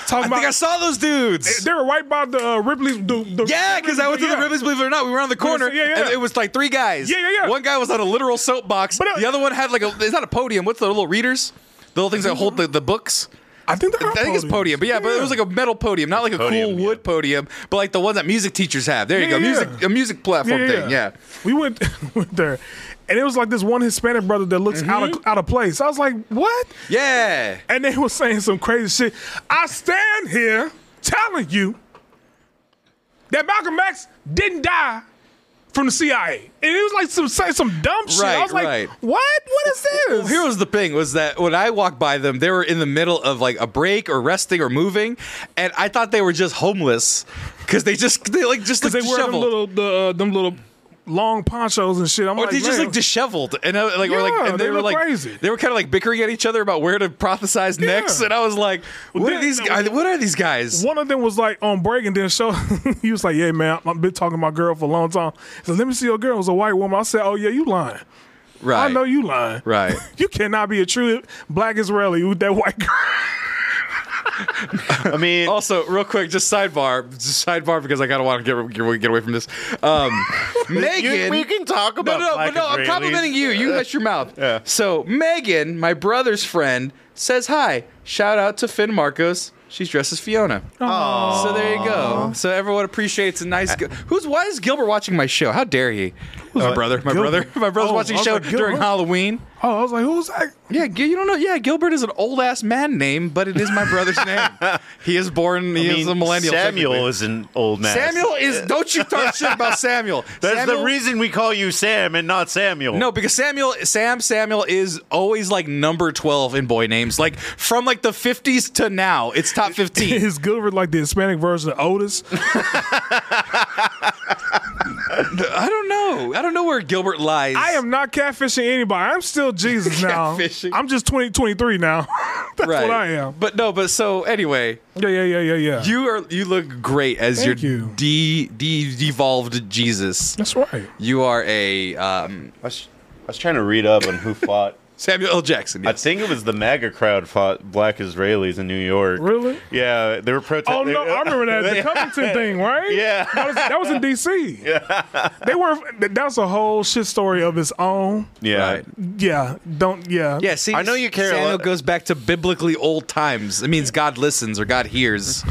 A: I
B: Talking
A: think I
B: about
A: saw those dudes.
B: they were right by the uh, Ripley's. The, the
A: Yeah, because I went to the Ribbons, believe it or not. We were on the corner,
B: yeah, yeah.
A: and it was like three guys.
B: Yeah, yeah, yeah.
A: One guy was on a literal soapbox.
B: But, uh,
A: the other one had like a, it's not a podium. What's the little readers? The little things that hold the, the books?
B: I think they're
A: I think it's podium, but yeah, but it was like a metal podium, not like a
C: Podium,
A: cool
C: yeah.
A: wood podium, but like the ones that music teachers have. There you
B: Yeah,
A: go,
B: yeah,
A: music,
B: yeah.
A: a music platform thing. Yeah,
B: We went, went there, and it was like this one Hispanic brother that looks out
A: Mm-hmm.
B: of out of place. I was like, what?
A: yeah.
B: And they were saying some crazy shit. I stand here telling you that Malcolm X didn't die from the CIA, and it was like some say some dumb shit. I
A: Right,
B: was like,
A: right.
B: what? What is
A: Well,
B: this?
A: here was the thing was that when I walked by them, they were in the middle of like a break or resting or moving, and I thought they were just homeless because they just they like just like
B: they wear them
A: disheveled.
B: little the uh, them little long ponchos and shit. I'm
A: Or
B: like,
A: they just
B: man.
A: like disheveled, and I, like, or, like,
B: Yeah,
A: and they,
B: they
A: were
B: look
A: like,
B: crazy.
A: they were kind of like bickering at each other about where to prophesize next, and I was like, what are
B: then-
A: these? guys? What are these guys?
B: One of them was like on break and then show. he was like, "Yeah, man, I've been talking to my girl for a long time." So let me see your girl. It was a white woman. I said, "Oh yeah, you lying.
A: Right,
B: I know you lying.
A: right.
B: You cannot be a true black Israeli with that white girl."
C: I mean,
A: Also, real quick, just sidebar, just sidebar because I kind of want to get, get get away from this. Um, Megan,
C: we can talk about
A: no, no,
C: black
A: but no. I'm
C: Israelis.
A: complimenting you. You hush your mouth. So Megan, my brother's friend, says hi. Shout out to Finn Marcos. She's dressed as Fiona. So there you go. So everyone appreciates a nice. Gil- Who's why is Gilbert watching my show? How dare he?
C: Uh,
A: my brother. My
B: Gilbert?
A: brother. My brother's
B: Oh,
A: watching
B: I
A: a
B: was
A: show
B: like, Gilbert?
A: during Halloween.
B: Oh, I was like, "Who's that?"
A: Yeah, Gil- you don't know. Yeah, Gilbert is an old ass man name, but it is my brother's name. He is born. He
C: I
A: is
C: mean,
A: a millennial. technically.
C: Samuel is an old man.
A: Samuel is. Don't you talk shit about Samuel.
C: That's
A: Samuel,
C: the reason we call you Sam and not Samuel.
A: No, because Samuel, Sam Samuel is always like number twelve in boy names. Like from like the fifties to now, it's top fifteen.
B: Is Gilbert like the Hispanic version of Otis?
A: I don't know. I don't know where Gilbert lies.
B: I am not catfishing anybody. I'm still Jesus now.
A: Catfishing.
B: I'm just 20, 23 now. That's
A: right.
B: what I am.
A: But no. But so anyway,
B: Yeah, yeah, yeah, yeah, yeah.
A: you are you look great as
B: Thank
A: your
B: you.
A: de de devolved Jesus.
B: That's right.
A: You are a um,
C: I was, I was trying to read up on who fought.
A: Samuel L. Jackson.
C: I
A: Yes.
C: think it was the MAGA crowd fought black Israelis in New York.
B: Really?
C: Yeah, they were protesting.
B: Oh no, I remember that the Covington thing, right?
C: Yeah.
B: that was, that was in D.C. Yeah, they were. That's a whole shit story of its own.
C: Yeah.
A: Right.
B: Yeah, don't. Yeah,
A: Yeah, see,
C: I know you care a
A: Samuel
C: lot-
A: goes back to biblically old times. It means God listens or God hears.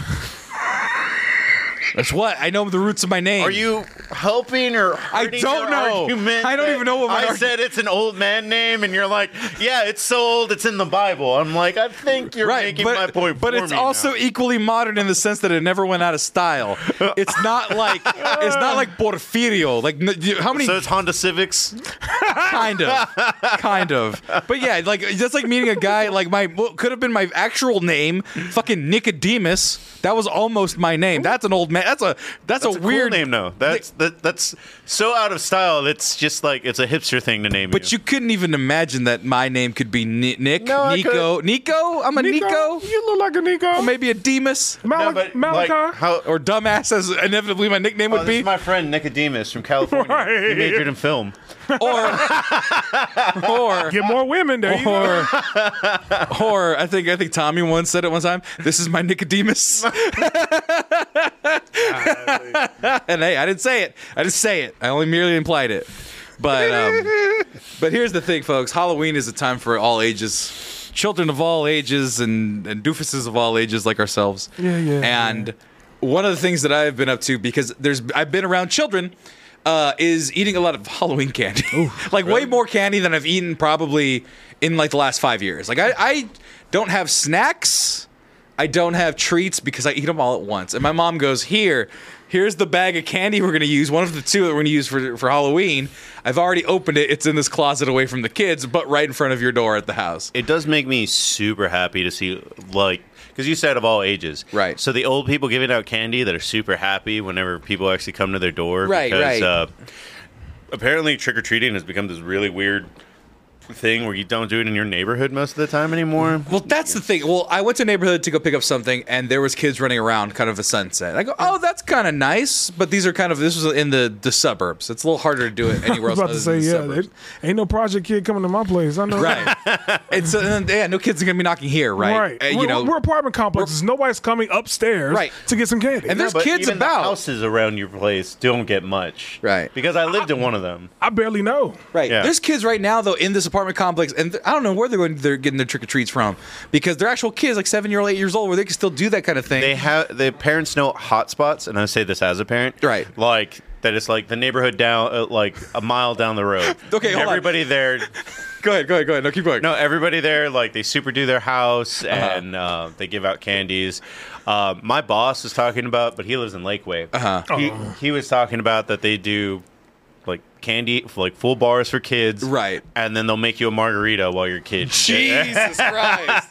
A: That's what I know the roots of my name.
C: Are you helping or hurting
A: don't
C: your
A: know.
C: argument
A: I don't
C: that
A: even know what my
C: I
A: argu-
C: said. It's an old man name, and you're like, yeah, it's so old, it's in the Bible. I'm like, I think you're
A: right?
C: making
A: But,
C: my point.
A: but
C: for
A: it's
C: me
A: also
C: now.
A: equally modern in the sense that it never went out of style. It's not like it's not like Porfirio. Like n- you- how many
C: so it's Honda Civics.
A: kind of, kind of. But yeah, like that's like meeting a guy like my what could have been my actual name, fucking Nicodemus. That was almost my name. That's an old man. That's a that's,
C: That's
A: a,
C: a
A: weird
C: cool name, though. That's that, that's so out of style. It's just like it's a hipster thing to name.
A: But you couldn't even imagine that my name could be Ni- Nick,
C: No, I
A: Nico, Nico. I'm a Nico,
B: you look like a Nico.
A: or maybe a Demas,
B: Mal-
C: No, but,
B: Malachi.
C: Like, how,
A: or dumbass, as inevitably my nickname
C: Oh,
A: would
C: this
A: be,
C: is my friend Nicodemus from California. He
B: Right.
C: majored in film.
A: or or.
B: Get more women there. You go.
A: Or, or I think I think Tommy once said it one time. This is my Nicodemus. and hey, I didn't say it. I didn't say it. I only merely implied it. But um, but here's the thing, folks. Halloween is a time for all ages, children of all ages, and, and doofuses of all ages, like ourselves.
B: Yeah, yeah,
A: And one of the things that I've been up to because there's I've been around children. Uh, is eating a lot of Halloween candy, like way more candy than I've eaten probably in like the last five years. Like I, I don't have snacks. I don't have treats because I eat them all at once. And my mom goes, "Here, here's the bag of candy we're gonna use. One of the two that we're gonna use for for Halloween. I've already opened it. It's in this closet away from the kids, but right in front of your door at the house.
C: It does make me super happy to see, like, because you said of all ages.
A: Right.
C: So the old people giving out candy that are super happy whenever people actually come to their door.
A: Right,
C: because,
A: right.
C: Uh, apparently, trick or treating has become this really weird thing where you don't do it in your neighborhood most of the time anymore.
A: Well, that's the thing. Well, I went to a neighborhood to go pick up something, and there was kids running around, kind of a sunset. I go, oh, that's kind of nice, but these are kind of this was in the the suburbs. It's a little harder to do it
B: I
A: anywhere else.
B: was about to
A: other
B: say,
A: than the
B: yeah,
A: suburbs.
B: there- ain't no project kid coming to my place. I know.
A: right. It's uh, and then, yeah, no kids are gonna be knocking here, right?
B: Right.
A: Uh, you
B: we're,
A: know,
B: we're apartment complexes. Nobody's coming upstairs
A: Right.
B: to get some candy.
A: And there's
C: but
A: kids
C: even the
A: about.
C: houses around your place don't get much,
A: Right.
C: Because I lived in one of them.
B: I barely know.
A: Right.
C: Yeah.
A: There's kids right now though in this apartment complex, and th- I don't know where they're going. They're getting their trick or treats from because they're actual kids, like seven year old, eight years old, where they can still do that kind of thing.
C: They have the parents know hotspots, and I say this as a parent,
A: Right.
C: Like that, it's like the neighborhood down, uh, like a mile down the road.
A: Okay, hold on.
C: everybody there,
A: go ahead, go ahead, go ahead. No, keep going.
C: no, everybody there, like they super do their house
A: Uh-huh.
C: and uh, they give out candies. Uh, my boss was talking about, but he lives in Lakeway. Uh-huh. He, he was talking about that they do like candy, like full bars for kids,
A: Right.
C: And then they'll make you a margarita while your kid.
A: Jesus Christ.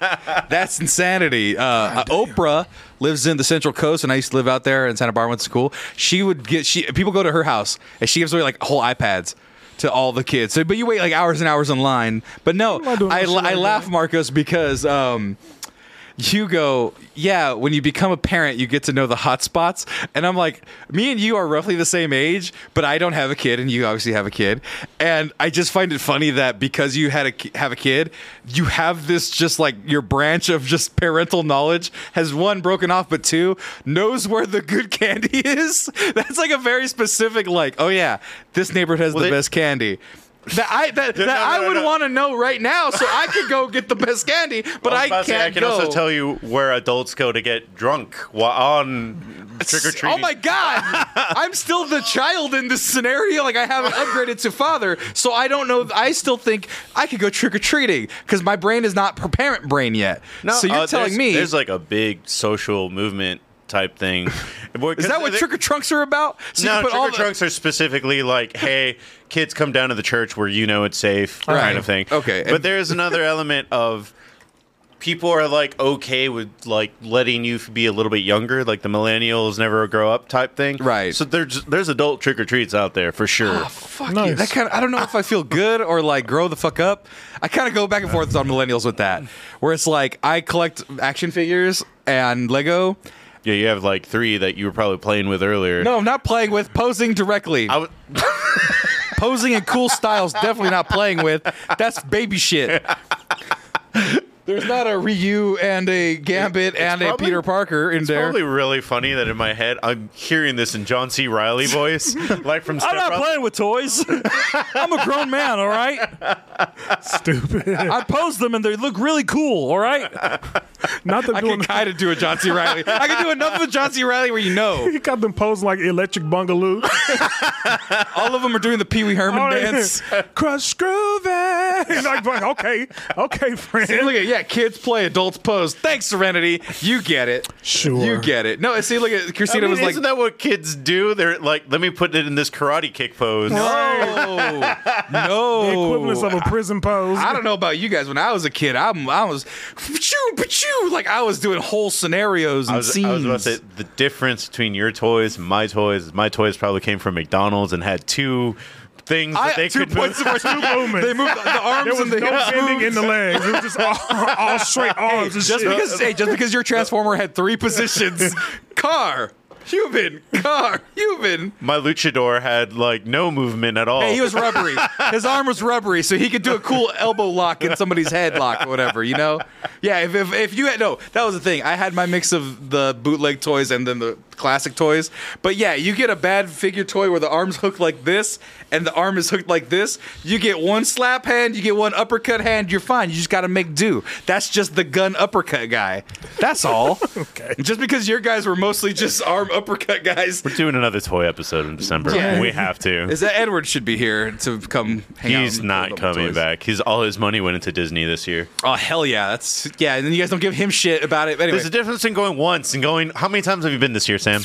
A: That's insanity. Uh, uh, Oprah lives in the Central Coast, and I used to live out there in Santa Barbara went to school. She would get she people go to her house, and she gives away like whole iPads to all the kids. So, but you wait like hours and hours in line. But no,
B: am I doing
A: I,
B: this
A: la- I
B: right
A: laugh,
B: now?
A: Marcos, because. Um, you go, yeah, when you become a parent, you get to know the hot spots. And I'm like, me and you are roughly the same age, but I don't have a kid, and you obviously have a kid. And I just find it funny that because you had a ki- have a kid, you have this just like your branch of just parental knowledge has one broken off, but two knows where the good candy is. That's like a very specific, like, oh yeah, this neighborhood has the
C: they-
A: best candy. That I that, that
C: no,
A: I
C: no,
A: would
C: no.
A: want to know right now, so I could go get the best candy, but
C: I,
A: I can't.
C: I can
A: go.
C: also tell you where adults go to get drunk while on trick or treating.
A: Oh my god! I'm still the child in this scenario. Like I haven't upgraded to father, so I don't know. I still think I could go trick or treating because my brain is not per- parent brain yet. so you're
C: uh,
A: telling
C: there's-
A: me
C: there's like a big social movement type thing.
A: is that what trick or trunks are about? So you
C: no,
A: can put
C: trick
A: all
C: or
A: the-
C: trunks are specifically like, hey, kids come down to the church where you know it's safe,
A: Right.
C: kind of thing.
A: Okay.
C: but there is another element of people are like okay with like letting you be a little bit younger, like the millennials never grow up type thing.
A: Right. Ah,
C: So there's there's adult trick or treats out there for sure.
A: Fuck
B: Nice.
A: you. That kind of, I don't know if I feel good or like grow the fuck up. I kind of go back and forth on millennials with that, where it's like I collect action figures and Lego.
C: yeah, you have like three that you were probably playing with earlier.
A: No, I'm not playing with posing directly.
C: I was,
A: posing in cool styles definitely not playing with that's baby shit there's not a ryu and a gambit and a
C: probably-
A: peter parker in there
C: probably really funny that in my head I'm hearing this in John C. Riley voice, like from Step
D: I'm not
C: Brothers.
D: playing with toys. I'm a grown man, all right?
B: Stupid.
D: I pose them and they look really cool, all right?
B: Not them
A: i
B: doing.
A: can kind of do a john c riley i can do enough of a john c riley where you know
B: he got them posing like electric bungaloo.
A: all of them are doing the pee-wee herman
B: Oh, yeah.
A: dance
B: Crush grooving. like, like, okay, okay,
A: See,
B: friend.
A: look at yeah, kids play, adults pose. Thanks, Serenity. You get it.
B: Sure.
A: You get it. No, see, look at
C: I
A: Christina
C: mean,
A: was like,
C: isn't that what kids do? They're like, let me put it in this karate kick pose.
A: no, no.
B: The equivalence of a prison pose.
A: I don't know about you guys. When I was a kid, I, I was pachoo, pachoo, like I was doing whole scenarios and
C: I was,
A: scenes.
C: I was about to say the difference between your toys and my toys. is My toys probably came from McDonald's and had two things that
A: I-
C: they
A: two
C: could
A: points
C: move.
A: of our
B: movements.
A: They moved the
B: There
A: arms
B: was
A: and the
B: no
A: hips.
B: bending in the legs. It was just all, all straight arms and
A: Just
B: shit.
A: because, hey, just because your transformer had three positions, car, human, car, human.
C: My luchador had like no movement at all.
A: Hey, he was rubbery. His arm was rubbery, so he could do a cool elbow lock in somebody's head lock or whatever, you know? Yeah, if, if, if you had, no, that was the thing. I had my mix of the bootleg toys and then the classic toys. But yeah, you get a bad figure toy where the arm's hooked like this and the arm is hooked like this. You get one slap hand, you get one uppercut hand, you're fine. You just got to make do. That's just the gun uppercut guy. That's all. okay. Just because your guys were mostly just arm uppercut guys.
C: We're doing another toy episode in December.
A: Yeah.
C: We have to.
A: Is that Edward should be here to come hang out
C: He's
A: and play
C: not
A: with the
C: coming
A: toys.
C: back. He's all his money went into Disney this year.
A: Oh hell yeah, that's yeah. And then you guys don't give him shit about it. But anyway,
C: There's a difference in going once and going. How many times have you been this year, Sam?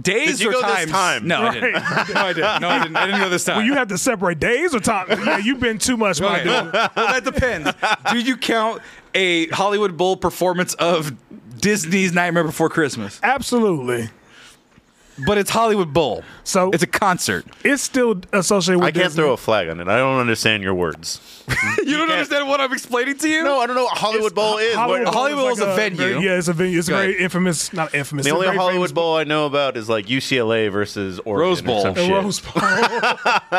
A: days
C: Did you
A: or
C: go
A: times?
C: this time?
A: No, I didn't. No, I didn't. No, I didn't. I didn't go this time.
B: Well, you have to separate days or time. Yeah, you've been too much, my
A: Okay.
B: dude.
A: well, that depends. Do you count a Hollywood Bowl performance of Disney's Nightmare Before Christmas?
B: Absolutely.
A: but it's Hollywood Bowl.
B: So-
A: it's a concert.
B: It's still associated with
C: I can't
B: Disney.
C: throw a flag on it. I don't understand your words.
A: You don't
C: can't-
A: understand what I'm explaining to you?
C: No, I don't know what Hollywood Bowl is.
A: Hollywood
C: What-
A: Bowl- Hollywood
B: is
A: is a venue.
B: yeah, it's a venue. It's
A: Go
B: very
A: ahead.
B: infamous. Not infamous.
C: the
B: it's
C: only
B: very
C: Hollywood
B: famous-
C: Bowl I know about is like UCLA versus Oregon
A: Rose Bowl.
C: Or some
A: The
B: The
C: shit.
B: Rose Bowl.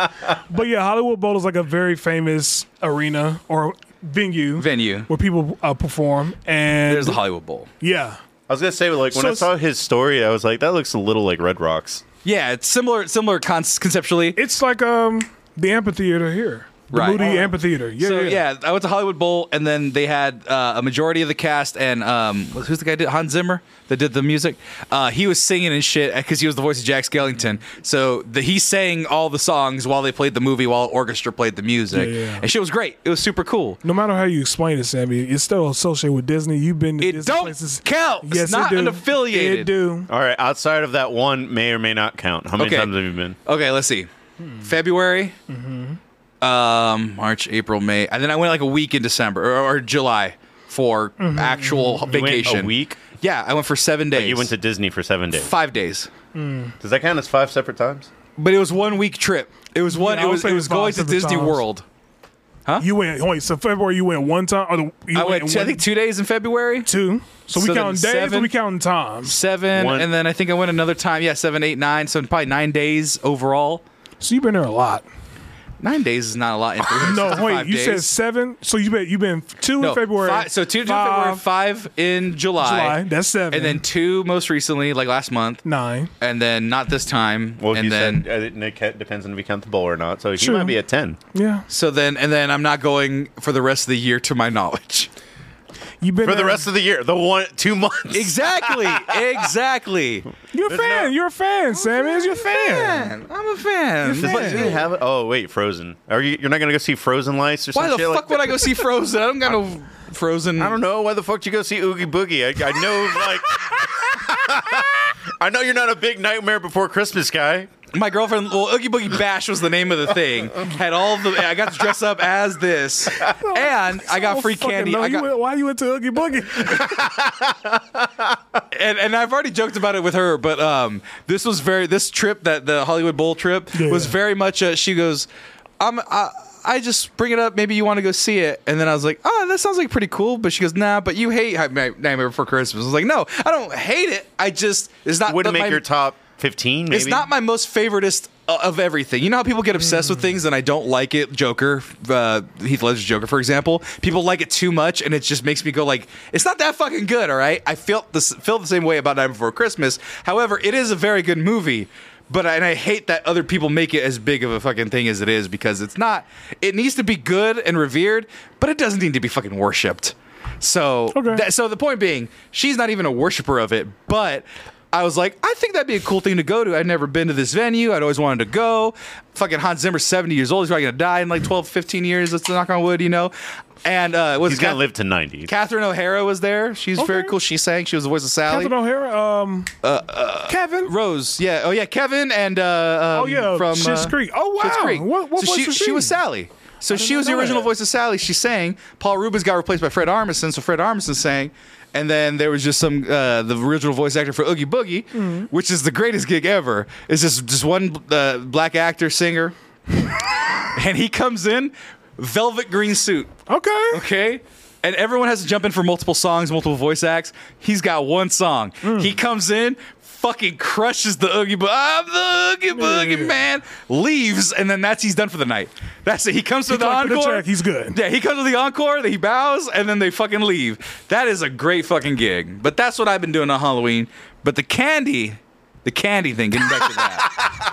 B: but yeah, Hollywood Bowl is like a very famous arena or venue.
A: Venue.
B: Where people uh, perform. And
A: There's the Hollywood Bowl.
B: yeah.
C: I was gonna say, like when
B: So
C: I
B: it's-
C: saw his story, I was like, that looks a little like Red Rocks.
A: Yeah, it's similar similar con- conceptually.
B: It's like um the amphitheater here. The
A: Right.
B: Moody
A: Oh.
B: Amphitheater. Yeah,
A: so
B: yeah.
A: yeah. I went to Hollywood Bowl, and then they had uh, a majority of the cast, and um, who's the guy? that Did Hans Zimmer that did the music? Uh, he was singing and shit because he was the voice of Jack Skellington. So the, he sang all the songs while they played the movie, while orchestra played the music,
B: Yeah, yeah.
A: and shit was great. It was super cool.
B: No matter how you explain it, Sammy, it's still associated with Disney. You've been to
A: It
B: Disney
A: don't
B: places.
A: count. It's not
B: it
A: an
B: do.
A: affiliated.
B: It do.
C: All right, outside of that one, may or may not count. How many
A: Okay.
C: times have you been?
A: Okay, let's see.
B: Hmm.
A: February,
B: Mm-hmm.
A: um, March, April, May, and then I went like a week in December or, or July for
B: Mm-hmm,
A: actual
C: You went
A: vacation.
C: a week.
A: Yeah, I went for seven days.
C: You went to Disney for seven days.
A: five days.
C: Does that count as five separate times?
A: But it was one week trip. It was one.
B: Yeah, I
A: it
B: would
A: was.
B: say
A: It was
B: five
A: going to
B: separate
A: Disney
B: times.
A: World.
B: You went. Wait, so February you went one time. Or the, you
A: I went. Two, I
B: one-
A: think two days in February.
B: two. So we
A: So then
B: count days.
A: seven.
B: Or we count times.
A: Seven,
C: One-
A: and then I think I went another time. Yeah, seven, eight, nine. So probably nine days overall.
B: So you've been there a lot.
A: Nine days is not a lot. In
B: No,
A: 365
B: wait. You
A: days.
B: said seven. So you've been you've been two
A: No,
B: in February.
A: Five, so two in
B: five,
A: February, five in July.
B: July. That's seven.
A: And then two most recently, like last month,
B: nine.
A: and then not this time.
C: Well,
A: and
C: you
A: then
C: said uh, it ca- depends on if you count the bowl or not. So
B: True.
C: you might be at ten.
B: Yeah,
A: so then and then I'm not going for the rest of the year to my knowledge.
B: you've been
C: for the
B: there-
C: rest of the year. The one two months.
A: Exactly. exactly.
B: You're a
C: There's
B: fan.
C: no-
B: you're a fan, Sammy. You're a
A: Man,
B: fan.
A: I'm a fan.
C: But do they have it? Oh wait, Frozen. Are you? You're not gonna go see Frozen Lice or
A: Why the
C: some shit
A: fuck
C: like
A: would I go see Frozen? I don't got no Frozen.
C: I don't know. Why the fuck did you go see Oogie Boogie? I, I know, like, I know you're not a big Nightmare Before Christmas guy.
A: My girlfriend, well, Oogie Boogie Bash was the name of the thing. Had all the. I got to dress up as this, and I got
B: Oh,
A: free
B: fucking
A: candy.
B: No,
A: I
B: you
A: got,
B: went, why you went to Oogie Boogie?
A: and, and I've already joked about it with her, but um, this was very this trip that the Hollywood Bowl trip
B: Yeah.
A: was very much. A, she goes, I'm. I, I just bring it up. Maybe you want to go see it, and then I was like, "Oh, that sounds like pretty cool." But she goes, "Nah, but you hate Hi- Night- Nightmare Before Christmas." I was like, "No, I don't hate it. I just it's not the-
C: Wouldn't
A: my-
C: make your top 15, maybe?
A: It's not my most favoritist o- of everything. You know how people get obsessed with things and I don't like it. Joker, uh, Heath Ledger's Joker, for example. People like it too much, and it just makes me go like, it's not that fucking good. All right, I felt this feel the same way about Night Before Christmas. However, it is a very good movie. But I, and I hate that other people make it as big of a fucking thing as it is because it's not. It needs to be good and revered, but it doesn't need to be fucking worshipped. So,
B: Okay.
A: that, so the point being, she's not even a worshiper of it, but I was like, I think that'd be a cool thing to go to. I'd never been to this venue. I'd always wanted to go. Fucking Hans Zimmer's 70 years old. He's probably going to die in like 12, 15 years. Let's knock on wood, you know? And uh, it was
C: He's gonna
A: Kath-
C: live to 90.
A: Catherine O'Hara was there. She's very
B: Okay.
A: cool. She sang. She was the voice of Sally.
B: Catherine O'Hara. Um,
A: Uh,
B: Kevin.
A: Rose, yeah, oh yeah, Kevin and uh, um,
B: Oh, yeah,
A: from
B: Schitt's
A: uh,
B: Creek. Oh, wow.
A: Schitt's Creek.
B: What- what
A: so
B: voice
A: she,
B: was
A: she
B: she?
A: was Sally. So she
B: not
A: was the
B: know
A: original
B: that.
A: voice of Sally. She sang. Paul Rubens got replaced by Fred Armisen, so Fred Armisen sang, and then there was just some uh, the original voice actor for Oogie Boogie,
B: Mm-hmm.
A: which is the greatest gig ever. It's just just one uh, black actor singer, and he comes in, velvet green suit,
B: Okay.
A: okay? And everyone has to jump in for multiple songs, multiple voice acts. He's got one song. He comes in, fucking crushes the Oogie Boogie. I'm the Oogie Boogie man. Leaves, and then that's he's done for the night. That's it. He comes to the
B: collected the
A: encore.
B: check. He's good.
A: Yeah, he comes to the encore. He bows, and then they fucking leave. That is a great fucking gig. But that's what I've been doing on Halloween. But the candy, the candy thing. Getting back to that.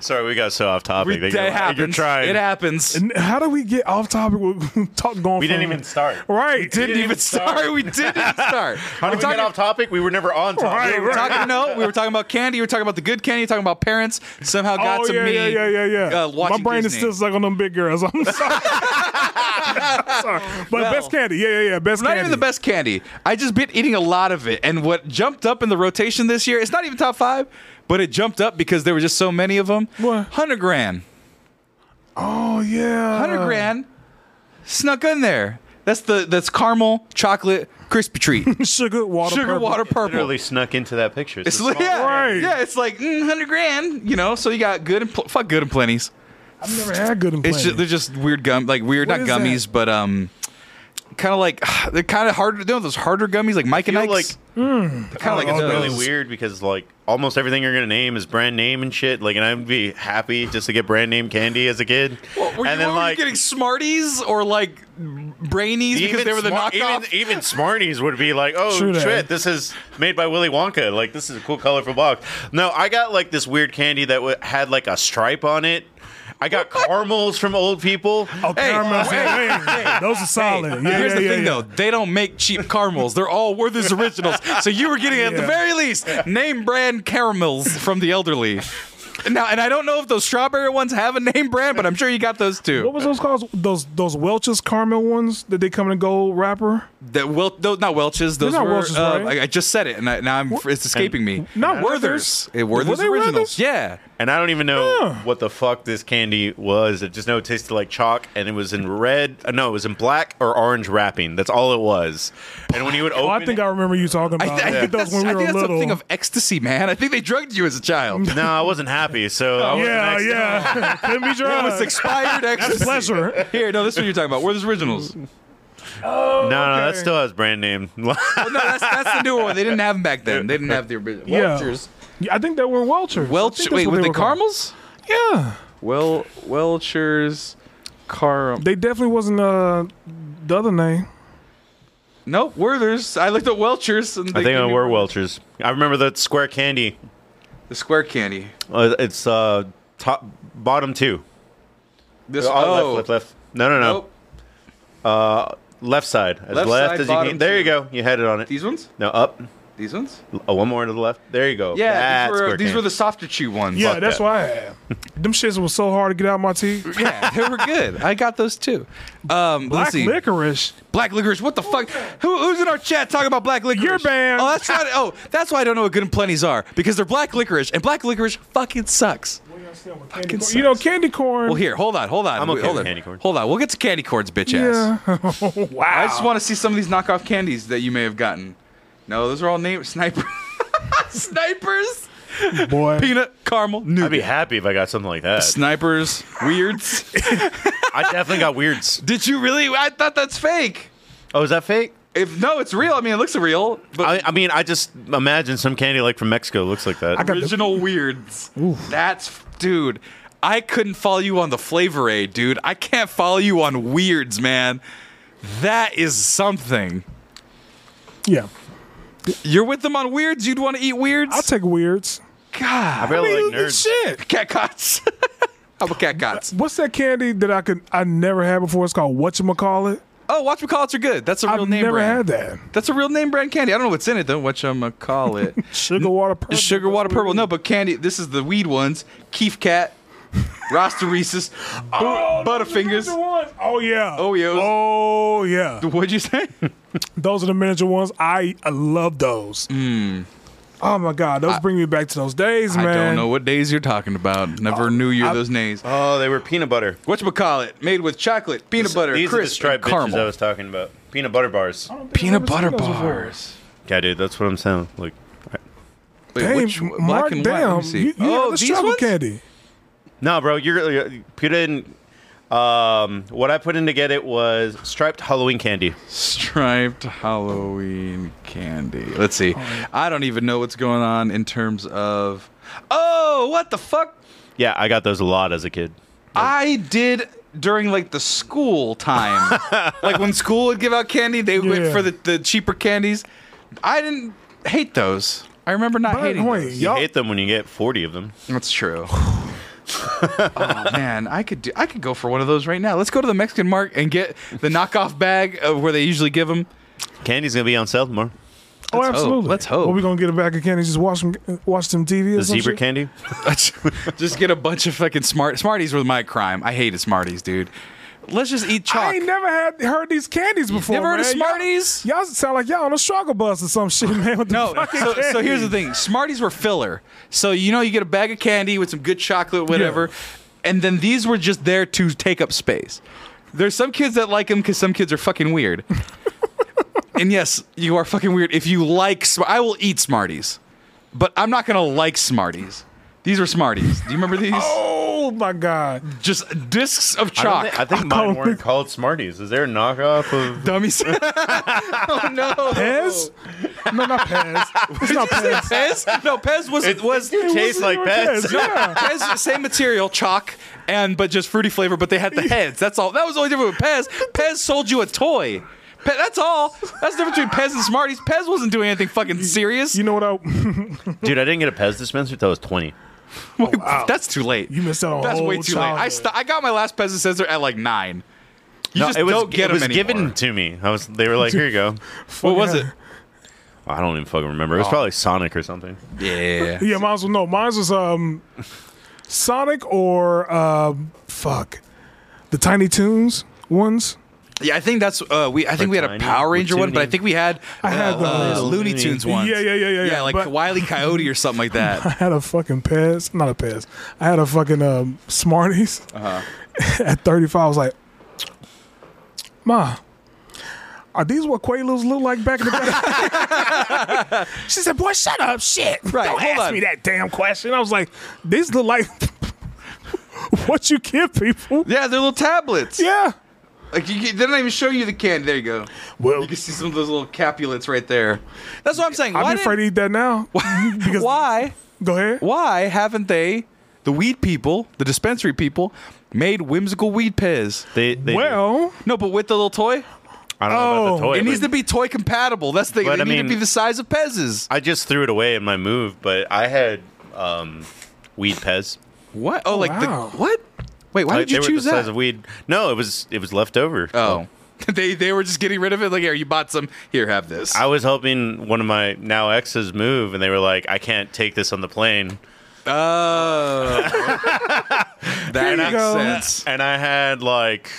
C: Sorry, we got so off topic.
A: that
C: You're-
A: happens.
C: You're trying.
A: It happens.
B: And How do we get off topic with talk going?
C: We didn't
B: from-
C: even start.
B: Right.
A: didn't, even start. We didn't even start.
C: How
A: We're
C: did we
A: talking-
C: get off topic? We were never on topic.
B: Right,
A: We were
B: right.
A: talking no, we were talking about candy. We were talking about the good candy. We were talking about parents. Somehow got
B: oh
A: to
B: yeah,
A: me.
B: yeah, yeah, yeah, yeah.
A: Uh, watching
B: My brain
A: Disney.
B: is still stuck on them big girls. I'm sorry. sorry. But
A: Well,
B: best candy. Yeah, yeah, yeah. Best
A: Not
B: candy.
A: even the best candy. I just been eating a lot of it, and what jumped up in the rotation this year? It's not even top five, but it jumped up because there were just so many of them.
B: What?
A: Hundred grand.
B: Oh yeah. Uh.
A: Hundred grand snuck in there. That's the that's caramel chocolate crispy treat.
B: Sugar, water,
A: Sugar
B: purple.
A: water purple.
C: Literally snuck into that picture.
A: It's
C: a
A: li-
C: small-
A: yeah,
B: Right.
A: yeah, it's like mm, hundred grand, you know. So you got good and pl- fuck good and plenties.
B: I've never had good and
A: It's
B: plenty.
A: just, they're just weird gum, like weird,
B: What
A: not
B: is that?
A: gummies, but um, kind of like they're kind of harder. You know those harder gummies, like Mike and
C: feel
A: Ike's.
C: like-
B: Hmm.
A: They're kinda like
C: It's
A: Oh, those.
C: really weird because like almost everything you're gonna name is brand name and shit. Like, and I'd be happy just to get brand name candy as a kid.
A: What, were
C: and
A: you, what
C: then
A: were you
C: like
A: getting Smarties or like Brainies because they were the
C: Smar-
A: knockoff?
C: Even, even Smarties would be like, oh
B: True that.
C: shit, this is made by Willy Wonka. Like this is a cool colorful box. No, I got like this weird candy that w- had like a stripe on it. I got caramels from old people.
B: Oh, caramel. Hey, those are solid.
A: Hey,
B: yeah,
A: here's
B: yeah,
A: the
B: yeah,
A: thing,
B: yeah.
A: though. They don't make cheap caramels. They're all Werther's originals. So you were getting, at the
B: Yeah.
A: very least, name brand caramels from the elderly. Now, and I don't know if those strawberry ones have a name brand, but I'm sure you got those
B: What
A: too.
B: was those called? Those those Welch's caramel ones that they come in a gold wrapper?
A: That well, those, not Welch's. Those
B: not
A: were.
B: Welch's,
A: uh,
B: right?
A: I, I just said it, and I, now I'm, it's escaping me.
B: not
A: Werther's.
B: Werther's?
A: Eh, Werther's
B: Were they
A: originals.
B: Werther's?
A: Yeah.
C: And I don't even know what the fuck this candy was. I just know it tasted like chalk, and it was in red. uh, No, it was in black or orange wrapping. That's all it was. And when you would open,
B: Oh, I think
C: it,
B: I remember you talking
A: I,
B: about.
A: th- I
B: it.
A: think
B: those
A: that's,
B: when we
A: I
B: were
A: think that's a
B: little.
A: thing of ecstasy, man. I think they drugged you as a child.
C: no, I wasn't happy. So I wasn't
B: yeah,
C: next-
B: yeah. Couldn't be
A: It
B: drugs.
A: was expired ecstasy.
B: pleasure.
A: Here, no, this one you're talking about. Werther's originals.
C: no, no, that
B: okay.
C: still has brand name.
A: No, that's, that's the newer one. They didn't have them back then. They didn't have the original.
B: Yeah.
A: Welchers.
B: Yeah, I think they were Welch's. I
A: Welch.
B: think that's
A: Wait,
B: what
A: with
B: they
A: the
B: were called.
A: caramels?
B: Yeah,
A: Well, Welchers, caram.
B: they definitely wasn't uh, the other name.
A: Nope, Werthers. I looked at Welchers. And
C: I think
A: gave
C: I
A: me
C: were Welchers. I remember that square candy.
A: The square candy.
C: Uh, it's uh, top, bottom two.
A: This
C: Oh,
A: oh,
C: left, left, left. No, no, no.
A: Nope.
C: Left side, as
A: Left
C: left,
A: side,
C: as you
A: bottom
C: can. There you
A: two.
C: go. You had it on it.
A: These ones.
C: no, up.
A: These ones.
C: Oh, one more to the left. There you go.
A: Yeah,
C: That's
A: these were
C: square
A: these were
C: candy.
A: the softer chew ones.
B: Yeah,
C: Fuck
B: that's
C: that.
B: why. I had. Them shits was so hard to get out of my teeth.
A: yeah, they were good. I got those too. Um,
B: Black
A: let's see.
B: licorice.
A: Black licorice. What the fuck? Who, who's in our chat talking about black licorice?
B: Your band.
A: Oh, that's right. Oh, that's why I don't know what good and plenties are because they're black licorice, and black licorice fucking sucks.
B: Candy corn. You know, candy corn.
A: Well, here, hold on, hold on.
C: I'm okay
A: hold
C: with
A: on.
C: candy corn.
A: Hold on, we'll get to candy corns, bitch ass.
B: Yeah. wow.
A: I just want to see some of these knockoff candies that you may have gotten. No, those are all named sniper. snipers,
B: boy.
A: peanut, caramel,
C: I'd be
A: nougat.
C: happy if I got something like that.
A: Snipers, weirds.
C: I definitely got weirds.
A: Did you really? I thought that's fake.
C: Oh, is that fake?
A: If no, it's real. I mean, it looks real, but
C: I, I mean, I just imagine some candy like from Mexico looks like that.
B: I got the-
A: original weirds. That's dude. I couldn't follow you on the flavor aid, dude. I can't follow you on weirds, man. That is something.
B: Yeah.
A: You're with them on weirds. You'd want to eat weirds.
B: I'll take weirds.
A: God.
C: really
B: Dude,
C: like nerds.
B: Shit.
A: Cat cots. How about cat cots?
B: What's that candy that I could I never had before? It's called whatchamacallit.
A: Oh, watch McCallits are good. That's a real
B: I've
A: name
B: never
A: brand.
B: had that.
A: That's a real name brand candy. I don't know what's in it though. Watch call it.
B: Sugar water purple.
A: Sugar water purple. No, but candy. This is the weed ones. Keef Cat, Rasta Reese's, Butterfingers.
B: Those are the ones. Oh yeah.
A: Oreos.
B: Oh yeah.
A: What'd you say?
B: Those are the miniature ones. I, I love those. Oh my god, those bring me back to those days, man.
A: Hmm. I don't know what days you're talking about. Never knew you were those names.
C: Oh, they were peanut butter.
A: What you call it? Made with chocolate, peanut butter,
C: These are the
A: crisp, and
C: striped bitches I
A: caramel.
C: was talking about. Peanut butter bars.
B: I don't think I've
A: Peanut
B: ever seen
A: butter
B: those before.
A: bars.
C: Yeah, dude, that's what I'm saying. Like,
A: Wait,
B: Damn,
A: which-
B: Mark,
A: and
B: damn,
A: Let me see.
B: you, you
A: oh,
B: have the
A: these
B: struggle
A: ones?
B: candy.
C: no, bro, you're you didn't. Um, what I put in to get it was striped Halloween candy.
A: Striped Halloween candy. Let's see.
B: Oh,
A: I don't even know what's going on in terms of. Oh, what the fuck?
C: Yeah, I got those a lot as a kid.
A: I did during like the school time. like when school would give out candy, they went
B: Yeah.
A: for the, the cheaper candies. I didn't hate those. I remember not
B: But
A: hating
B: wait,
A: those.
C: You
B: y'all-
C: hate them when you get 40 of them.
A: That's true. oh man, I could do. I could go for one of those right now. Let's go to the Mexican Mart and get the knockoff bag of where they usually give them.
C: Candy's gonna be on sale tomorrow.
B: Oh,
A: hope.
B: absolutely.
A: Let's hope.
B: Well, we gonna get a bag of candy. Just watch some, watch some TV. Or
C: The
B: some
C: zebra
B: shit?
C: candy.
A: just get a bunch of fucking smart Smarties was my crime. I hated Smarties, dude. Let's just eat chalk.
B: I ain't never had heard these candies before.
A: Never heard of
B: man. Y'all-
A: Smarties?
B: Y'all, sound like y'all on a struggle bus or some shit, man. With the
A: No,
B: fucking
A: so, so
B: candy.
A: here's the thing. Smarties were filler. So you know you get a bag of candy with some good chocolate, whatever, and then these were just there to take up space. There's some kids that like him because some kids are fucking weird. and yes, you are fucking weird. If you like, Sm- I will eat Smarties, but I'm not gonna like Smarties. These were Smarties. Do you remember these?
B: Oh my god.
A: Just discs of
C: I, don't
A: chalk.
C: thi- I think mine weren't called Smarties. Is there a knockoff of?
A: Dummies. oh no.
B: Pez? No, not Pez. It's not Pez.
A: Pez? No, Pez was was
C: tastes like pets.
A: No, Pez, same material, chalk, and but just fruity flavor. But they had the heads. That's all. That was the only difference with Pez. Pez sold you a toy. Pe- that's all. That's the difference between Pez and Smarties. Pez wasn't doing anything fucking serious.
B: You know what I
C: Dude, I didn't get a Pez dispenser until I was twenty.
A: That's too late.
B: You missed out on a
A: That's
B: whole
A: way too late. I
B: childhood.
A: st- I got my last Pez dispenser at like nine. You just
C: it was,
A: don't get
C: it was
A: them anymore.
C: given to me. I was. They were like, "Here you go."
A: What was it?
C: I don't even fucking remember.
A: Oh.
C: It was probably Sonic or something.
A: Yeah.
B: Yeah, mine was no. Mine was um, Sonic or um, fuck, the Tiny Toons ones.
A: Yeah, I think that's uh, we. I think we had a
C: Tiny,
A: Power Ranger one, but I
C: Looney.
A: think we had I
B: had
A: uh, uh,
B: those.
A: Looney Tunes one.
B: Yeah, yeah, yeah, yeah,
A: Yeah,
B: yeah,
A: like
B: but-
A: Wiley Coyote or something like
B: I
A: that.
B: had a fucking Pez, not a Pez. I had a fucking um, Smarties.
A: Uh-huh.
B: At thirty five, I was like, Ma, are these what Quaaludes look like back in the day? she said, Boy, shut up, shit.
A: Right,
B: Don't
A: hold
B: ask
A: on.
B: me that damn question. I was like, These look like what you give people.
A: yeah, they're little tablets.
B: Yeah.
A: Like you, can- they don't even show you the candy. There you go.
B: Well-
A: you can see some of those little capulets right there. That's what I'm saying. Why
B: I'd be
A: did-
B: afraid to eat that now. because-
A: why?
B: Go ahead.
A: Why haven't they, the weed people, the dispensary people, made whimsical weed pez?
C: They, they
B: Well,
A: No, but with the little toy,
C: I don't know about the
B: Oh,
C: toy.
A: it
C: but-
A: needs to be toy compatible. That's the thing.
C: But
A: They
C: I
A: need to
C: mean-
A: be the size of pez's.
C: I just threw it away in my move, but I had um, weed Pez.
A: What? Oh, like
B: wow.
A: the what? Wait, why
C: Like,
A: did you
C: they
A: choose
C: were the
A: that?
C: size of weed. No, it was it was left over.
A: Oh. they they were just getting rid of it. Like, here, you bought some. Here, have this.
C: I was helping one of my now exes move, and they were like, "I can't take this on the plane."
A: Oh. that makes
B: go.
A: sense.
C: And I had like,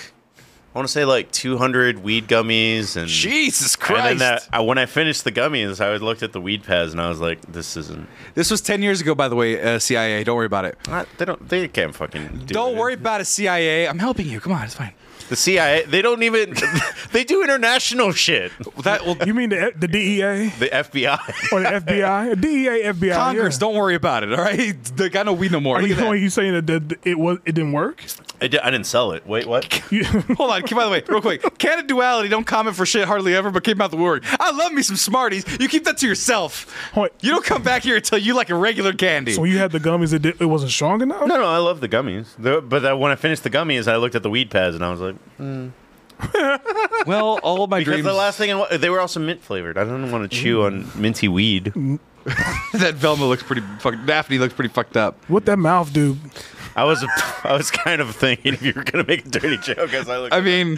C: I want to say like 200 weed gummies, and
A: Jesus
C: and
A: Christ.
C: then that I, when I finished the gummies, I looked at the weed pads, and I was like, "This isn't.
A: this was 10 years ago, by the way, uh, CIA. Don't worry about it.
C: Not, they don't. They can't fucking. Do
A: Don't
C: it.
A: worry about it, CIA. I'm helping you. Come on, it's fine.
C: The CIA. They don't even. they do international shit.
A: Well, that will
B: you mean the, the DEA
C: The FBI.
B: or the FBI? DEA, FBI.
A: Congress.
B: yeah.
A: Don't worry about it. All right. They got no we no more.
B: Are
A: Look
B: you,
A: at that.
B: are you saying that the, the- it was it didn't work?
C: I, di- I didn't sell it. Wait, what?
B: You,
A: Hold on. By the way, real quick. Canon duality. Don't comment for shit hardly ever, but came out the word. I love me some Smarties. You keep that to yourself.
B: Wait.
A: You don't come back here until you like a regular candy.
B: so when you had the gummies, it, did, it wasn't strong enough.
C: No, no, I love the gummies. The- but that, when I finished the gummies, I looked at the weed pads and I was like,
A: well, all of my
C: because
A: dreams.
C: the last thing I wa- they were also mint flavored. I didn't want to chew on minty weed.
A: that Velma looks pretty fucked. Daphne looks pretty fucked up.
B: What that mouth do?
C: I was, I was kind of thinking if you were gonna make a dirty joke, as I looked.
A: I mean,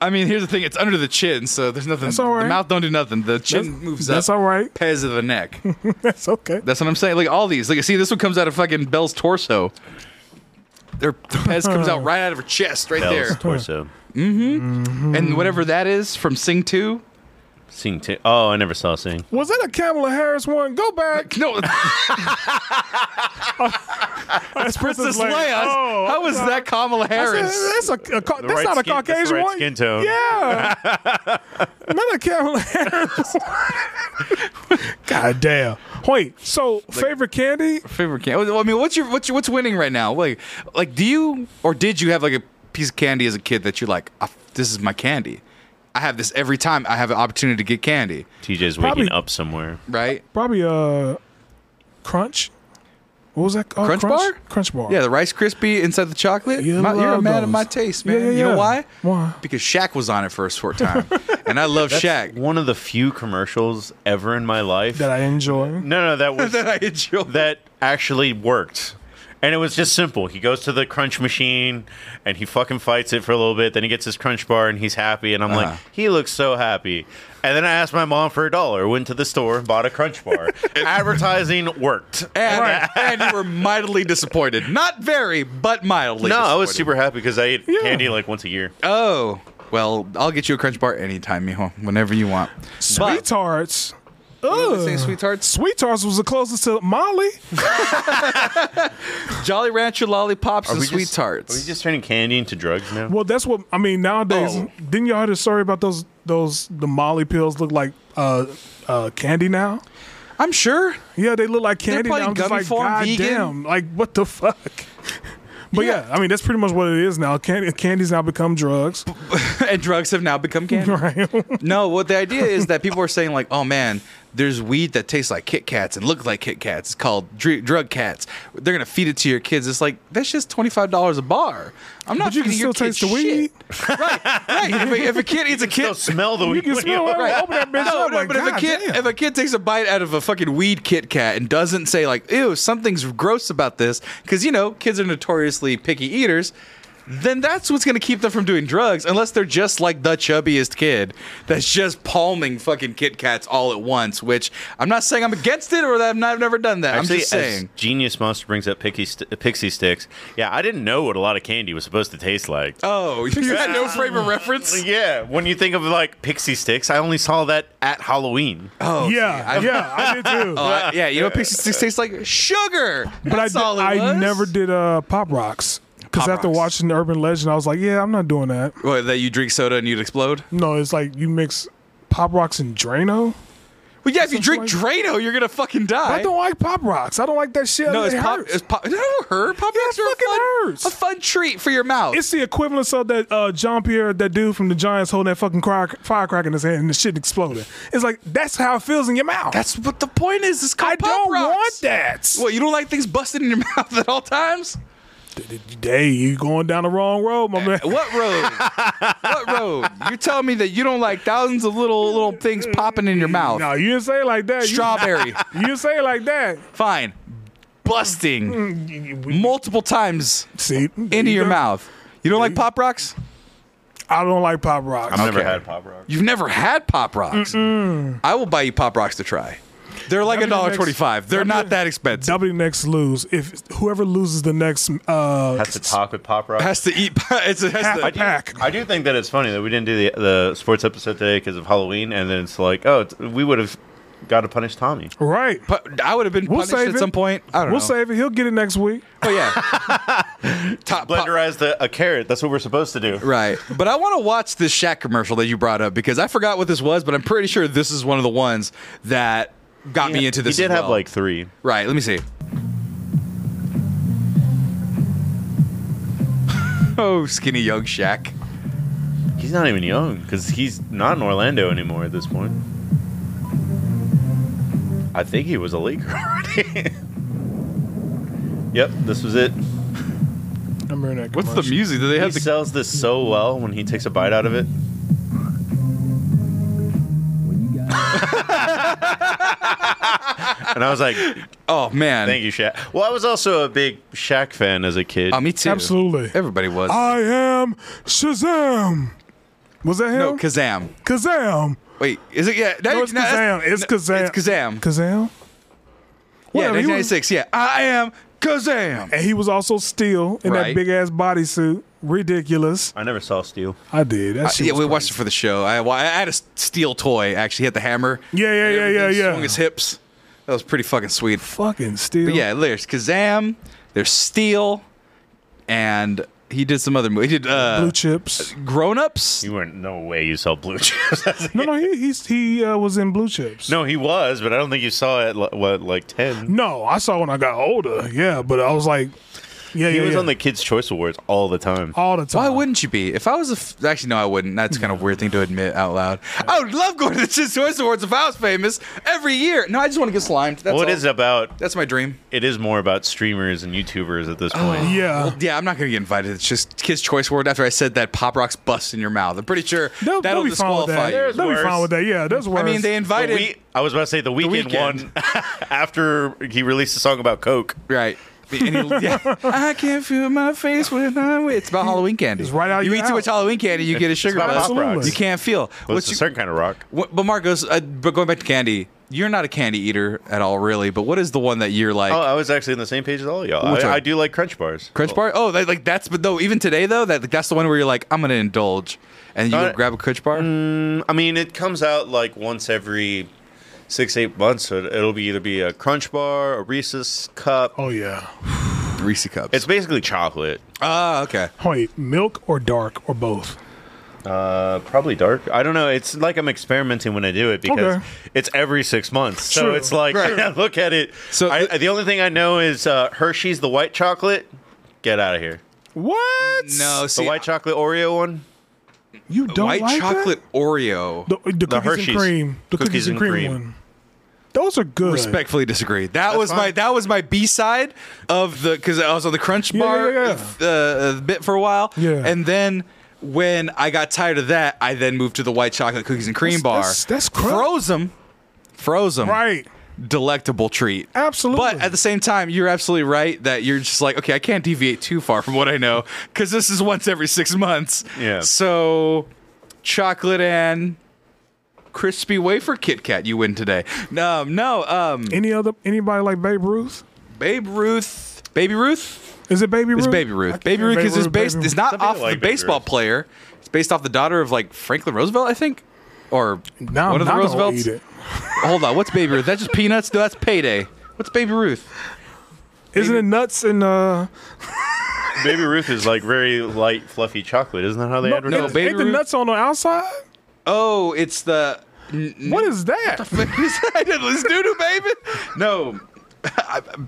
A: I mean, here's the thing: it's under the chin, so there's nothing.
B: That's all right.
A: The mouth don't do nothing. The chin
B: That's-
A: moves
B: that's
A: up.
B: all right.
A: Pez of the neck.
B: That's okay.
A: That's what I'm saying. Like all these. Like see, this one comes out of fucking Belle's torso. Their Pez comes out right out of her chest, right
C: Bell's
A: there.
C: torso.
A: And whatever that is from Sing Two.
C: Sing t- oh, I never saw Sing.
B: Was that a Kamala Harris one? Go back.
A: No,
B: That's
A: Princess Leia.
B: oh.
A: How is that Kamala Harris?
B: That's, a, a, ca- that's
C: right
B: not a
C: skin- that's the
B: Caucasian
C: right
B: one.
C: skin tone.
B: Yeah. not a Kamala Harris. one. God damn. Wait. So favorite candy?
A: favorite candy. I mean, what's your what's your, what's winning right now? Like, like, do you or did you have like a piece of candy as a kid that you're like, "Ah, this is my candy. I have this every time I have an opportunity to get candy,
C: TJ's
B: Probably-
C: waking up somewhere.
A: right?
B: Probably uh, Crunch. What was that? called?
A: Crunch Bar?
B: Crunch bar.
A: Yeah, the Rice Krispie inside the chocolate.
B: You
A: My- you're a
B: love
A: man of
B: those.
A: my taste, man.
B: Yeah, yeah,
A: You know
B: yeah.
A: why?
B: Why?
A: Because Shaq was on it for a short time, and I love Shaq.
C: One of the few commercials ever in my life.
B: that I enjoy.
C: no, no, that was
A: that I enjoy.
C: that actually worked. And it was just simple. He goes to the crunch machine and he fucking fights it for a little bit. Then he gets his crunch bar and he's happy. And I'm like, he looks so happy. And then I asked my mom for a dollar, went to the store, bought a crunch bar. Advertising worked.
A: and, and you were mightily disappointed. Not very, but mildly.
C: No, I was
A: disappointed.
C: super happy because I ate candy like once a year.
A: Oh, well, I'll get you a Crunch Bar anytime, mijo, whenever you want. But-
B: Sweethearts.
A: What did they say sweethearts?
B: Sweethearts was the closest to Molly.
A: Jolly Rancher lollipops and
C: we just-
A: sweet tarts.
C: Are we just turning candy into drugs now?
B: Well, that's what I mean nowadays.
A: Oh.
B: Didn't y'all hear the story about those those the Molly pills look like uh, uh, candy now?
A: I'm sure.
B: Yeah, they look like candy.
A: probably
B: now. I'm just
A: gummy
B: like,
A: form,
B: God
A: vegan."
B: damn, like what the fuck? But yeah. I mean that's pretty much what it is now. Candy, candy's now become drugs.
A: and drugs have now become candy. no, what the idea is that people are saying like, "Oh man, there's weed that tastes like Kit Kats and looks like Kit Kats. It's called dr- drug cats. They're gonna feed it to your kids. It's like that's just twenty five dollars a bar. I'm not
B: But you can
A: feeding your
B: still
A: kids
B: taste the
A: shit. right, right. If a, if a kid eats a
C: They'll
A: kid.
C: smell the
B: You
C: weed.
B: can
C: when
B: smell it.
A: Right.
B: Open that bitch
A: no,
B: up,
C: Oh,
A: Oh, no,
B: like,
A: but if a
B: God
A: kid
B: damn.
A: if a kid takes a bite out of a fucking weed Kit Kat and doesn't say like, "Ew, something's gross about this," because you know kids are notoriously picky eaters, then that's what's gonna keep them from doing drugs, unless they're just like the chubbiest kid that's just palming fucking Kit Kats all at once. Which I'm not saying I'm against it or that I've, not, I've never done that.
C: Actually,
A: I'm just saying.
C: as Genius Monster brings up picky st- pixie sticks. Yeah, I didn't know what a lot of candy was supposed to taste like.
A: Oh, you had no frame of reference.
C: yeah, when you think of like pixie sticks, I only saw that at Halloween.
A: Oh,
B: yeah,
A: see, I-
B: yeah, I did too.
A: Oh, I- yeah, you know, pixie sticks taste like sugar.
B: But I,
A: That's
B: did,
A: all it
B: I
A: was.
B: never did uh, pop rocks because
A: Pop
B: after
A: Rocks.
B: watching Urban Legend, I was like, yeah, I'm not doing that.
A: What, that you drink soda and you'd explode.
B: No, it's like you mix pop rocks and Drano.
A: Well, yeah, if you drink
B: like-
A: Drano, you're gonna fucking die.
B: I don't like pop rocks. I don't like that shit.
A: no,
B: it
A: it's pop.
B: hurts.
A: It's pop. It don't hurt. Pop rocks
B: it
A: are a
B: fucking
A: fun,
B: hurts.
A: a fun treat for your mouth.
B: It's the equivalence of that uh, John Pierre, that dude from the Giants, holding that fucking crack, firecracker in his hand and the shit exploding. It's like that's how it feels in your mouth.
A: That's what the point is. It's called
B: I
A: pop
B: don't
A: rocks.
B: want that.
A: What you don't like things busted in your mouth at all times?
B: Hey, you going down the wrong road, my man.
A: What road? what road? You're telling me that you don't like thousands of little little things popping
B: Mm,
A: in your mouth?
B: No, you didn't say it like that. You-
A: Strawberry.
B: You, didn't say it like that.
A: Fine.
B: Mm.
A: Busting multiple times
B: See,
A: into your mouth. You don't like
B: e-
A: pop rocks?
B: I don't like pop rocks.
C: I've never
A: okay.
C: had Pop Rocks.
A: You've never had Pop Rocks. I will buy you Pop Rocks to try. They're like a
B: That'd be
A: dollar
B: next-
A: twenty-five. They're
B: that'd
A: not
B: be-
A: that expensive.
B: W next lose if whoever loses the next uh
C: Has to talk with Pop Rocks.
A: has to eat. It's, it has
B: half
A: to,
B: a pack.
C: I do think that it's funny that we didn't do the the sports episode today because of Halloween, and then it's like, oh, it's, we would have got to punish Tommy.
B: Right.
A: pu- I would have been
B: We'll
A: punished
B: save
A: at
B: it.
A: some point. I don't
B: We'll
A: know.
B: save it. He'll get it next week.
A: But yeah, top pop-
C: Blenderized the, a carrot. That's what we're supposed to do.
A: Right. But I want to watch this Shaq commercial that you brought up because I forgot what this was, but I'm pretty sure this is one of the ones that got me into this.
C: He did
A: as
C: have
A: well.
C: like three.
A: Right. Let me see. oh, skinny young Shaq.
C: He's not even young because he's not in Orlando anymore at this point. I think he was a leaker already. yep, this was it.
B: I'm hearing that.
A: What's the
B: commercial.
A: music? Do they
C: He
A: have the
C: sells this so well when he takes a bite out of it. and I was like,
A: Oh man.
C: "Thank you, Shaq." Well, I was also a big Shaq fan as a kid.
A: Oh, me too.
B: Absolutely. Uh,
A: Everybody was.
B: I am Shazam. Was that him?
A: no, Kazam.
B: Kazam.
A: Wait, is it? Yeah,
B: No, it's Kazam. It's Kazam.
A: It's Kazam.
B: Kazam.
A: yeah,
B: Whatever, he was-
A: 1996. Yeah, I am Kazam.
B: And he was also Steel in
A: Right.
B: that big ass bodysuit. Ridiculous.
C: I never saw Steel.
B: I did. That
A: Uh,
B: shit
A: yeah,
B: was
A: we
B: crazy.
A: watched it for the show. I, well, I had a s- steel toy. Actually, he had the hammer.
B: Yeah, yeah,
A: and
B: yeah, yeah,
A: everything,
B: yeah.
A: Swung his hips. That was pretty fucking sweet.
B: Fucking Steel.
A: But yeah, there's Kazam. There's Steel, and he did some other movie. He did
B: Blue
A: uh,
B: Chips.
A: Grown Ups.
C: You weren't. No way. You saw Blue Chips.
B: No, no, he he's, he uh, was in Blue Chips.
C: no, he was, but I don't think you saw it. At, what, like ten?
B: No, I saw when I got older. Yeah, but I was like, yeah,
C: He
B: yeah,
C: was
B: yeah.
C: on the Kids' Choice Awards all the time.
B: all the time.
A: Why wouldn't you be? If I was a f- actually no, I wouldn't. That's kind of a weird thing to admit out loud. I would love going to the Kids' Choice Awards if I was famous every year. No, I just want to get slimed. That's
C: What
A: all.
C: is it about?
A: That's my dream.
C: It is more about streamers and YouTubers at this point.
B: Oh, Yeah.
A: Well, yeah, I'm not going to get invited. It's just Kids' Choice Award after I said that Pop Rocks bust in your mouth. I'm pretty sure
B: They'll,
A: that'll
B: they'll be fine
A: disqualify
B: with that.
A: you.
C: There's
B: They'll be
C: worse.
B: fine with that. Yeah, that's worse.
A: I mean, they
C: The
A: invited.
C: Wee- I was about to say the weekend,
A: Weeknd.
C: one after he released a song about Coke.
A: right. And he- yeah. I can't feel my face when I'm with. It's about Halloween candy.
B: It's right out
A: You eat
B: your
A: too
B: mouth.
A: much Halloween candy, you get a sugar
C: about
A: rush.
C: Pop Rocks.
A: You can't feel.
C: Well,
A: What's
C: it's a
A: your-
C: certain kind of rock.
A: what- but Marcos, uh, but going back to candy, you're not a candy eater at all, really. But what is the one that you're like?
C: Oh, I was actually on the same page as all y'all.
A: Which
C: I,
A: one?
C: I do like Crunch bars.
A: Crunch bar? Oh, that, like that's but though even today though that like, that's the one where you're like I'm gonna indulge, and you
C: Uh,
A: go grab a crunch bar.
C: I mean, it comes out like once every six eight months. So it'll be either be a Crunch Bar, a Reese's cup.
B: Oh yeah.
A: Reese cups.
C: It's basically chocolate.
A: ah okay.
B: Wait, milk or dark or both?
C: Uh, probably dark. I don't know. It's like I'm experimenting when I do it because
B: Okay.
C: it's every six months. So
B: True.
C: it's like
A: Right.
C: look at it.
A: So
C: So I,
A: the-
C: the only thing I know is uh, Hershey's the white chocolate. Get out of here.
B: What?
A: No, see,
C: the white chocolate Oreo one.
B: You don't
A: white
B: like that?
A: chocolate Oreo.
B: The, the cookies
C: Hershey's.
B: and cream. The cookies, and cream, one. Those are good.
A: Respectfully disagree. That was my
C: fine.
A: that was my B side of the because I was on the Crunch
B: Yeah,
A: Bar
B: yeah,
A: Uh, bit for a while,
B: Yeah.
A: and then when I got tired of that, I then moved to the white chocolate cookies and cream
B: That's-
A: bar.
B: that's- that's crap.
A: froze them, froze them,
B: Right.
A: Delectable treat,
B: Absolutely.
A: But at the same time, you're absolutely right that you're just like, okay, I can't deviate too far from what I know because this is once every six months.
C: Yeah.
A: So, chocolate and crispy wafer Kit Kat, you win today. No, no, um.
B: Any other anybody like Babe Ruth?
A: Babe Ruth. Baby Ruth
B: Is it Baby Ruth?
A: is Baby
B: I
A: Ruth.
B: can't-
A: Baby Ruth is just based.
B: Baby
A: It's not
C: Some people
A: off
C: like
A: the
C: Baby
A: baseball
C: Ruth.
A: player. It's based off the daughter of like Franklin Roosevelt, I think, or
B: Now
A: one of
B: I'm
A: the
B: not gonna
A: Roosevelts.
B: eat it.
A: Hold on, what's Baby Ruth? That's just peanuts. No, that's Payday. What's Baby Ruth?
B: Isn't it nuts and uh?
C: Baby Ruth is like very light, fluffy chocolate. Isn't that how they advertise?
A: no,
C: it?
A: Baby
B: ain't the
A: Ruth-
B: nuts on the outside?
A: Oh, it's the.
B: What is that?
A: I did this doo baby. No,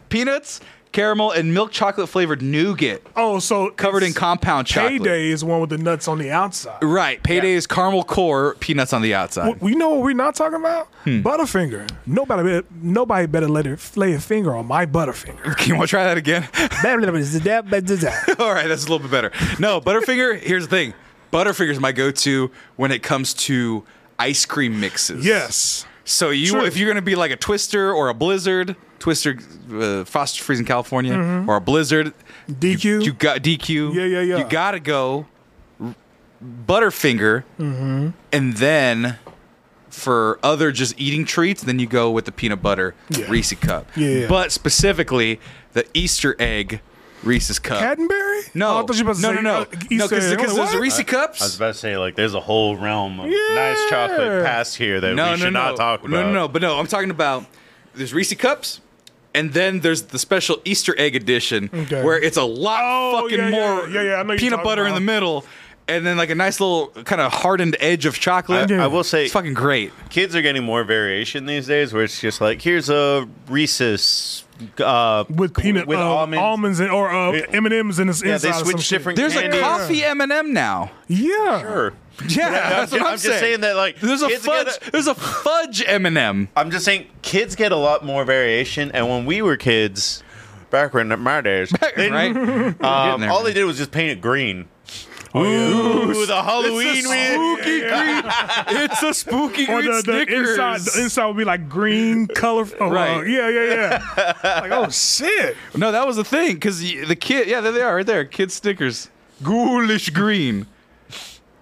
A: peanuts, caramel, and milk chocolate flavored nougat
B: Oh, so
A: covered in
B: it's-
A: compound chocolate.
B: Payday is one with the nuts on the outside.
A: Right, payday is caramel core, peanuts on the outside.
B: We know what we're not talking about.
A: Hmm.
B: Butterfinger. Nobody, better- nobody better let her lay a finger on my Butterfinger.
A: Can you want to try that again? All right, that's a little bit better. No, Butterfinger, here's the thing. Butterfinger's my go-to when it comes to ice cream mixes.
B: yes.
A: So you
B: True.
A: if you're going to be like a Twister or a Blizzard, Twister uh, Foster Freeze in California or a Blizzard,
B: DQ.
A: you got DQ.
B: Yeah, yeah, yeah.
A: You got to go r- Butterfinger.
B: Mm-hmm.
A: And then for other just eating treats, then you go with the peanut butter
B: Yeah.
A: Reese cup.
B: Yeah, yeah.
A: But specifically the Easter egg Reese's cup.
B: Caddenberry?
A: No,
B: Oh, I thought you were about to
A: no,
B: say,
A: no, no,
B: uh,
A: no,
B: Easter
A: because
B: egg. I'm like,
A: there's
B: what?
A: Reese
C: I was
A: cups.
C: about to say like there's a whole realm of nice
B: Yeah.
C: chocolate past here that
A: No,
C: we should
A: no, no,
C: not talk about.
A: no, no, no. But no, I'm talking about there's Reese cups, and then there's the special Easter egg edition
B: Okay.
A: where it's a lot
B: Oh,
A: fucking
B: yeah, yeah,
A: more
B: yeah, yeah, I know you're
A: peanut
B: talking
A: butter in
B: about.
A: the middle, and then like a nice little kind of hardened edge of chocolate.
C: I, I will say
A: it's fucking great.
C: kids are getting more variation these days where it's just like here's a Reese's uh,
B: With peanut
C: with
B: uh,
C: almonds.
B: almonds. and or uh,
C: Yeah.
B: M and M's and
C: Yeah,
B: inside.
C: they
B: or some
C: switch
B: shit.
C: different.
A: There's a
C: candies.
A: coffee M and m now.
B: Yeah.
C: Sure.
A: Yeah, that's what
C: I'm
A: I'm,
C: just saying that, like,
A: there's a
C: kids
A: fudge.
C: get a-
A: there's a fudge M and m
C: I'm just saying kids get a lot more variation, and when we were kids, back in my days, they-
A: Right? We're getting
C: um,
A: there,
C: all
A: man. Oh,
C: they did was just paint it green. Ooh, the Halloween we
A: spooky green. It's a spooky
B: Or
A: green
B: the, the
A: Snickers.
B: inside, the inside would be like green color. Oh,
A: Right.
B: right. Yeah, yeah, yeah. like oh shit.
A: no, that was the thing because the kid. Yeah, there they are, right there. Kid Snickers, ghoulish green.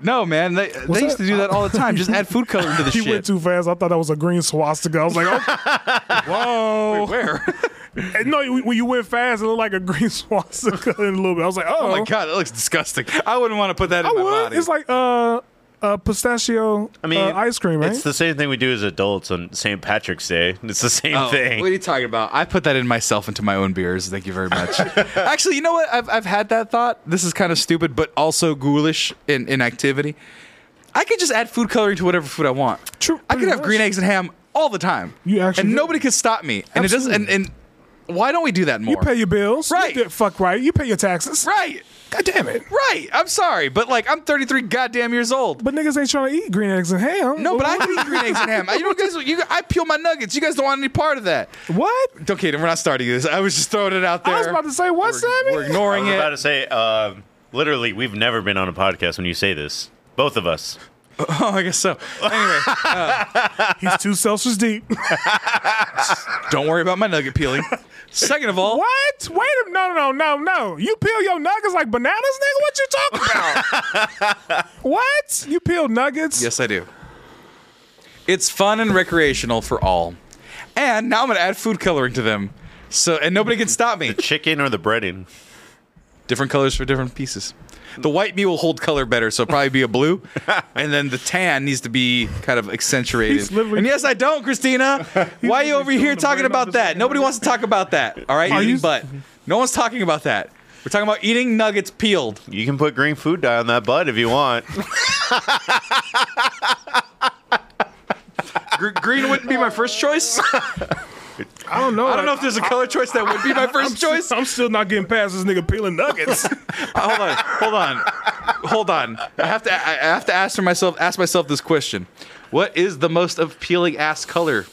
A: No, man, they they used
B: that?
A: to do that all the time. Just add food color into the
B: He
A: shit.
B: went too fast. I thought that was a green swastika. I was like, oh. whoa.
A: Where?
B: And no, when you went fast, it looked like a green swastika in a little bit. I was like, oh,
A: Oh my god, that looks disgusting. I wouldn't want to put that in
B: I
A: my
B: would.
A: body.
B: It's like uh, uh, pistachio.
C: I mean,
B: uh, ice cream, right?
C: It's the same thing we do as adults on St. Patrick's Day. It's the same
A: Oh,
C: thing.
A: What are you talking about? I put that in myself into my own beers. Thank you very much. Actually, you know what? I've, I've had that thought. This is kind of stupid, but also ghoulish in, in activity. I could just add food coloring to whatever food I want.
B: True,
A: I could
B: pretty
A: have green
B: much.
A: eggs and ham all the time.
B: You actually
A: and
B: could.
A: nobody could stop me. And it doesn't.
B: Absolutely.
A: And, and why don't we do that more?
B: you pay your bills,
A: Right.
B: You did- fuck right. You pay your taxes,
A: right,
B: God damn it.
A: right. I'm sorry, but like I'm 33 goddamn years old.
B: But niggas ain't trying to eat green eggs and ham.
A: no, but I can eat green eggs and ham. You know, guys, you, I peel my nuggets. You guys don't want any part of that.
B: what?
A: Okay, then we're not starting this. I was just throwing it out there.
B: I was about to say what,
A: we're,
B: Sammy?
A: we're ignoring
C: I was about
A: it.
C: to say, uh, literally, we've never been on a podcast when you say this. Both of us.
A: Oh, I guess so. Anyway,
B: He's two Celsius deep.
A: don't worry about my nugget peeling. Second of all,
B: what? Wait a no, no, no, no, no. You peel your nuggets like bananas, nigga. What you talking about? what? You peel nuggets?
A: yes, I do. It's fun and recreational for all, and now I'm gonna add food coloring to them. So and nobody can stop me.
C: Chicken or the breading?
A: Different colors for different pieces. The white meat will hold color better, so it'll probably be a blue. and then the tan needs to be kind of accentuated.
B: He's literally-
A: And yes, I don't, Christina. Why are you
B: literally
A: over here
B: throwing the
A: talking
B: brain off
A: about
B: his
A: that?
B: hand.
A: Nobody wants to talk about that. All right,
B: Are
A: eating
B: you-
A: butt. No one's talking about that. We're talking about eating nuggets peeled.
C: You can put green food dye on that butt if you want.
A: Gr- green wouldn't be my first choice.
B: I don't know.
A: I don't know if there's a color choice that would be my first choice.
B: I'm still not getting past this nigga peeling nuggets.
A: hold on, hold on, hold on. I have to, I I have to ask for myself, ask myself this question: What is the most appealing ass color?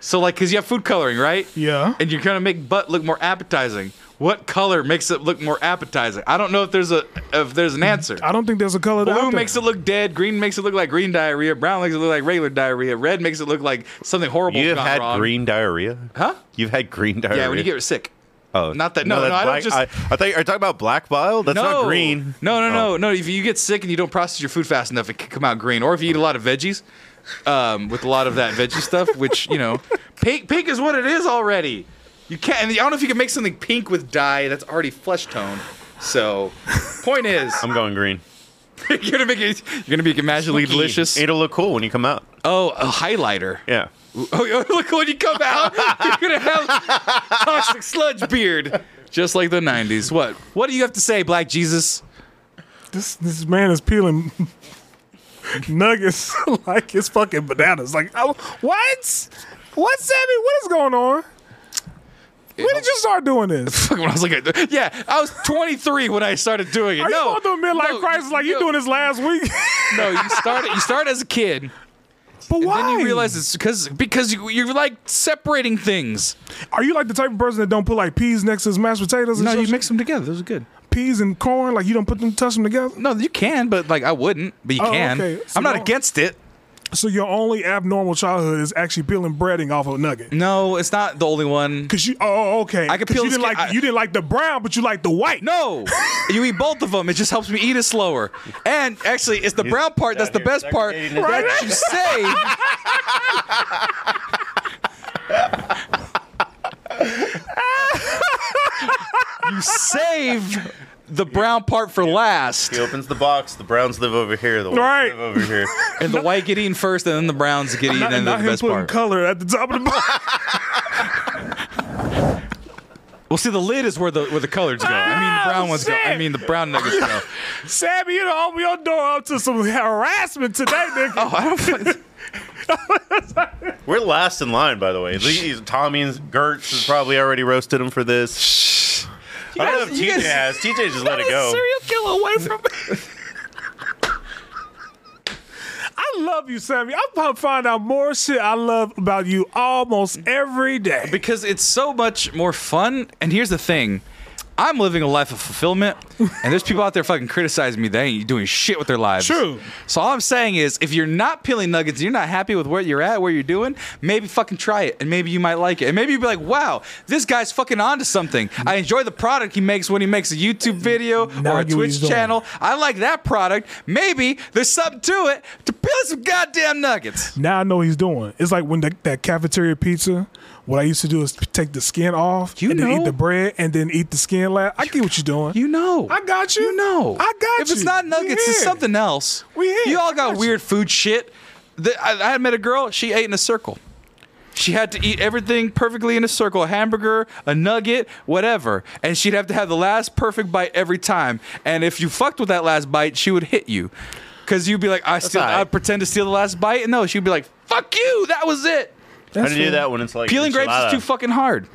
A: So, like, cause you have food coloring, right?
B: Yeah.
A: And you're gonna make butt look more appetizing. What color makes it look more appetizing? I don't know if there's a if there's an answer.
B: I don't think there's a color that
A: Blue makes it look dead. Green makes it look like green diarrhea. Brown makes it look like regular diarrhea. Red makes it look like something horrible.
C: You have
A: gone
C: had
A: wrong.
C: green diarrhea?
A: Huh?
C: You've had green diarrhea.
A: Yeah, when you get sick.
C: oh,
A: not that- no, no,
C: that's
A: I don't
C: black-
A: just-
C: I, I thought you were talking about black bile. That's
A: no.
C: not green.
A: No, no, no,
C: Oh.
A: no. If you get sick and you don't process your food fast enough, it can come out green. Or if you eat a lot of veggies, um, with a lot of that veggie stuff, which you know, pink, pink is what it is already. You can't. And I don't know if you can make something pink with dye that's already flesh tone. So, point is,
C: I'm going green.
A: you're gonna make it. You're gonna be imaginatively delicious.
C: It'll look cool when you come out.
A: Oh, a highlighter.
C: Yeah.
A: Oh, yeah, look when you come out, you're gonna have toxic sludge beard, just like the '90s. What? What do you have to say, Black Jesus?
B: this this man is peeling nuggets like it's fucking bananas. Like I, what? What, Sammy? What is going on? When did you start doing this?
A: Fuck, when I was like, yeah, I was 23 when I started doing it.
B: Are
A: no,
B: you going through a midlife
A: no,
B: crisis like you
A: no,
B: doing this last week?
A: No, you started. You start as a kid,
B: but why?
A: then you realize it's because because you, you're like separating things.
B: Are you like the type of person that don't put like peas next to his mashed potatoes? And
A: No,
B: shit?
A: you mix them together. Those are good.
B: peas and corn. Like you don't put them, touch them together.
A: No, you can, but like I wouldn't. But you
B: Oh,
A: can.
B: okay. So
A: I'm not
B: no-
A: against it.
B: So your only abnormal childhood is actually peeling breading off of a nugget.
A: No, it's not the only one.
B: Cause you, oh, okay.
A: I could
B: 'Cause
A: peel
B: you
A: the
B: didn't
A: skin-
B: like
A: I-
B: you didn't like the brown, but you like the white.
A: No, you eat both of them. It just helps me eat it slower. And actually, it's the brown part that's the
C: down here
A: best part
C: segregating
A: that
B: his-
A: you say. you save the brown part for last,
C: He opens the box. The browns live over here. The whites
B: Right.
C: live over here.
A: and the white get eaten first, and then the browns get eaten,
B: not,
A: and
B: not
A: then the
B: him
A: best
B: putting
A: part.
B: color at the top of the box.
A: well, see, the lid is where the where the colors go. I mean, the brown
B: Oh,
A: ones go. I
B: shit.
A: mean, the brown nuggets go.
B: Sammy, you done opened your door up to some harassment today, nigga.
A: Oh, I don't.
C: We're last in line, by the way. These, Tommy and Gertz has probably already roasted him for this. I don't know if
A: guys- you
C: TJ
A: guys-
C: has. TJ just let it go.
A: killer away from me.
B: I love you, Sammy. I'm about to find out more shit I love about you almost every day.
A: because it's so much more fun. And here's the thing. I'm living a life of fulfillment, and there's people out there fucking criticizing me. They ain't doing shit with their lives.
B: True.
A: So all I'm saying is, if you're not peeling nuggets, you're not happy with where you're at, where you're doing, maybe fucking try it, and maybe you might like it, and maybe you'll be like, "Wow, this guy's fucking onto something." I enjoy the product he makes when he makes a YouTube video
B: Now
A: or a
B: you
A: Twitch
B: enjoy.
A: channel. I like that product. Maybe there's something to it to peel some goddamn nuggets.
B: Now I know what he's doing. It's like when the, that cafeteria pizza. What I used to do is take the skin off
A: You
B: and then
A: know.
B: eat the bread and then eat the skin. La- I get what you're doing.
A: You know.
B: I got you.
A: You know.
B: I got
A: If it's
B: you.
A: not
B: We
A: nuggets, it's
B: here.
A: something else.
B: We here.
A: You all
B: I
A: got,
B: got
A: weird food shit. The, I, I met a girl, she ate in a circle. She had to eat everything perfectly in a circle a hamburger, a nugget, whatever. And she'd have to have the last perfect bite every time. And if you fucked with that last bite, she would hit you. Because you'd be like, I steal,
C: all right.
A: I pretend to steal the last bite. And no, she'd be like, fuck you, that was it.
C: How do you do that when it's like
A: Peeling grapes
C: enchilada?
A: is too fucking hard.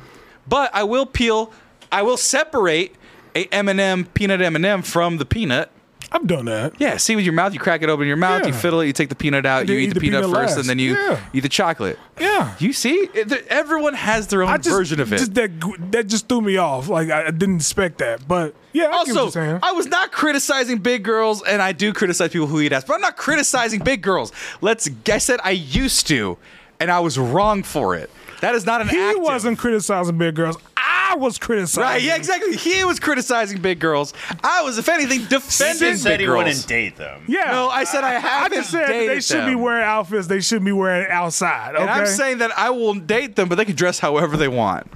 A: But I will peel, I will separate a M&M, peanut M&M from the peanut.
B: I've done that.
A: Yeah, see with your mouth, you crack it open in your mouth, you
B: Yeah.
A: fiddle it, you take the peanut out, you
B: then
A: eat the, peanut, first,
B: last.
A: and then you
B: Yeah.
A: eat the chocolate.
B: Yeah.
A: You see, It- th- everyone has their own
B: I just,
A: version of it.
B: just that gr- that just threw me off. Like I, I didn't expect that, but yeah, I get what
A: also,
B: you're saying.
A: I was not criticizing big girls, and I do criticize people who eat ass, but I'm not criticizing big girls. Let's, I said I used to, and I was wrong for it. That is not an
B: he
A: active.
B: wasn't criticizing big girls. I was criticizing.
A: Right, yeah, exactly. He was criticizing big girls. I was, if anything,
C: He
A: defending
C: said
A: big
C: he
A: girls.
C: wouldn't date them.
B: Yeah.
A: No, I said I
B: I
A: haven't
B: just said that
A: dated
B: they should be
A: them.
B: wearing outfits they shouldn't be wearing outside. Okay?
A: And I'm saying that I will date them, but they can dress however they want.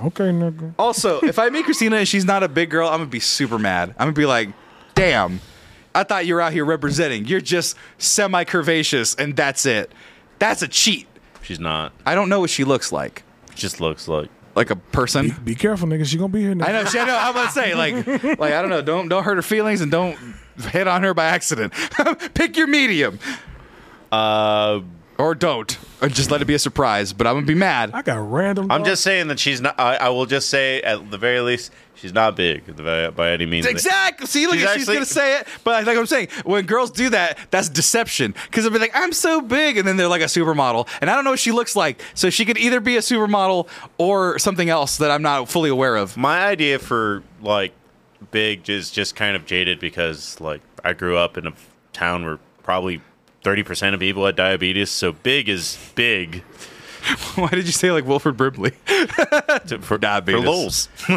B: Okay, nigga.
A: Also, if I meet Christina and she's not a big girl, I'm gonna be super mad. I'm gonna be like, damn, I thought you were out here representing. You're just semi curvaceous and that's it. That's a cheat.
C: She's not.
A: I don't know what she looks like.
C: Just looks like.
A: Like a person.
B: Be careful, nigga. She gonna be here now.
A: I know, she, I know. I'm gonna say, like, like I don't know. Don't don't hurt her feelings and don't hit on her by accident. Pick your medium,
C: Uh,
A: or don't, or just let it be a surprise. But I'm gonna be mad.
B: I got random.
C: I'm
B: thoughts.
C: just saying that she's not. I, I will just say at the very least, she's not big at the very- by any means.
A: Exactly. See, look,
C: She's
A: she's,
C: actually-
A: gonna say it, but like I'm saying, when girls do that, that's deception. Because they'll be like, "I'm so big," and then they're like a supermodel, and I don't know what she looks like. So she could either be a supermodel or something else that I'm not fully aware of.
C: My idea for like big is just kind of jaded because like I grew up in a town where probably 30 percent of people had diabetes, so big is big.
A: Why did you say like Wilfred Brimley?
C: To, for
A: Diabetes.
C: For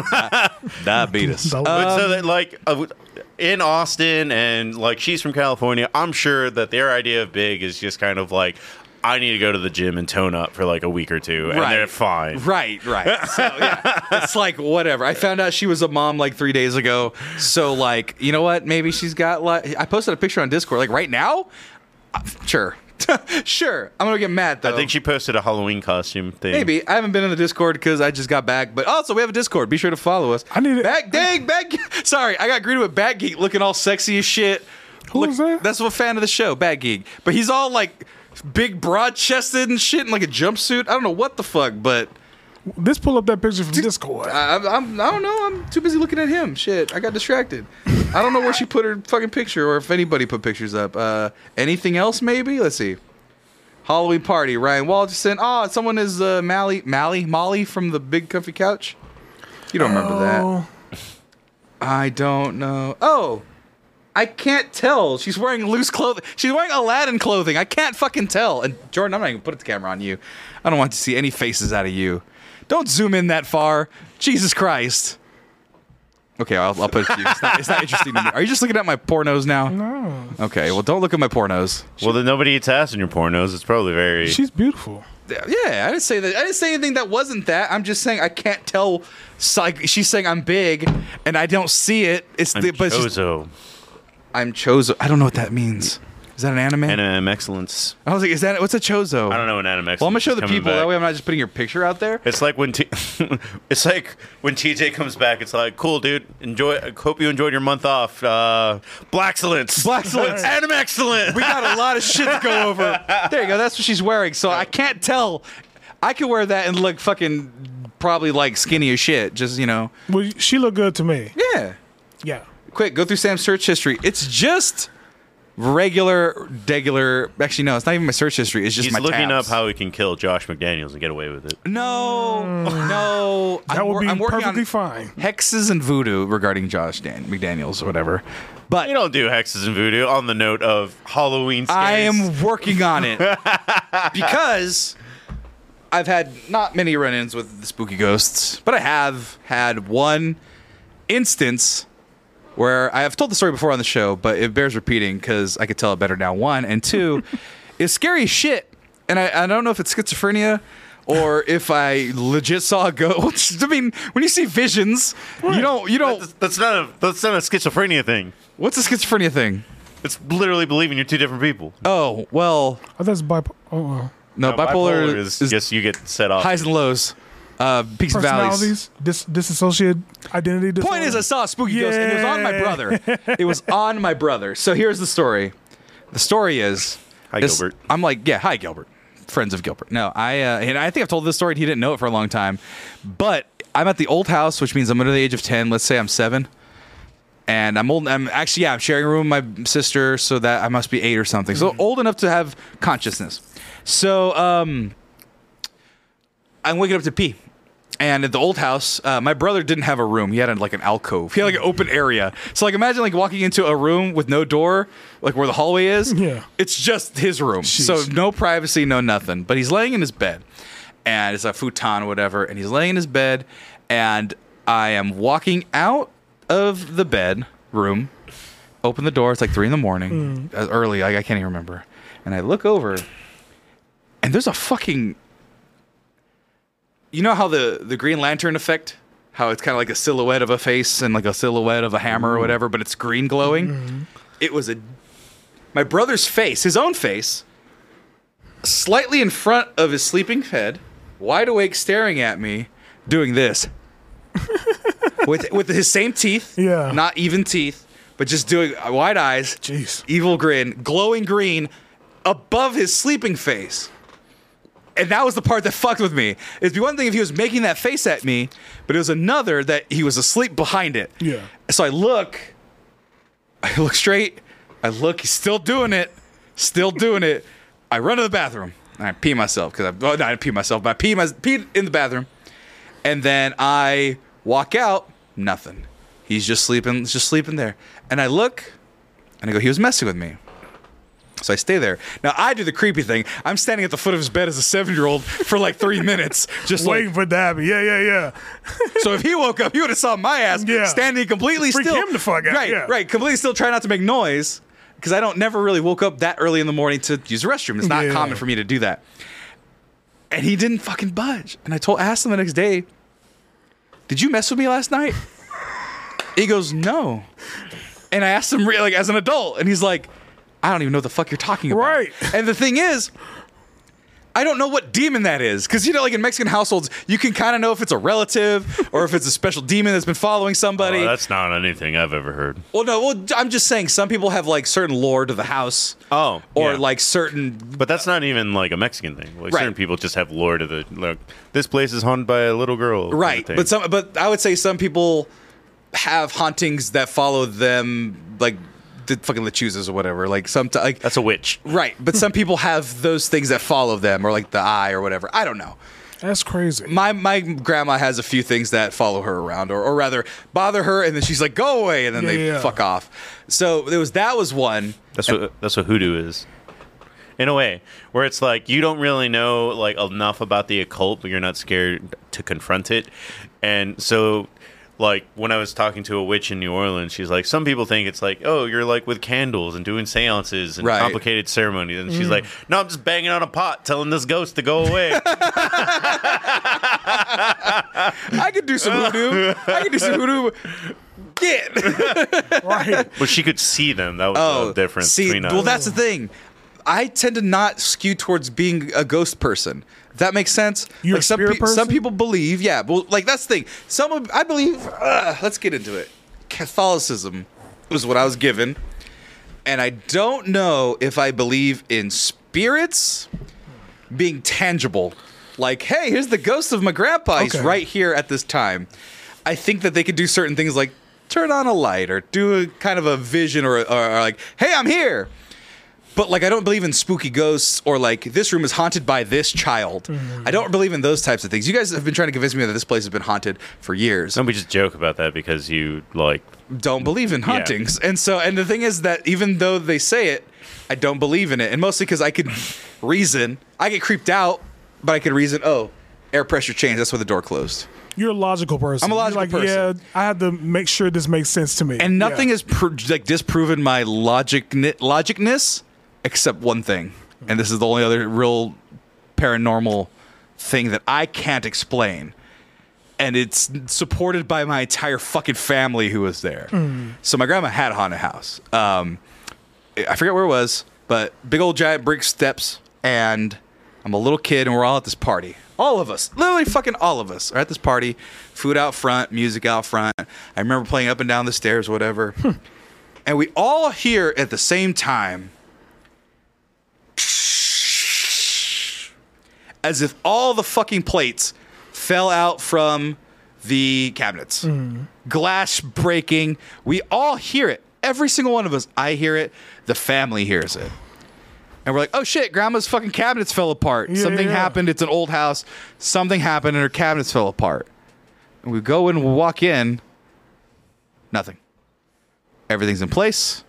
C: lols.
A: Diabetes.
B: Don't-
C: But so
A: Um,
C: that like uh, w- in Austin and like she's from California, I'm sure that their idea of big is just kind of like I need to go to the gym and tone up for like a week or two, and
A: Right.
C: they're fine.
A: Right, right. So yeah, it's like whatever. I found out she was a mom like three days ago. So like, you know what? Maybe she's got like. I posted a picture on Discord. Like right now, Uh, sure, sure. I'm gonna get mad though.
C: I think she posted a Halloween costume thing.
A: Maybe I haven't been in the Discord because I just got back. But also, we have a Discord. Be sure to follow us.
B: I need to-
A: back. Dang, back. Sorry, I got greeted with Bat Geek looking all sexy as shit.
B: Who was that?
A: That's a fan of the show, Bat Geek. But he's all like big, broad chested and shit, in like a jumpsuit. I don't know what the fuck, but
B: Let's pull up that picture from Discord.
A: I, I'm, I'm I don't know. I'm too busy looking at him. Shit, I got distracted. I don't know where she put her fucking picture or if anybody put pictures up. Uh, anything else? Maybe. Let's see. Halloween party. Ryan Walterson. Oh, someone is uh, Mally, Mally, Molly from the Big Comfy Couch. You don't remember that?
B: Oh,
A: I don't know. Oh. I can't tell. She's wearing loose clothing. She's wearing Aladdin clothing. I can't fucking tell. And Jordan, I'm not even gonna put the camera on you. I don't want to see any faces out of you. Don't zoom in that far. Jesus Christ. Okay, I'll, I'll put it to you. It's not, it's not interesting to me. Are you just looking at my pornos now? No. Okay, well, don't look at my pornos.
C: Well, then nobody eats ass in your pornos. It's probably very.
B: she's beautiful.
A: Yeah, I didn't say that. I didn't say anything that wasn't that. I'm just saying I can't tell. So, Like she's saying I'm big, and I don't see it. It's
C: I'm
A: the, but it's just-
C: Chozo.
A: I'm chozo. I don't know what that means. Is that an anime?
C: And um, excellence.
A: I was like, is that what's a chozo?
C: I don't know an anime.
A: Well, I'm gonna show the
C: coming
A: people
C: back.
A: that way. I'm not just putting your picture out there.
C: It's like when T- it's like when TJ comes back. It's like, cool, dude. Enjoy. I hope you enjoyed your month off. Uh, Black excellence.
A: Black excellence.
C: Anime excellence.
A: We got a lot of shit to go over. There you go. That's what she's wearing. So I can't tell. I could wear that and look fucking probably like skinny as shit. Just you know.
B: Well, she looked good to me.
A: Yeah.
B: Yeah.
A: Quick, go through Sam's search history. It's just regular, degular. Actually, no, it's not even my search history. It's just
C: He's
A: my
C: looking
A: tabs.
C: up how he can kill Josh McDaniels and get away with it.
A: No, no.
B: That
A: I'm
B: would
A: wor-
B: be
A: I'm working
B: perfectly
A: on
B: fine.
A: Hexes and voodoo regarding Josh Dan- McDaniels or whatever. But
C: You don't do hexes and voodoo. On the note of Halloween. Scares.
A: I am working on it because I've had not many run-ins with the spooky ghosts, but I have had one instance where I have told the story before on the show, but it bears repeating because I could tell it better now. One and two is scary as shit, and I, I don't know if it's schizophrenia. Or if I legit saw a ghost. I mean, when you see visions, you don't. You don't.
C: That's, that's not a. That's not a schizophrenia thing.
A: What's a schizophrenia thing?
C: It's literally believing you're two different people.
A: Oh well,
B: Oh, that's bipolar. Oh, uh,
A: no. bipolar,
C: is,
A: is
C: yes, you get set off.
A: highs and lows, uh, peaks and valleys.
B: personalities, dis- disassociated identity disorder.
A: Point is, I saw a spooky ghost, and it was on my
B: Yeah.
A: brother. It was on my brother. So here's the story. The story is,
C: Hi,
A: is-
C: Gilbert.
A: I'm like, yeah, hi Gilbert, friends of Gilbert. No, I uh, and I think I've told this story. and He didn't know it for a long time, but I'm at the old house, which means I'm under the age of ten. Let's say I'm seven. And I'm old. I'm actually, yeah, I'm sharing a room with my sister, so that I must be eight or something. So old enough to have consciousness. So um, I'm waking up to pee. And at the old house, uh, my brother didn't have a room. He had like an alcove. He had like an open area. So like imagine like walking into a room with no door, like where the hallway is.
B: Yeah.
A: It's just his room. So no privacy, no nothing. But he's laying in his bed. And it's a futon or whatever. And he's laying in his bed. And I am walking out of the bed room. Open the door. It's like three in the morning. Uh, Early. I, I can't even remember. And I look over. And there's a fucking you know how the the Green Lantern effect, how it's kind of like a silhouette of a face and like a silhouette of a hammer or whatever, but it's green glowing. It was a my brother's face, his own face, slightly in front of his sleeping head, wide awake, staring at me, doing this with with his same teeth,
B: Yeah.
A: not even teeth, but just doing uh, wide eyes,
B: Jeez.
A: evil grin, glowing green above his sleeping face. And that was the part that fucked with me. It'd be one thing if he was making that face at me, but it was another that he was asleep behind it.
B: Yeah.
A: So I look, I look straight, I look, he's still doing it, still doing it. I run to the bathroom and I pee myself because I, well, no, I didn't pee myself, but I pee, my, pee in the bathroom. And then I walk out, nothing. He's just sleeping, just sleeping there. And I look, and I go, he was messing with me. So I stay there. Now I do the creepy thing. I'm standing at the foot of his bed as a seven year old for like three minutes, just
B: Waiting
A: like.
B: for Dabby. Yeah, yeah, yeah.
A: So if he woke up, he would have saw my ass
B: Yeah.
A: standing completely
B: Freak
A: still.
B: him the fuck out,
A: Right,
B: yeah.
A: right. Completely still, trying not to make noise because I don't never really woke up that early in the morning to use the restroom. It's not
B: Yeah.
A: common for me to do that. And he didn't fucking budge. And I told asked him the next day, "Did you mess with me last night?" he goes, "No." And I asked him, re- like, as an adult, and he's like, "I don't even know what the fuck you're talking about."
B: Right.
A: And the thing is, I don't know what demon that is. Because, you know, like in Mexican households, you can kind of know if it's a relative or if it's a special demon that's been following somebody.
C: Oh, that's not anything I've ever heard.
A: well, no, well, I'm just saying some people have like certain lore to the house.
C: Oh,
A: Or
C: yeah.
A: like certain.
C: But that's not even like a Mexican thing. Like
A: Right.
C: certain people just have lore to the like this place is haunted by a little girl. kind of
A: Right.
C: thing.
A: But some, but I would say some people have hauntings that follow them, like the fucking lechuzas or whatever. Like some, like
C: that's a witch.
A: Right, but some people have those things that follow them, or like the eye, or whatever. I don't know.
B: That's crazy.
A: My my grandma has a few things that follow her around, or, or rather bother her, and then she's like, "Go away," and then they
B: Yeah, yeah.
A: fuck off. So there was that was one.
C: That's what that's what hoodoo is. In a way, where it's like you don't really know like enough about the occult, but you're not scared to confront it. And so like when I was talking to a witch in New Orleans, she's like, Some people think it's like, oh, you're like with candles and doing seances and
A: Right. Mm.
C: complicated ceremonies and she's like, No, I'm just banging on a pot telling this ghost to go away.
A: I could do some hoodoo. I could do some hoodoo. Get
B: Right.
C: but she could see them. That was the difference
A: Oh, See,
C: between us.
A: well, that's the thing. I tend to not skew towards being a ghost person. That makes sense.
B: You're
A: like
B: a
A: some
B: spirit person?
A: some people believe, yeah. Well, like that's the thing. Some of- I believe. Uh, let's get into it. Catholicism was what I was given, and I don't know if I believe in spirits being tangible. Like, hey, here's the ghost of my grandpa. He's
B: Okay.
A: right here at this time. I think that they could do certain things like turn on a light or do a kind of a vision or, or, or like, hey, I'm here. But like, I don't believe in spooky ghosts or like this room is haunted by this child. I don't believe in those types of things. You guys have been trying to convince me that this place has been haunted for years.
C: And we just joke about that because you like
A: don't believe in hauntings. And so, and the thing is that even though they say it, I don't believe in it. And mostly because I could reason, I get creeped out, but I could reason, oh, air pressure change. That's why the door closed.
B: You're a logical person.
A: I'm a
B: You're
A: logical
B: like,
A: person.
B: Yeah, I have to make sure this makes sense to me.
A: And nothing has pro- like disproven my logic logicness except one thing. And this is the only other real paranormal thing that I can't explain. And it's supported by my entire fucking family who was there. So my grandma had a haunted house. Um, I forget where it was, but big old giant brick steps, and I'm a little kid, and we're all at this party. All of us, literally fucking all of us, are at this party. Food out front, music out front. I remember playing up and down the stairs, whatever. And we all hear at the same time, as if all the fucking plates fell out from the cabinets.
B: Mm-hmm.
A: Glass breaking. We all hear it. Every single one of us. I hear it. The family hears it. And we're like, oh shit, grandma's fucking cabinets fell apart.
B: Yeah,
A: Something
B: yeah.
A: happened. It's an old house. Something happened and her cabinets fell apart. And we go in, we walk in. Nothing. Everything's in place.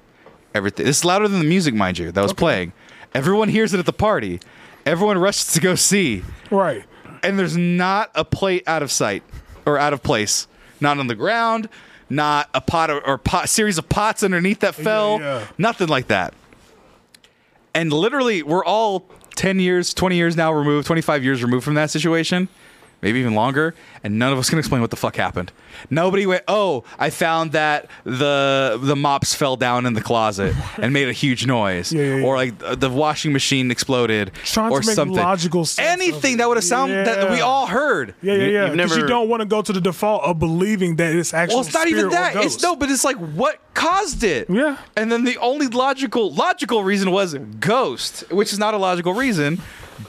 A: Everything. This is louder than the music, mind you, that was playing. Everyone hears it at the party. Everyone rushes to go see
B: Right.
A: and there's not a plate out of sight or out of place. Not on the ground, not a pot or, or pot series of pots underneath that fell,
B: yeah.
A: nothing like that. And literally, we're all 10 years, 20 years now removed, 25 years removed from that situation. maybe even longer, and none of us can explain what the fuck happened. Nobody went, "Oh, I found that the the mops fell down in the closet and made a huge noise,"
B: Yeah, yeah, yeah.
A: or like uh, the washing machine exploded,
B: Trying to
A: or
B: make
A: something.
B: logical sense of
A: Anything
B: it.
A: that would have sounded that we
B: Yeah.
A: all heard.
B: Yeah, yeah,
C: You-
B: yeah.
C: you've
B: Because you
C: never-
B: don't want to go to the default of believing that it's actually.
A: Well, it's not even that. It's no, but it's like what caused it.
B: Yeah.
A: And then the only logical logical reason was ghost, which is not a logical reason,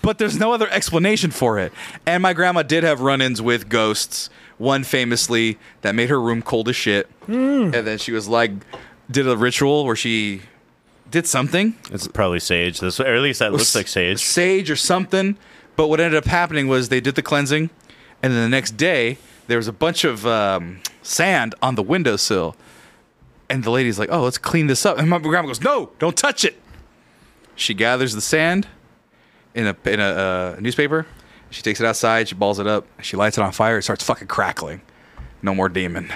A: but there's no other explanation for it. And my grandma did have run-ins with ghosts. One famously that made her room cold as shit,
B: Hmm.
A: and then she was like, did a ritual where she did something
C: It's probably sage. This, or at least that looks like
A: s-
C: sage.
A: sage or something. But what ended up happening was they did the cleansing, and then the next day there was a bunch of um, sand on the windowsill, and the lady's like, "Oh, let's clean this up." And my grandma goes, "No, don't touch it." She gathers the sand in a in a uh, newspaper. She takes it outside. She balls it up. She lights it on fire. It starts fucking crackling. No more demon.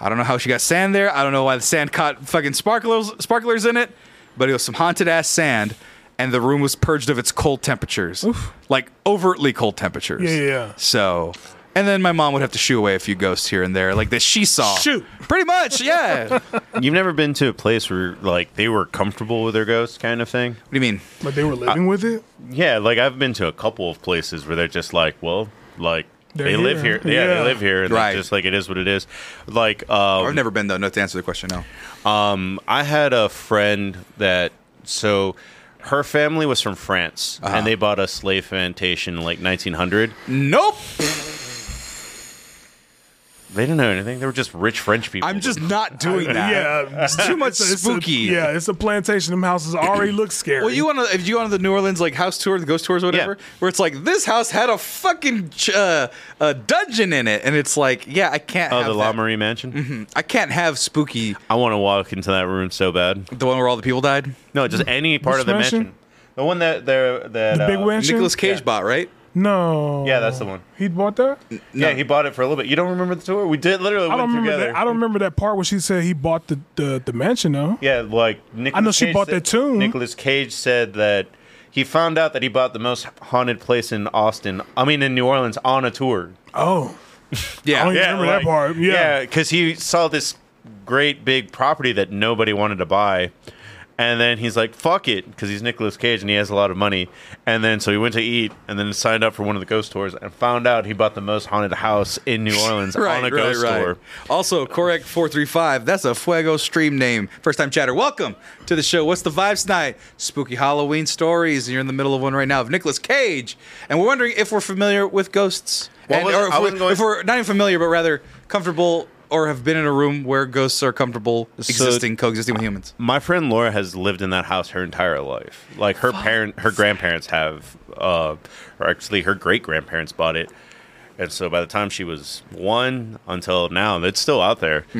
A: I don't know how she got sand there. I don't know why the sand caught fucking sparklers sparklers in it, but it was some haunted ass sand, and the room was purged of its cold temperatures, like overtly cold temperatures.
B: Yeah, yeah, yeah.
A: So, and then my mom would have to shoo away a few ghosts here and there, like that she saw.
B: Shoot.
A: pretty much, yeah. what do
C: You've never been to a place where like they were comfortable with their ghost kind of thing.
A: you mean?
B: But they were living with it.
C: Yeah, like I've been to a couple of places where they're just like, well, like
B: They're
C: they live
B: here.
C: here. Yeah,
B: Yeah.
C: they live here, and
A: Right.
C: right. just like it is what it is. Like, um,
A: I've never been though. No, to answer the question, no.
C: Um, I had a friend that so her family was from France
A: Uh-huh.
C: and they bought a slave plantation in like 1900.
A: Nope.
C: They didn't know anything. They were just rich French people.
A: I'm just not doing that.
B: Yeah,
A: It's too much
B: It's a-
A: spooky.
B: yeah, it's a plantation. Them houses already look scary.
A: Well, you want to if you want to the New Orleans like house tour, the ghost tours, or whatever,
C: Yeah.
A: where it's like this house had a fucking ch- uh, a dungeon in it, and it's like, yeah, I can't.
C: Oh,
A: have
C: the
A: that.
C: La Marie Mansion.
B: Mm-hmm.
A: I can't have spooky.
C: I want to walk into that room so bad.
A: The one where all the people died.
C: No, just any part
B: Which
C: of the
B: Mm-hmm. mansion?
C: mansion? The one that they're that
B: The big
C: uh,
B: mansion?
A: Nicholas Cage
C: Yeah.
A: bought right.
B: no.
C: Yeah, that's the one.
B: He bought that.
C: Yeah, he bought it for a little bit. You don't remember the tour? We did literally
B: I
C: went
B: don't remember
C: together.
B: that. I don't remember that part where she said he bought the the, the mansion though.
C: Yeah, like Nicholas
B: know she bought that tomb.
C: Nicholas Cage said that he found out that he bought the most haunted place in Austin. I mean, in New Orleans on a tour.
B: Oh,
A: Yeah.
B: Oh, yeah. remember that part, yeah.
C: because he saw this great big property that nobody wanted to buy. And then he's like, fuck it, because he's Nicolas Cage and he has a lot of money. And then so he went to eat and then signed up for one of the ghost tours and found out he bought the most haunted house in New Orleans on a ghost tour.
A: Also, Correct 435, that's a Fuego stream name. First time chatter, welcome to the show. What's the vibes tonight? Spooky Halloween stories. and You're in the middle of one right now of Nicolas Cage. And we're wondering if we're familiar with ghosts.
C: What
A: and,
C: was-
A: or if,
C: I
A: we,
C: wasn't going-
A: if we're not even familiar, but rather comfortable or have been in a room where ghosts are comfortable existing, coexisting with humans.
C: My friend Laura has lived in that house her entire life. Like her parent, her grandparents have, uh, or actually her great grandparents bought it, and so by the time she was one until now, it's still out there. Mm-hmm.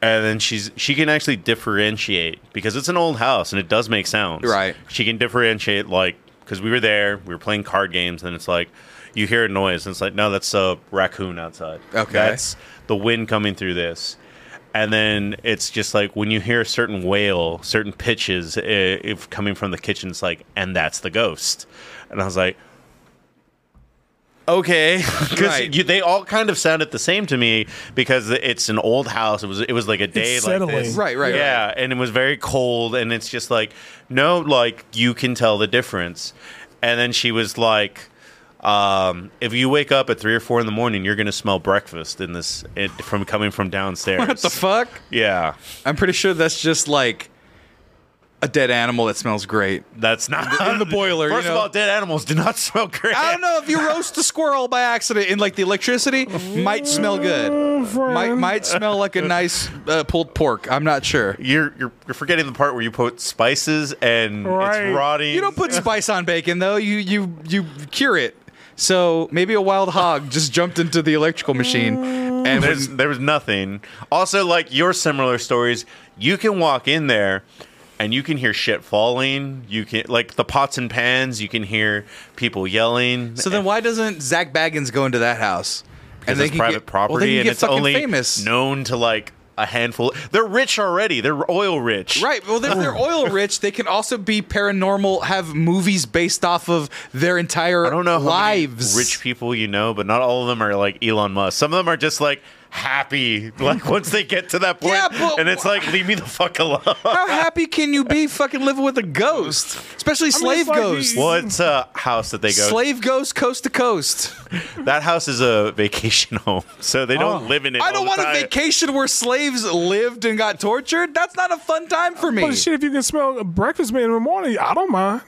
C: And then she's she can actually differentiate because it's an old house and it does make sounds.
A: Right.
C: She can differentiate like because we were there, we were playing card games, and it's like you hear a noise and it's like no, that's a raccoon outside.
A: Okay.
C: That's the wind coming through this. And then it's just like when you hear a certain wail, certain pitches eh, if coming from the kitchen, it's like, and that's the ghost. And I was like, okay, because
A: Right.
C: they all kind of sounded the same to me because it's an old house. It was it was like a day like
B: settling.
C: this,
A: Right, right,
C: yeah, uh, and it was very cold, and it's just like no, like you can tell the difference. And then she was like, um, "If you wake up at three or four in the morning, you're gonna smell breakfast in this it, from coming from downstairs."
A: What the fuck?
C: Yeah,
A: I'm pretty sure that's just like a dead animal that smells great.
C: that's not
A: In the boiler, you
C: First
A: know.
C: of all, dead animals do not smell great.
A: I don't know if you roast a squirrel by accident in like the electricity might smell good. Might might smell like a nice uh, pulled pork. I'm not sure.
C: You're, you're you're forgetting the part where you put spices and
B: Right.
C: it's rotting.
A: You don't put spice on bacon though. You you you cure it. So maybe a wild hog just jumped into the electrical machine and
C: There's,
A: was
C: there was nothing. Also, like your similar stories, you can walk in there and you can hear shit falling. You can like the pots and pans. You can hear people yelling.
A: So then why doesn't Zach Baggins go into that house?
C: Because it's private property
A: well, they can
C: and
A: get
C: it's
A: fucking
C: only
A: famous.
C: known to like a handful. They're rich already. They're oil rich.
A: Right. Well, if they're
C: Oh.
A: oil rich, they can also be paranormal, have movies based off of their entire
C: I don't know how many
A: lives.
C: rich people you know, but not all of them are like Elon Musk. Some of them are just like happy, like once they get to that point,
A: Yeah, but-
C: and it's like leave me the fuck alone.
A: How happy can you be fucking living with a ghost? Especially slave
B: it's like
A: ghosts.
B: you-
C: What's a uh, house that they go?
A: Slave ghosts coast to coast.
C: that house is a vacation home, so they don't live in it.
A: Oh. I
C: all
A: don't
C: the
A: want a
C: time.
A: vacation where slaves lived and got tortured. That's not a fun time for me.
B: But shit, if you can smell breakfast made in the morning, I don't mind.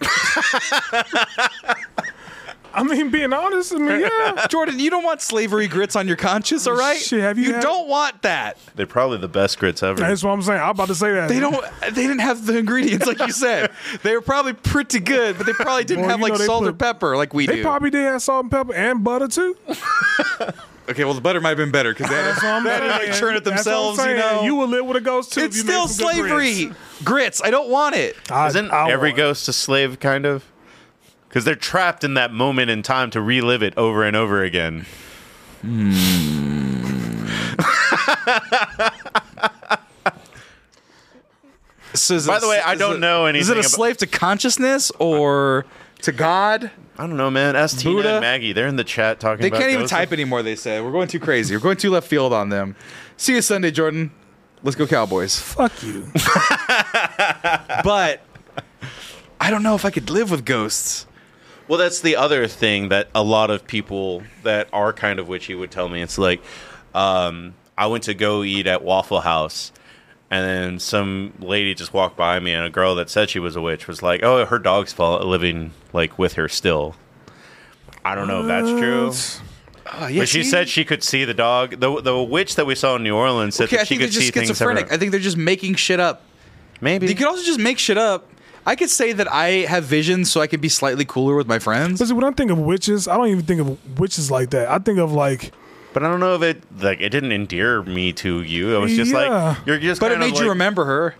B: I mean, being honest, I mean, yeah.
A: Jordan, you don't want slavery grits on your conscience, all right?
B: Shit, have you had-
A: don't want that.
C: They're probably the best grits ever.
B: That's what I'm saying. I'm about to say that.
A: They don't. They didn't have the ingredients like you said. they were probably pretty good, but they probably didn't
B: Well,
A: have
B: you
A: like
B: know, they
A: salt or
B: put-
A: pepper like we
B: They
A: do.
B: probably did have salt and pepper and butter too.
A: okay, well the butter might have been better because they had,
B: That's what I'm
A: they had to, like
B: saying.
A: churn it
B: That's what I'm
A: themselves. You
B: saying.
A: know,
B: You would live with a ghost too. if
A: it's
B: you made
A: still
B: some good grits.
A: slavery. Grits. I don't want it.
B: I-
C: Isn't
B: I
C: every
B: want-
C: ghost a slave, kind of? Because they're trapped in that moment in time to relive it over and over again.
A: So is
C: By
A: it-
C: the way, I
A: is
C: don't
A: it-
C: know
A: Is it
C: anything
A: a
C: about-
A: slave to consciousness or to God?
C: I don't know, man. Ask Tina
A: Buddha?
C: and Maggie. They're in the chat talking
A: They
C: about
A: can't even
C: ghosts.
A: type anymore. They said we're going too crazy. We're going too left field on them. See you Sunday, Jordan. Let's go Cowboys.
B: Fuck you.
A: But I don't know if I could live with ghosts.
C: Well, that's the other thing that a lot of people that are kind of witchy would tell me. It's like, um, I went to go eat at Waffle House, and then some lady just walked by me, and a girl that said she was a witch was like, "Oh, her dog's fall- living like with her still." I don't know if that's true,
A: Oh, yeah,
C: but she
A: see?
C: said she could see the dog. the The witch that we saw in New Orleans said
A: Okay, I
C: that she
A: think they're
C: could see
A: just
C: things. everywhere.
A: schizophrenic. I think they're just making shit up.
C: Maybe
A: You could also just make shit up. I could say that I have visions so I could be slightly cooler with my friends.
B: But see, when I think of witches, I don't even think of witches like that. I think of like
C: But I don't know if it like it didn't endear me to you. It was just
B: Yeah.
C: like you're just.
A: But it
C: kind of
A: made you
C: like-
A: remember her.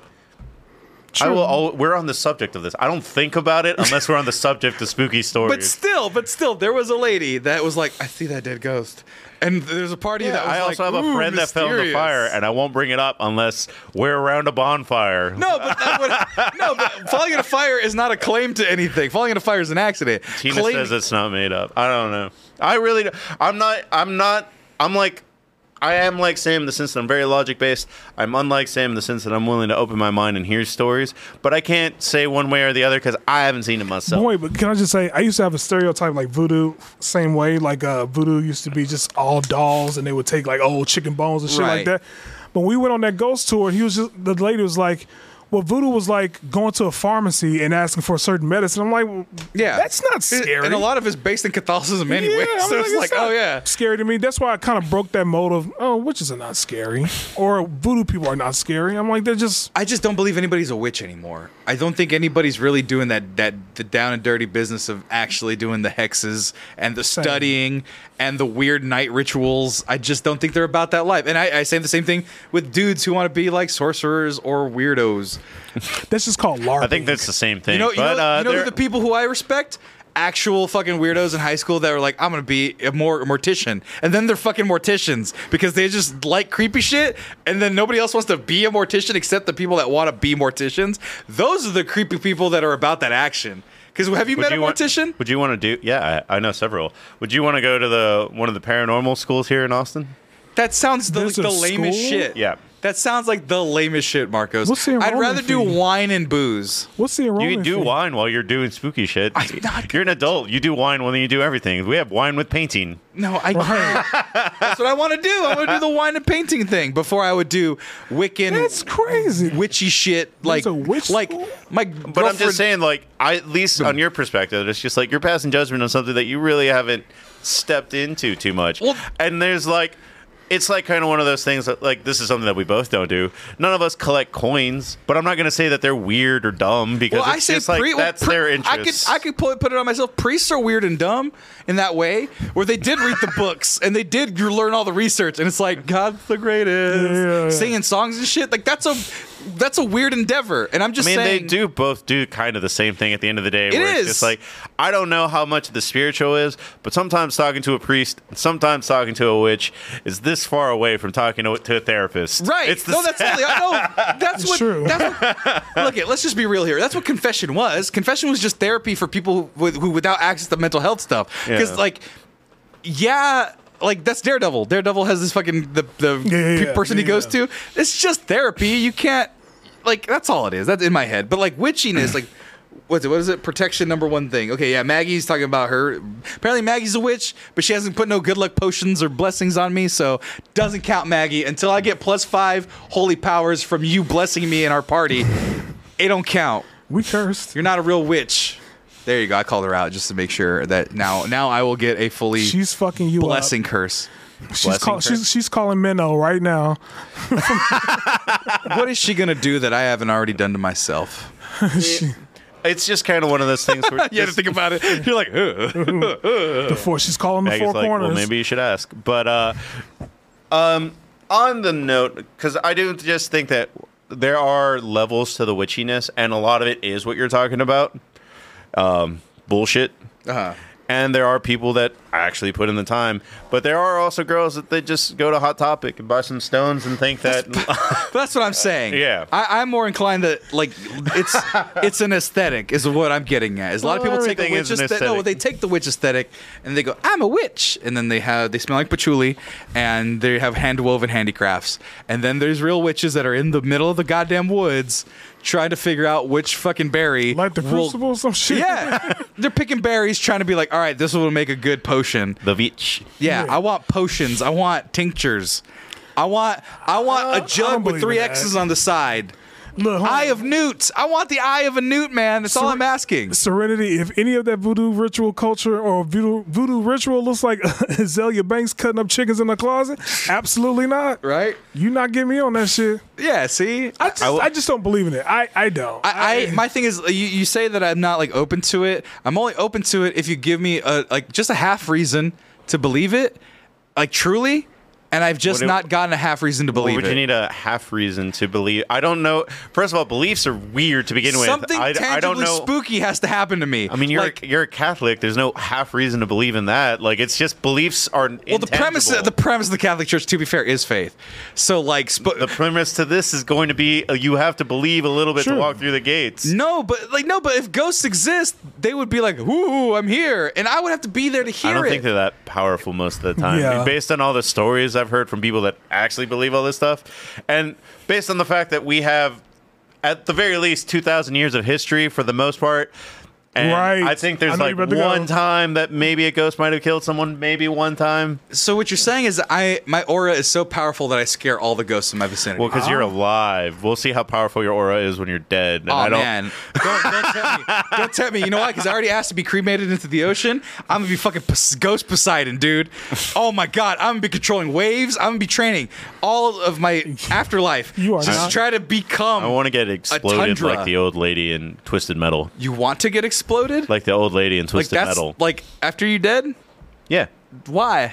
C: I will. All, we're on the subject of this. I don't think about it unless we're on the subject of spooky
A: But
C: stories.
A: still, but still, there was a lady that was like, I see that dead ghost. And there's a party that was
C: I also
A: like,
C: have a
A: "Ooh,
C: friend that fell in the
A: mysterious."
C: fire, and I won't bring it up unless we're around a bonfire.
A: No, but that would, no, but falling in a fire is not a claim to anything. Falling in a fire is an accident.
C: Tina
A: Claim-
C: says it's not made up. I don't know. I really. don't- I'm not. I'm not. I'm like. I am like Sam in the sense that I'm very logic based. I'm unlike Sam in the sense that I'm willing to open my mind and hear stories, but I can't say one way or the other because I haven't seen it myself.
B: boy. But can I just say, I used to have a stereotype like voodoo, same way like uh, voodoo used to be just all dolls, and they would take like old chicken bones and shit
A: Right.
B: like that. But we went on that ghost tour, he was just the lady was like. Well, voodoo was like going to a pharmacy and asking for a certain medicine. I'm like, well,
A: yeah.
B: that's not scary.
A: And a lot of it's based in Catholicism anyway.
B: Yeah, I'm
A: so it's like,
B: not
A: oh, yeah.
B: scary to me. That's why I kind of broke that mode of, oh, witches are not scary, or voodoo people are not scary. I'm like, they're just
A: I just don't believe anybody's a witch anymore. I don't think anybody's really doing that that the down and dirty business of actually doing the hexes and the
B: Same.
A: studying and the weird night rituals. I just don't think they're about that life. And I, I say the same thing with dudes who want to be like sorcerers or weirdos.
B: that's just called LARPing.
C: I think that's the same thing.
A: You know, you
C: but,
A: know,
C: uh,
A: you know who
C: there-
A: the people who I respect. Actual fucking weirdos in high school that were like, I'm gonna be a more a mortician, and then they're fucking morticians because they just like creepy shit, and then nobody else wants to be a mortician except the people that want to be morticians. Those are the creepy people that are about that action. Because have you met a
C: want-
A: mortician?
C: would you want to do? Yeah, I, I know several. Would you want to go to the one of the paranormal schools here in Austin?
A: That sounds the,
B: There's a
A: the lamest
B: school?
A: shit.
C: Yeah.
A: that sounds like the lamest shit, Marcos.
B: What's the
A: I'd
B: enrollment
A: rather do
B: fee?
A: wine and booze.
B: What's the enrollment?
C: you can do
B: fee?
C: wine while you're doing spooky shit.
A: I'm not
C: you're an adult. You do wine when you do everything. We have wine with painting.
A: No, I can't. That's what I want to do. I want to do the wine and painting thing before I would do Wiccan.
B: That's crazy.
A: Witchy shit. Like,
B: a witch
A: like
B: school?
A: my.
C: But I'm just saying, like, I, at least on your perspective, it's just like you're passing judgment on something that you really haven't stepped into too much.
A: Well-
C: and there's like, it's like kind of one of those things that, like, this is something that we both don't do. None of us collect coins, but I'm not going to say that they're weird or dumb because
A: Well, I
C: it's
A: say
C: just like
A: pre- well,
C: that's
A: pre-
C: their
A: I could
C: interest.
A: I could put put it on myself. Priests are weird and dumb in that way, where they did read the books and they did learn all the research, and it's like God's the greatest,
B: Yeah, yeah, yeah.
A: singing songs and shit. Like that's a that's a weird endeavor, and I'm
C: I
A: just
C: mean,
A: saying
C: they do both do kind of the same thing at the end of the day. where
A: is.
C: It's just like I don't know how much of the spiritual is, but sometimes talking to a priest, and sometimes talking to a witch is this far away from talking to, to a therapist.
A: Right.
C: It's the
A: no, that's totally. I know. That's what.
B: true.
A: That's what look, it, let's just be real here. That's what confession was. Confession was just therapy for people with, who without access to mental health stuff. Because
C: Yeah.
A: like, yeah. Like that's Daredevil. Daredevil has this fucking the the
B: Yeah, yeah,
A: pe-
B: yeah.
A: person he
B: Yeah,
A: goes
B: yeah.
A: to. It's just therapy. You can't like that's all it is. That's in my head. But like witchiness, like what's it? What is it? Protection number one thing. Okay, yeah. Maggie's talking about her. Apparently Maggie's a witch, but she hasn't put no good luck potions or blessings on me, so doesn't count Maggie until I get plus five holy powers from you blessing me in our party. It don't count.
B: We cursed.
A: You're not a real witch. There you go. I called her out just to make sure that now now I will get a fully
B: She's fucking you up.
A: blessing curse.
B: She's,
C: Blessing
B: call,
C: curse.
B: she's, she's calling Minnow right now.
A: What is she gonna do that I haven't already done to myself?
C: It's just kind of one of those things where
A: You had to think about it. You're like, "Ugh."
B: The four, she's calling the
C: Maggie's
B: four
C: like,
B: corners.
C: well, maybe you should ask. But uh, um, on the note, because I do just think that there are levels to the witchiness, and a lot of it is what you're talking about, um, bullshit.
A: Uh-huh.
C: And there are people that actually put in the time, but there are also girls that they just go to Hot Topic and buy some stones and think that
A: But that's what I'm saying.
C: Yeah.
A: I, I'm more inclined that like it's it's an aesthetic is what I'm getting at. Is a lot
C: Well,
A: of people take the
C: everything
A: witch
C: is an
A: aesthetic. No,
C: aesthetic.
A: they take the witch aesthetic and they go, I'm a witch, and then they have they smell like patchouli and they have hand woven handicrafts. And then there's real witches that are in the middle of the goddamn woods trying to figure out which fucking berry
B: like the
A: will-
B: crucible, some shit.
A: Yeah, they're picking berries, trying to be like, all right, this will make a good potion.
C: the witch.
A: Yeah,
B: Yeah.
A: I want potions. I want tinctures. I want I want a jug with
B: Uh, believe
A: three
B: in that.
A: X's on the side.
B: Look, hold
A: Eye
B: on.
A: of newts. I want the eye of a newt, man. That's all
B: Seren-
A: I'm asking.
B: Serenity, if any of that voodoo ritual culture or voodoo, voodoo ritual looks like Azalea Banks cutting up chickens in the closet, absolutely not.
A: Right?
B: You not getting me on that shit.
A: Yeah. See, I
B: I, just don't believe in it. I, I don't.
A: I, I my thing is uh, you, you say that I'm not like open to it. I'm only open to it if you give me a like just a half reason to believe it, like truly. And I've just
C: What do-
A: not gotten a half reason to
C: Or
A: believe
C: would
A: it.
C: you need a half reason to believe? I don't know. First of all, beliefs are weird to begin
A: Something
C: with. I,
A: tangibly
C: I don't know.
A: spooky has to happen to me.
C: I mean, you're
A: like,
C: a, you're a Catholic. There's no half reason to believe in that. Like, it's just beliefs are.
A: Well, the premise uh, the premise of the Catholic Church, to be fair, is faith. So like, sp-
C: the premise to this is going to be uh, you have to believe a little bit
B: Sure.
C: to walk through the gates.
A: no, but like no, but if ghosts exist, they would be like, "Ooh, I'm here," and I would have to be there to hear
C: I don't
A: it.
C: think they're that powerful most of the time.
B: Yeah.
C: Based on all the stories I've heard from people that actually believe all this stuff, and based on the fact that we have, at the very least, two thousand years of history for the most part. And
B: Right.
C: I think
B: I
C: there's
B: know
C: like
B: you're about to go.
C: one time that maybe a ghost might have killed someone, maybe one time.
A: so what you're saying is, that I my aura is so powerful that I scare all the ghosts in my vicinity.
C: Well, because you're alive. We'll see how powerful your aura is when you're dead. And
A: Oh
C: I don't,
A: man! Don't, don't tempt me! Don't tempt me! You know why? Because I already asked to be cremated into the ocean. I'm gonna be fucking Pos- ghost Poseidon, dude. Oh my god! I'm gonna be controlling waves. I'm gonna be training all of my afterlife.
B: You are
A: just
B: not-
A: try to become.
C: I want to get exploded
A: tundra.
C: like the old lady in Twisted Metal.
A: you want to get exploded?
C: Like the old lady in
A: Like
C: Twisted
A: that's
C: Metal.
A: like after you dead.
C: yeah.
A: Why?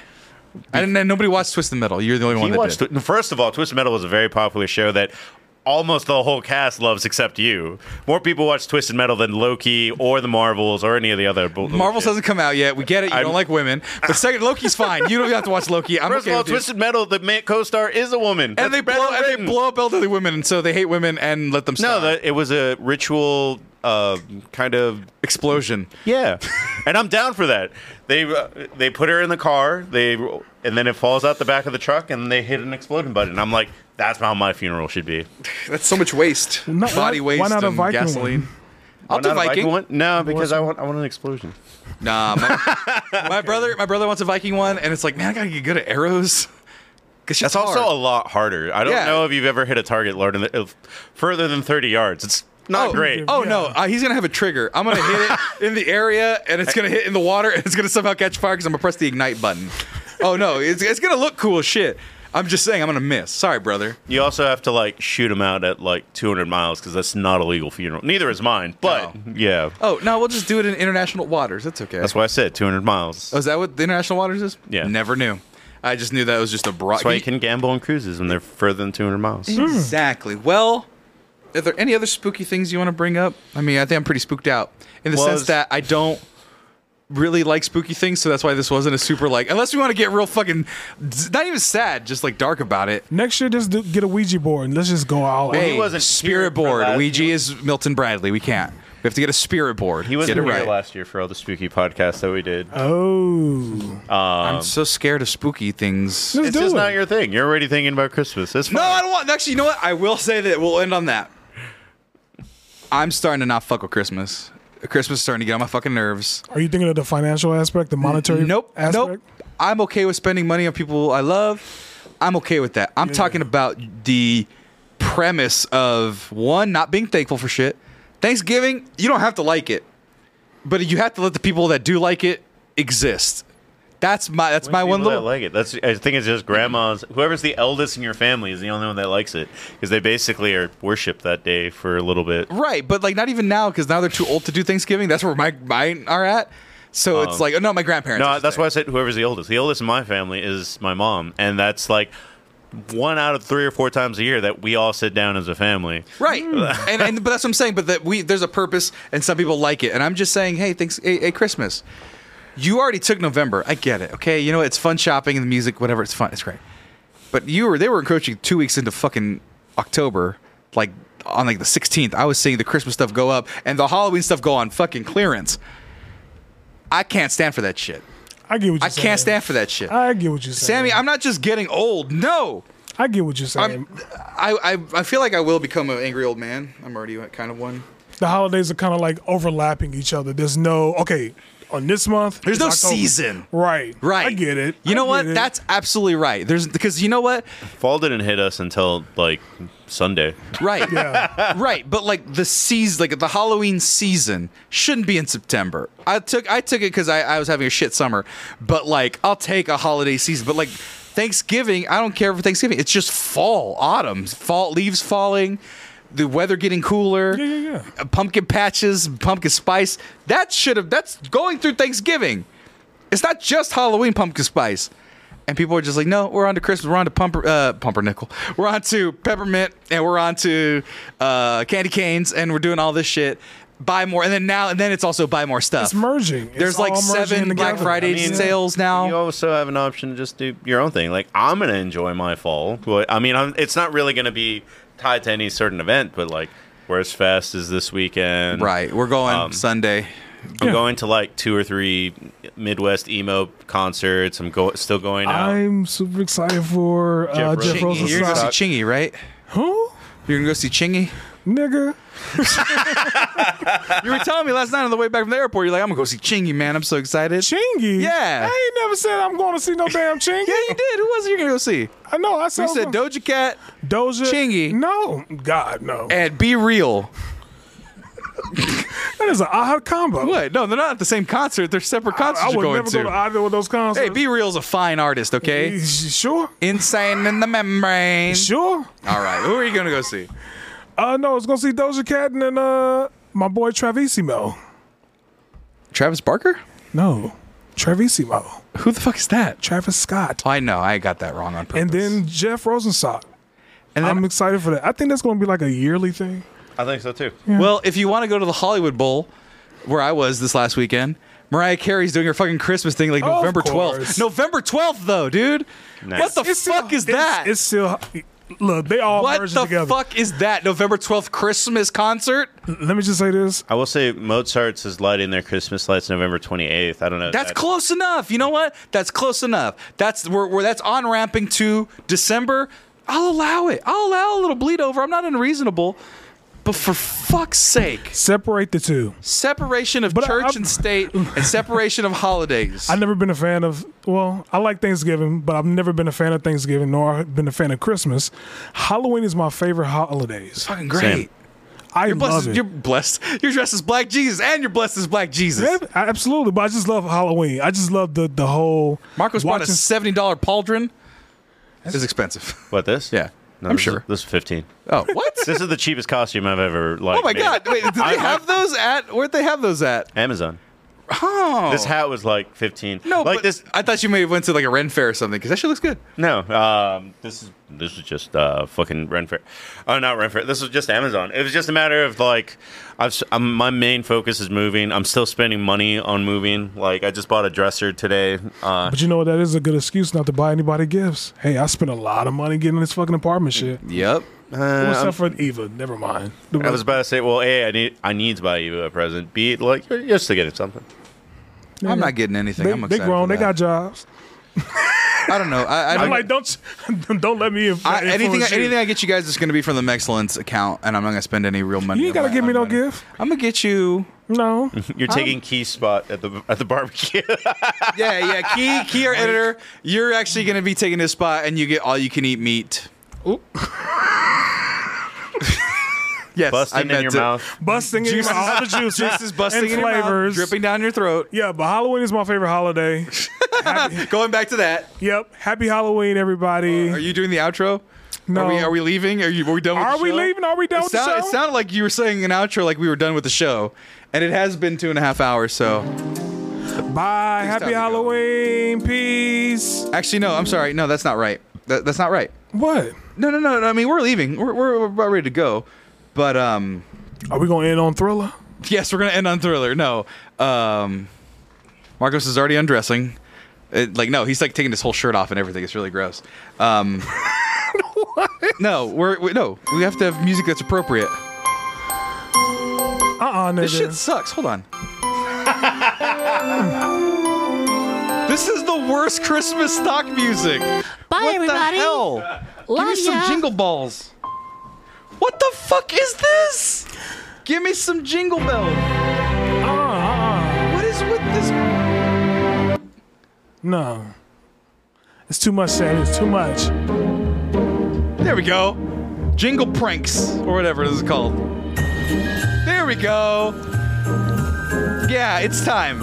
A: And then nobody watched Twist the Metal. You're the only one
C: He
A: that
C: watched,
A: did.
C: Twi- first of all, Twisted Metal was a very popular show that almost the whole cast loves except you. More people watch Twisted Metal than Loki or the Marvels or any of the other. bull-
A: Marvels
C: bullshit.
A: hasn't come out yet. We get it. You don't
C: I'm-
A: like women. But second, Loki's fine. You don't have to watch Loki. I'm
C: First
A: okay
C: of all,
A: with you.
C: Twisted Metal, the ma- co-star is a woman.
A: and they,
C: That's
A: blow,
C: better
A: and they
C: written.
A: blow up elderly women, and so they hate women and let them.
C: No,
A: starve.
C: the, it was a ritual uh, kind of
A: explosion.
C: Yeah, and I'm down for that. They uh, they put her in the car. They and then it falls out the back of the truck, and they hit an exploding button. And I'm like, that's how my funeral should be.
A: That's so much waste.
B: Not-
A: Body
B: why-
A: waste
B: why not a
A: and
B: Viking
A: gasoline.
B: one?
A: I'll do
C: Not a
A: Viking.
C: one? No, because I want I want an explosion.
A: Nah, my, my brother, my brother wants a Viking one, and it's like, man, I gotta get good at arrows. 'Cause shit's
C: That's also
A: hard.
C: a lot harder. I don't
A: Yeah.
C: know if you've ever hit a target larger than, if- further than 30 yards. It's not
A: oh,
C: great.
A: Oh
B: Yeah.
A: no, uh, he's gonna have a trigger. I'm gonna hit it in the area, and it's gonna hit in the water, and it's gonna somehow catch fire because I'm gonna press the ignite button. Oh no, it's, it's gonna look cool as shit. I'm just saying, I'm gonna miss. Sorry, brother.
C: You also have to like shoot them out at like 200 miles because that's not a legal funeral. Neither is mine. But
A: No.
C: yeah,
A: Oh no, we'll just do it in international waters. That's okay.
C: that's why I said 200 miles.
A: Oh, is that what the international waters is?
C: Yeah.
A: Never knew. I just knew that was just a broad. Mm-hmm.
C: Hmm. That's why you can gamble on cruises when they're further than 200 miles.
A: Exactly. Well, are there any other spooky things you want to bring up? I mean, I think I'm pretty spooked out in the
C: Well,
A: sense
C: it's-
A: that I don't really like spooky things, so that's why this wasn't a super like. Unless we want to get real fucking, not even sad, just like dark about it.
B: Next year, just do, get a Ouija board and let's just go all out.
A: hey,
C: wasn't here
A: spirit
C: for
A: board.
C: last-
A: Ouija
C: he-
A: is Milton Bradley. We can't. We have to get a spirit board.
C: He was
A: get
C: here
A: it right.
C: last year for all the spooky podcasts that we did.
B: Oh,
A: I'm so scared of spooky things.
B: let's
C: it's
B: do
C: just
B: it.
C: not your thing. You're already thinking about Christmas. That's fine.
A: No, I don't want. Actually, you know what? I will say that we'll end on that. I'm starting to not fuck with Christmas. Christmas is starting to get on my fucking nerves.
B: Are you thinking of the financial aspect, the monetary
A: Nope.
B: aspect?
A: Nope. I'm okay with spending money on people I love. I'm okay with that. I'm talking about the premise of one, not being thankful for shit. Thanksgiving, you don't have to like it, but you have to let the people that do like it exist. That's my that's my
C: People
A: one
C: that
A: little.
C: like it. That's I think it's just grandmas. Whoever's the eldest in your family is the only one that likes it because they basically are worshipped that day for a little bit.
A: Right, but like not even now because now they're too old to do Thanksgiving. That's where my mine are at. So it's like, oh no, my grandparents. I
C: No,
A: should
C: that's
A: say.
C: why I said whoever's the oldest. The oldest in my family is my mom, and that's like one out of three or four times a year that we all sit down as a family.
A: Right, and, and but that's what I'm saying. But that we there's a purpose, and some people like it. And I'm just saying, hey, thanks, hey, hey, Christmas. You already took November. I get it. Okay, you know it's fun shopping and the music, whatever. It's fun. It's great. But you were they were encroaching two weeks into fucking October, like on like the 16th. I was seeing the Christmas stuff go up and the Halloween stuff go on fucking clearance. I can't stand for that shit.
B: I get what
A: I
B: you're saying.
A: can't stand for that shit.
B: I get what you're saying.
A: Sammy, I'm not just getting old. No,
B: I get what you're saying.
A: I'm, I, I I feel like I will become an angry old man. I'm already kind of one.
B: the holidays are kind of like overlapping each other. There's no okay on this month.
A: There's
B: it's
A: no
B: October.
A: season.
B: Right.
A: Right.
B: I get it.
A: You
B: I
A: know
B: get
A: what?
B: it.
A: That's absolutely right. There's because you know what?
C: Fall didn't hit us until like Sunday.
A: Right.
B: Yeah.
A: right. But like the season, like the Halloween season shouldn't be in September. I took I took it because I, I was having a shit summer. But like I'll take a holiday season. But like Thanksgiving, I don't care for Thanksgiving. It's just fall, autumn, fall leaves falling, the weather getting cooler.
B: Yeah, yeah, yeah.
A: uh, Pumpkin patches, pumpkin spice. That should have that's going through Thanksgiving. It's not just Halloween pumpkin spice. And people are just like, no, we're on to Christmas. We're on to pumper, uh, pumpernickel. We're on to peppermint, and we're on to uh, candy canes, and we're doing all this shit. Buy more, and then now, and then it's also buy more stuff.
B: It's merging. It's
A: There's like
B: all merging
A: seven
B: together.
A: Black Friday
C: I mean,
A: sales now.
C: You also have an option to just do your own thing. Like I'm gonna enjoy my fall. Well, I mean, I'm, it's not really gonna be tied to any certain event, but like Where's Fest is this weekend,
A: right, we're going
C: Um,
A: Sunday.
C: I'm
B: Yeah.
C: going to like two or three Midwest emo concerts. I'm go- still going out.
B: I'm super excited for uh,
C: Jeff
B: Jeff
C: Rosen.
A: Chingy. You're
B: Rosenstock.
A: gonna go see Chingy, right?
B: Who?
A: You're gonna go see Chingy.
B: Nigga.
A: You were telling me last night on the way back from the airport. You're like, I'm gonna go see Chingy, man. I'm so excited.
B: Chingy.
A: Yeah.
B: I ain't never said I'm going to see no damn Chingy.
A: Yeah, you did. Who was it you're gonna go see?
B: I know. I said,
A: We
B: I was
A: said
B: gonna-
A: Doja Cat
B: Doja.
A: Chingy.
B: No. God, no.
A: and Be Real.
B: that is an odd combo.
A: What? No, they're not at the same concert. They're separate
B: I,
A: concerts
B: I would
A: you're going
B: never
A: to.
B: go to either of those concerts.
A: hey, Be Real's a fine artist, okay?
B: Sure.
A: Insane in the membrane.
B: Sure.
A: All right, who are you going to go see?
B: Uh, no, I was gonna see Doja Cat and then uh, my boy Travisimo.
A: Travis Barker?
B: No, Travisimo,
A: Who the fuck is that?
B: Travis Scott,
A: I know, I got that wrong on purpose.
B: and then Jeff Rosenstock.
A: and then
B: I'm excited for that. I think that's gonna be like a yearly thing.
C: I think so too.
A: well, if you want to go to the Hollywood Bowl, where I was this last weekend, Mariah Carey's doing her fucking Christmas thing like
B: Of
A: November
B: course.
A: 12th. November 12th, though, dude. What the
B: still-
A: fuck is
B: it's-
A: that?
B: It's, still look. They all
A: what
B: merged
A: the
B: together.
A: fuck is that? November 12th Christmas concert?
B: Let me just say this.
C: I will say Mozart's is lighting their Christmas lights November 28th. I don't know. Uh, if
A: That's close enough. You know what? That's close enough. That's we're, we're that's on ramping to December. I'll allow it. I'll allow a little bleed over. I'm not unreasonable. But for fuck's sake,
B: Separate the two.
A: separation of
B: But I-
A: church
B: I'm-
A: and state and separation of holidays.
B: I've never been a fan of. Well, I like Thanksgiving, but I've never been a fan of Thanksgiving, nor I've been a fan of Christmas. Halloween is my favorite holidays.
A: Fucking great.
B: I
A: You're blessed.
B: love it.
A: You're blessed. You're dressed as Black Jesus, and you're blessed as Black Jesus.
B: Yeah, I- absolutely. But I just love Halloween. I just love the the whole
A: Marcos bought a
B: watching.
A: seventy dollar pauldron. It's expensive.
C: What this?
A: Yeah,
C: No,
A: I'm
C: this is-
A: sure.
C: this is 15.
A: Oh what?
C: This is the cheapest costume I've ever like.
A: Oh my
C: made.
A: God! Wait, did
C: I-
A: they have those at? Where'd they have those at?
C: Amazon.
A: Oh.
C: This hat was like 15.
A: no,
C: like
A: but
C: this.
A: I thought you may have went to like a Ren fair or something because that shit looks good.
C: No, um, this is this is just uh, fucking Renfair. Oh, not Renfair. This was just Amazon. It was just a matter of like, I've, s am my main focus is moving. I'm still spending money on moving. Like, I just bought a dresser today. Uh,
B: But you know what? That is a good excuse not to buy anybody gifts. Hey, I spent a lot of money getting this fucking apartment shit.
A: Yep.
B: What's up for Eva? Never mind.
C: I was about to say, well, a I need I need to buy you a present. B like you're, you're still getting something.
A: I'm not getting anything.
B: they,
A: I'm
B: they
A: excited.
B: grown.
A: for
B: They got
A: that.
B: jobs.
A: I don't know. I, I
B: I'm
A: don't,
B: like, don't don't let me. Inf-
A: I, anything,
B: influence you.
A: anything I get you guys is going to be from the Mexcellence account, and I'm not going to spend any real money.
B: You ain't gotta give me no gift.
A: I'm going to get you.
B: No.
C: You're taking key spot at the at the barbecue.
A: Yeah, yeah. Key, key, our editor. You're actually going to be taking this spot, and you get all you can eat meat. yes, I
C: Busting
A: meant
C: in your
A: it.
C: mouth.
B: Busting in
A: Juices-
B: all the juices,
A: Juices busting
B: and
A: in your mouth,
B: flavors,
A: dripping down your throat.
B: Yeah, but Halloween is my favorite holiday.
A: Going back to that,
B: yep. Happy Halloween, everybody.
A: Uh, are you doing the outro?
B: No.
A: Are we, are we leaving? Are you? Are we done? With
B: Are
A: the
B: we
A: show?
B: leaving? Are we done
A: It,
B: with Oh, the
A: sound,
B: show?
A: it sounded like you were saying an outro, like we were done with the show, and it has been two and a half hours. So
B: Bye.
A: It's time
B: Happy
A: to go.
B: Halloween. Peace.
A: actually, no. I'm sorry. No, that's not right. That, that's not right.
B: What?
A: No, no, no, no. I mean, we're leaving. We're, we're, we're about ready to go. But um,
B: Are we gonna end on Thriller?
A: yes, we're gonna end on Thriller. No, um, Marcos is already undressing. It, like, no, he's like taking his whole shirt off and everything. It's really gross. Um, no, we're we, no. We have to have music that's appropriate.
B: Uh uh
A: This shit sucks. Hold on. this is the worst Christmas stock music.
F: Bye,
A: what
F: everybody.
A: the hell? Give
F: Love
A: me some
F: ya.
A: jingle balls. What the fuck is this? Give me some jingle bells. What is with this?
B: No. It's too much, Sammy. It's too much.
A: There we go. Jingle pranks or whatever this is called. There we go. Yeah, it's time.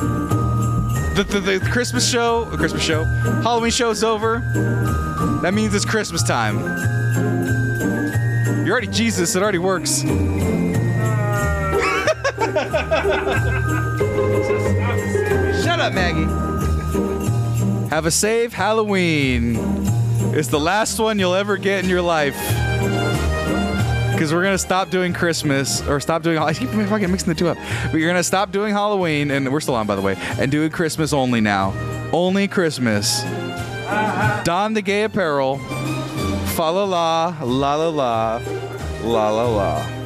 A: The, the, the Christmas show, uh, Christmas show, Halloween show is over. That means it's Christmas time. You're already Jesus, it already works. Shut up, Maggie. Have a safe Halloween. It's the last one you'll ever get in your life. Because we're gonna stop doing Christmas or stop doing. I keep fucking mixing the two up. But you're gonna stop doing Halloween, and we're still on, by the way, and doing Christmas only now. Only Christmas. Don the gay apparel. Fa la la, la la la, la la la.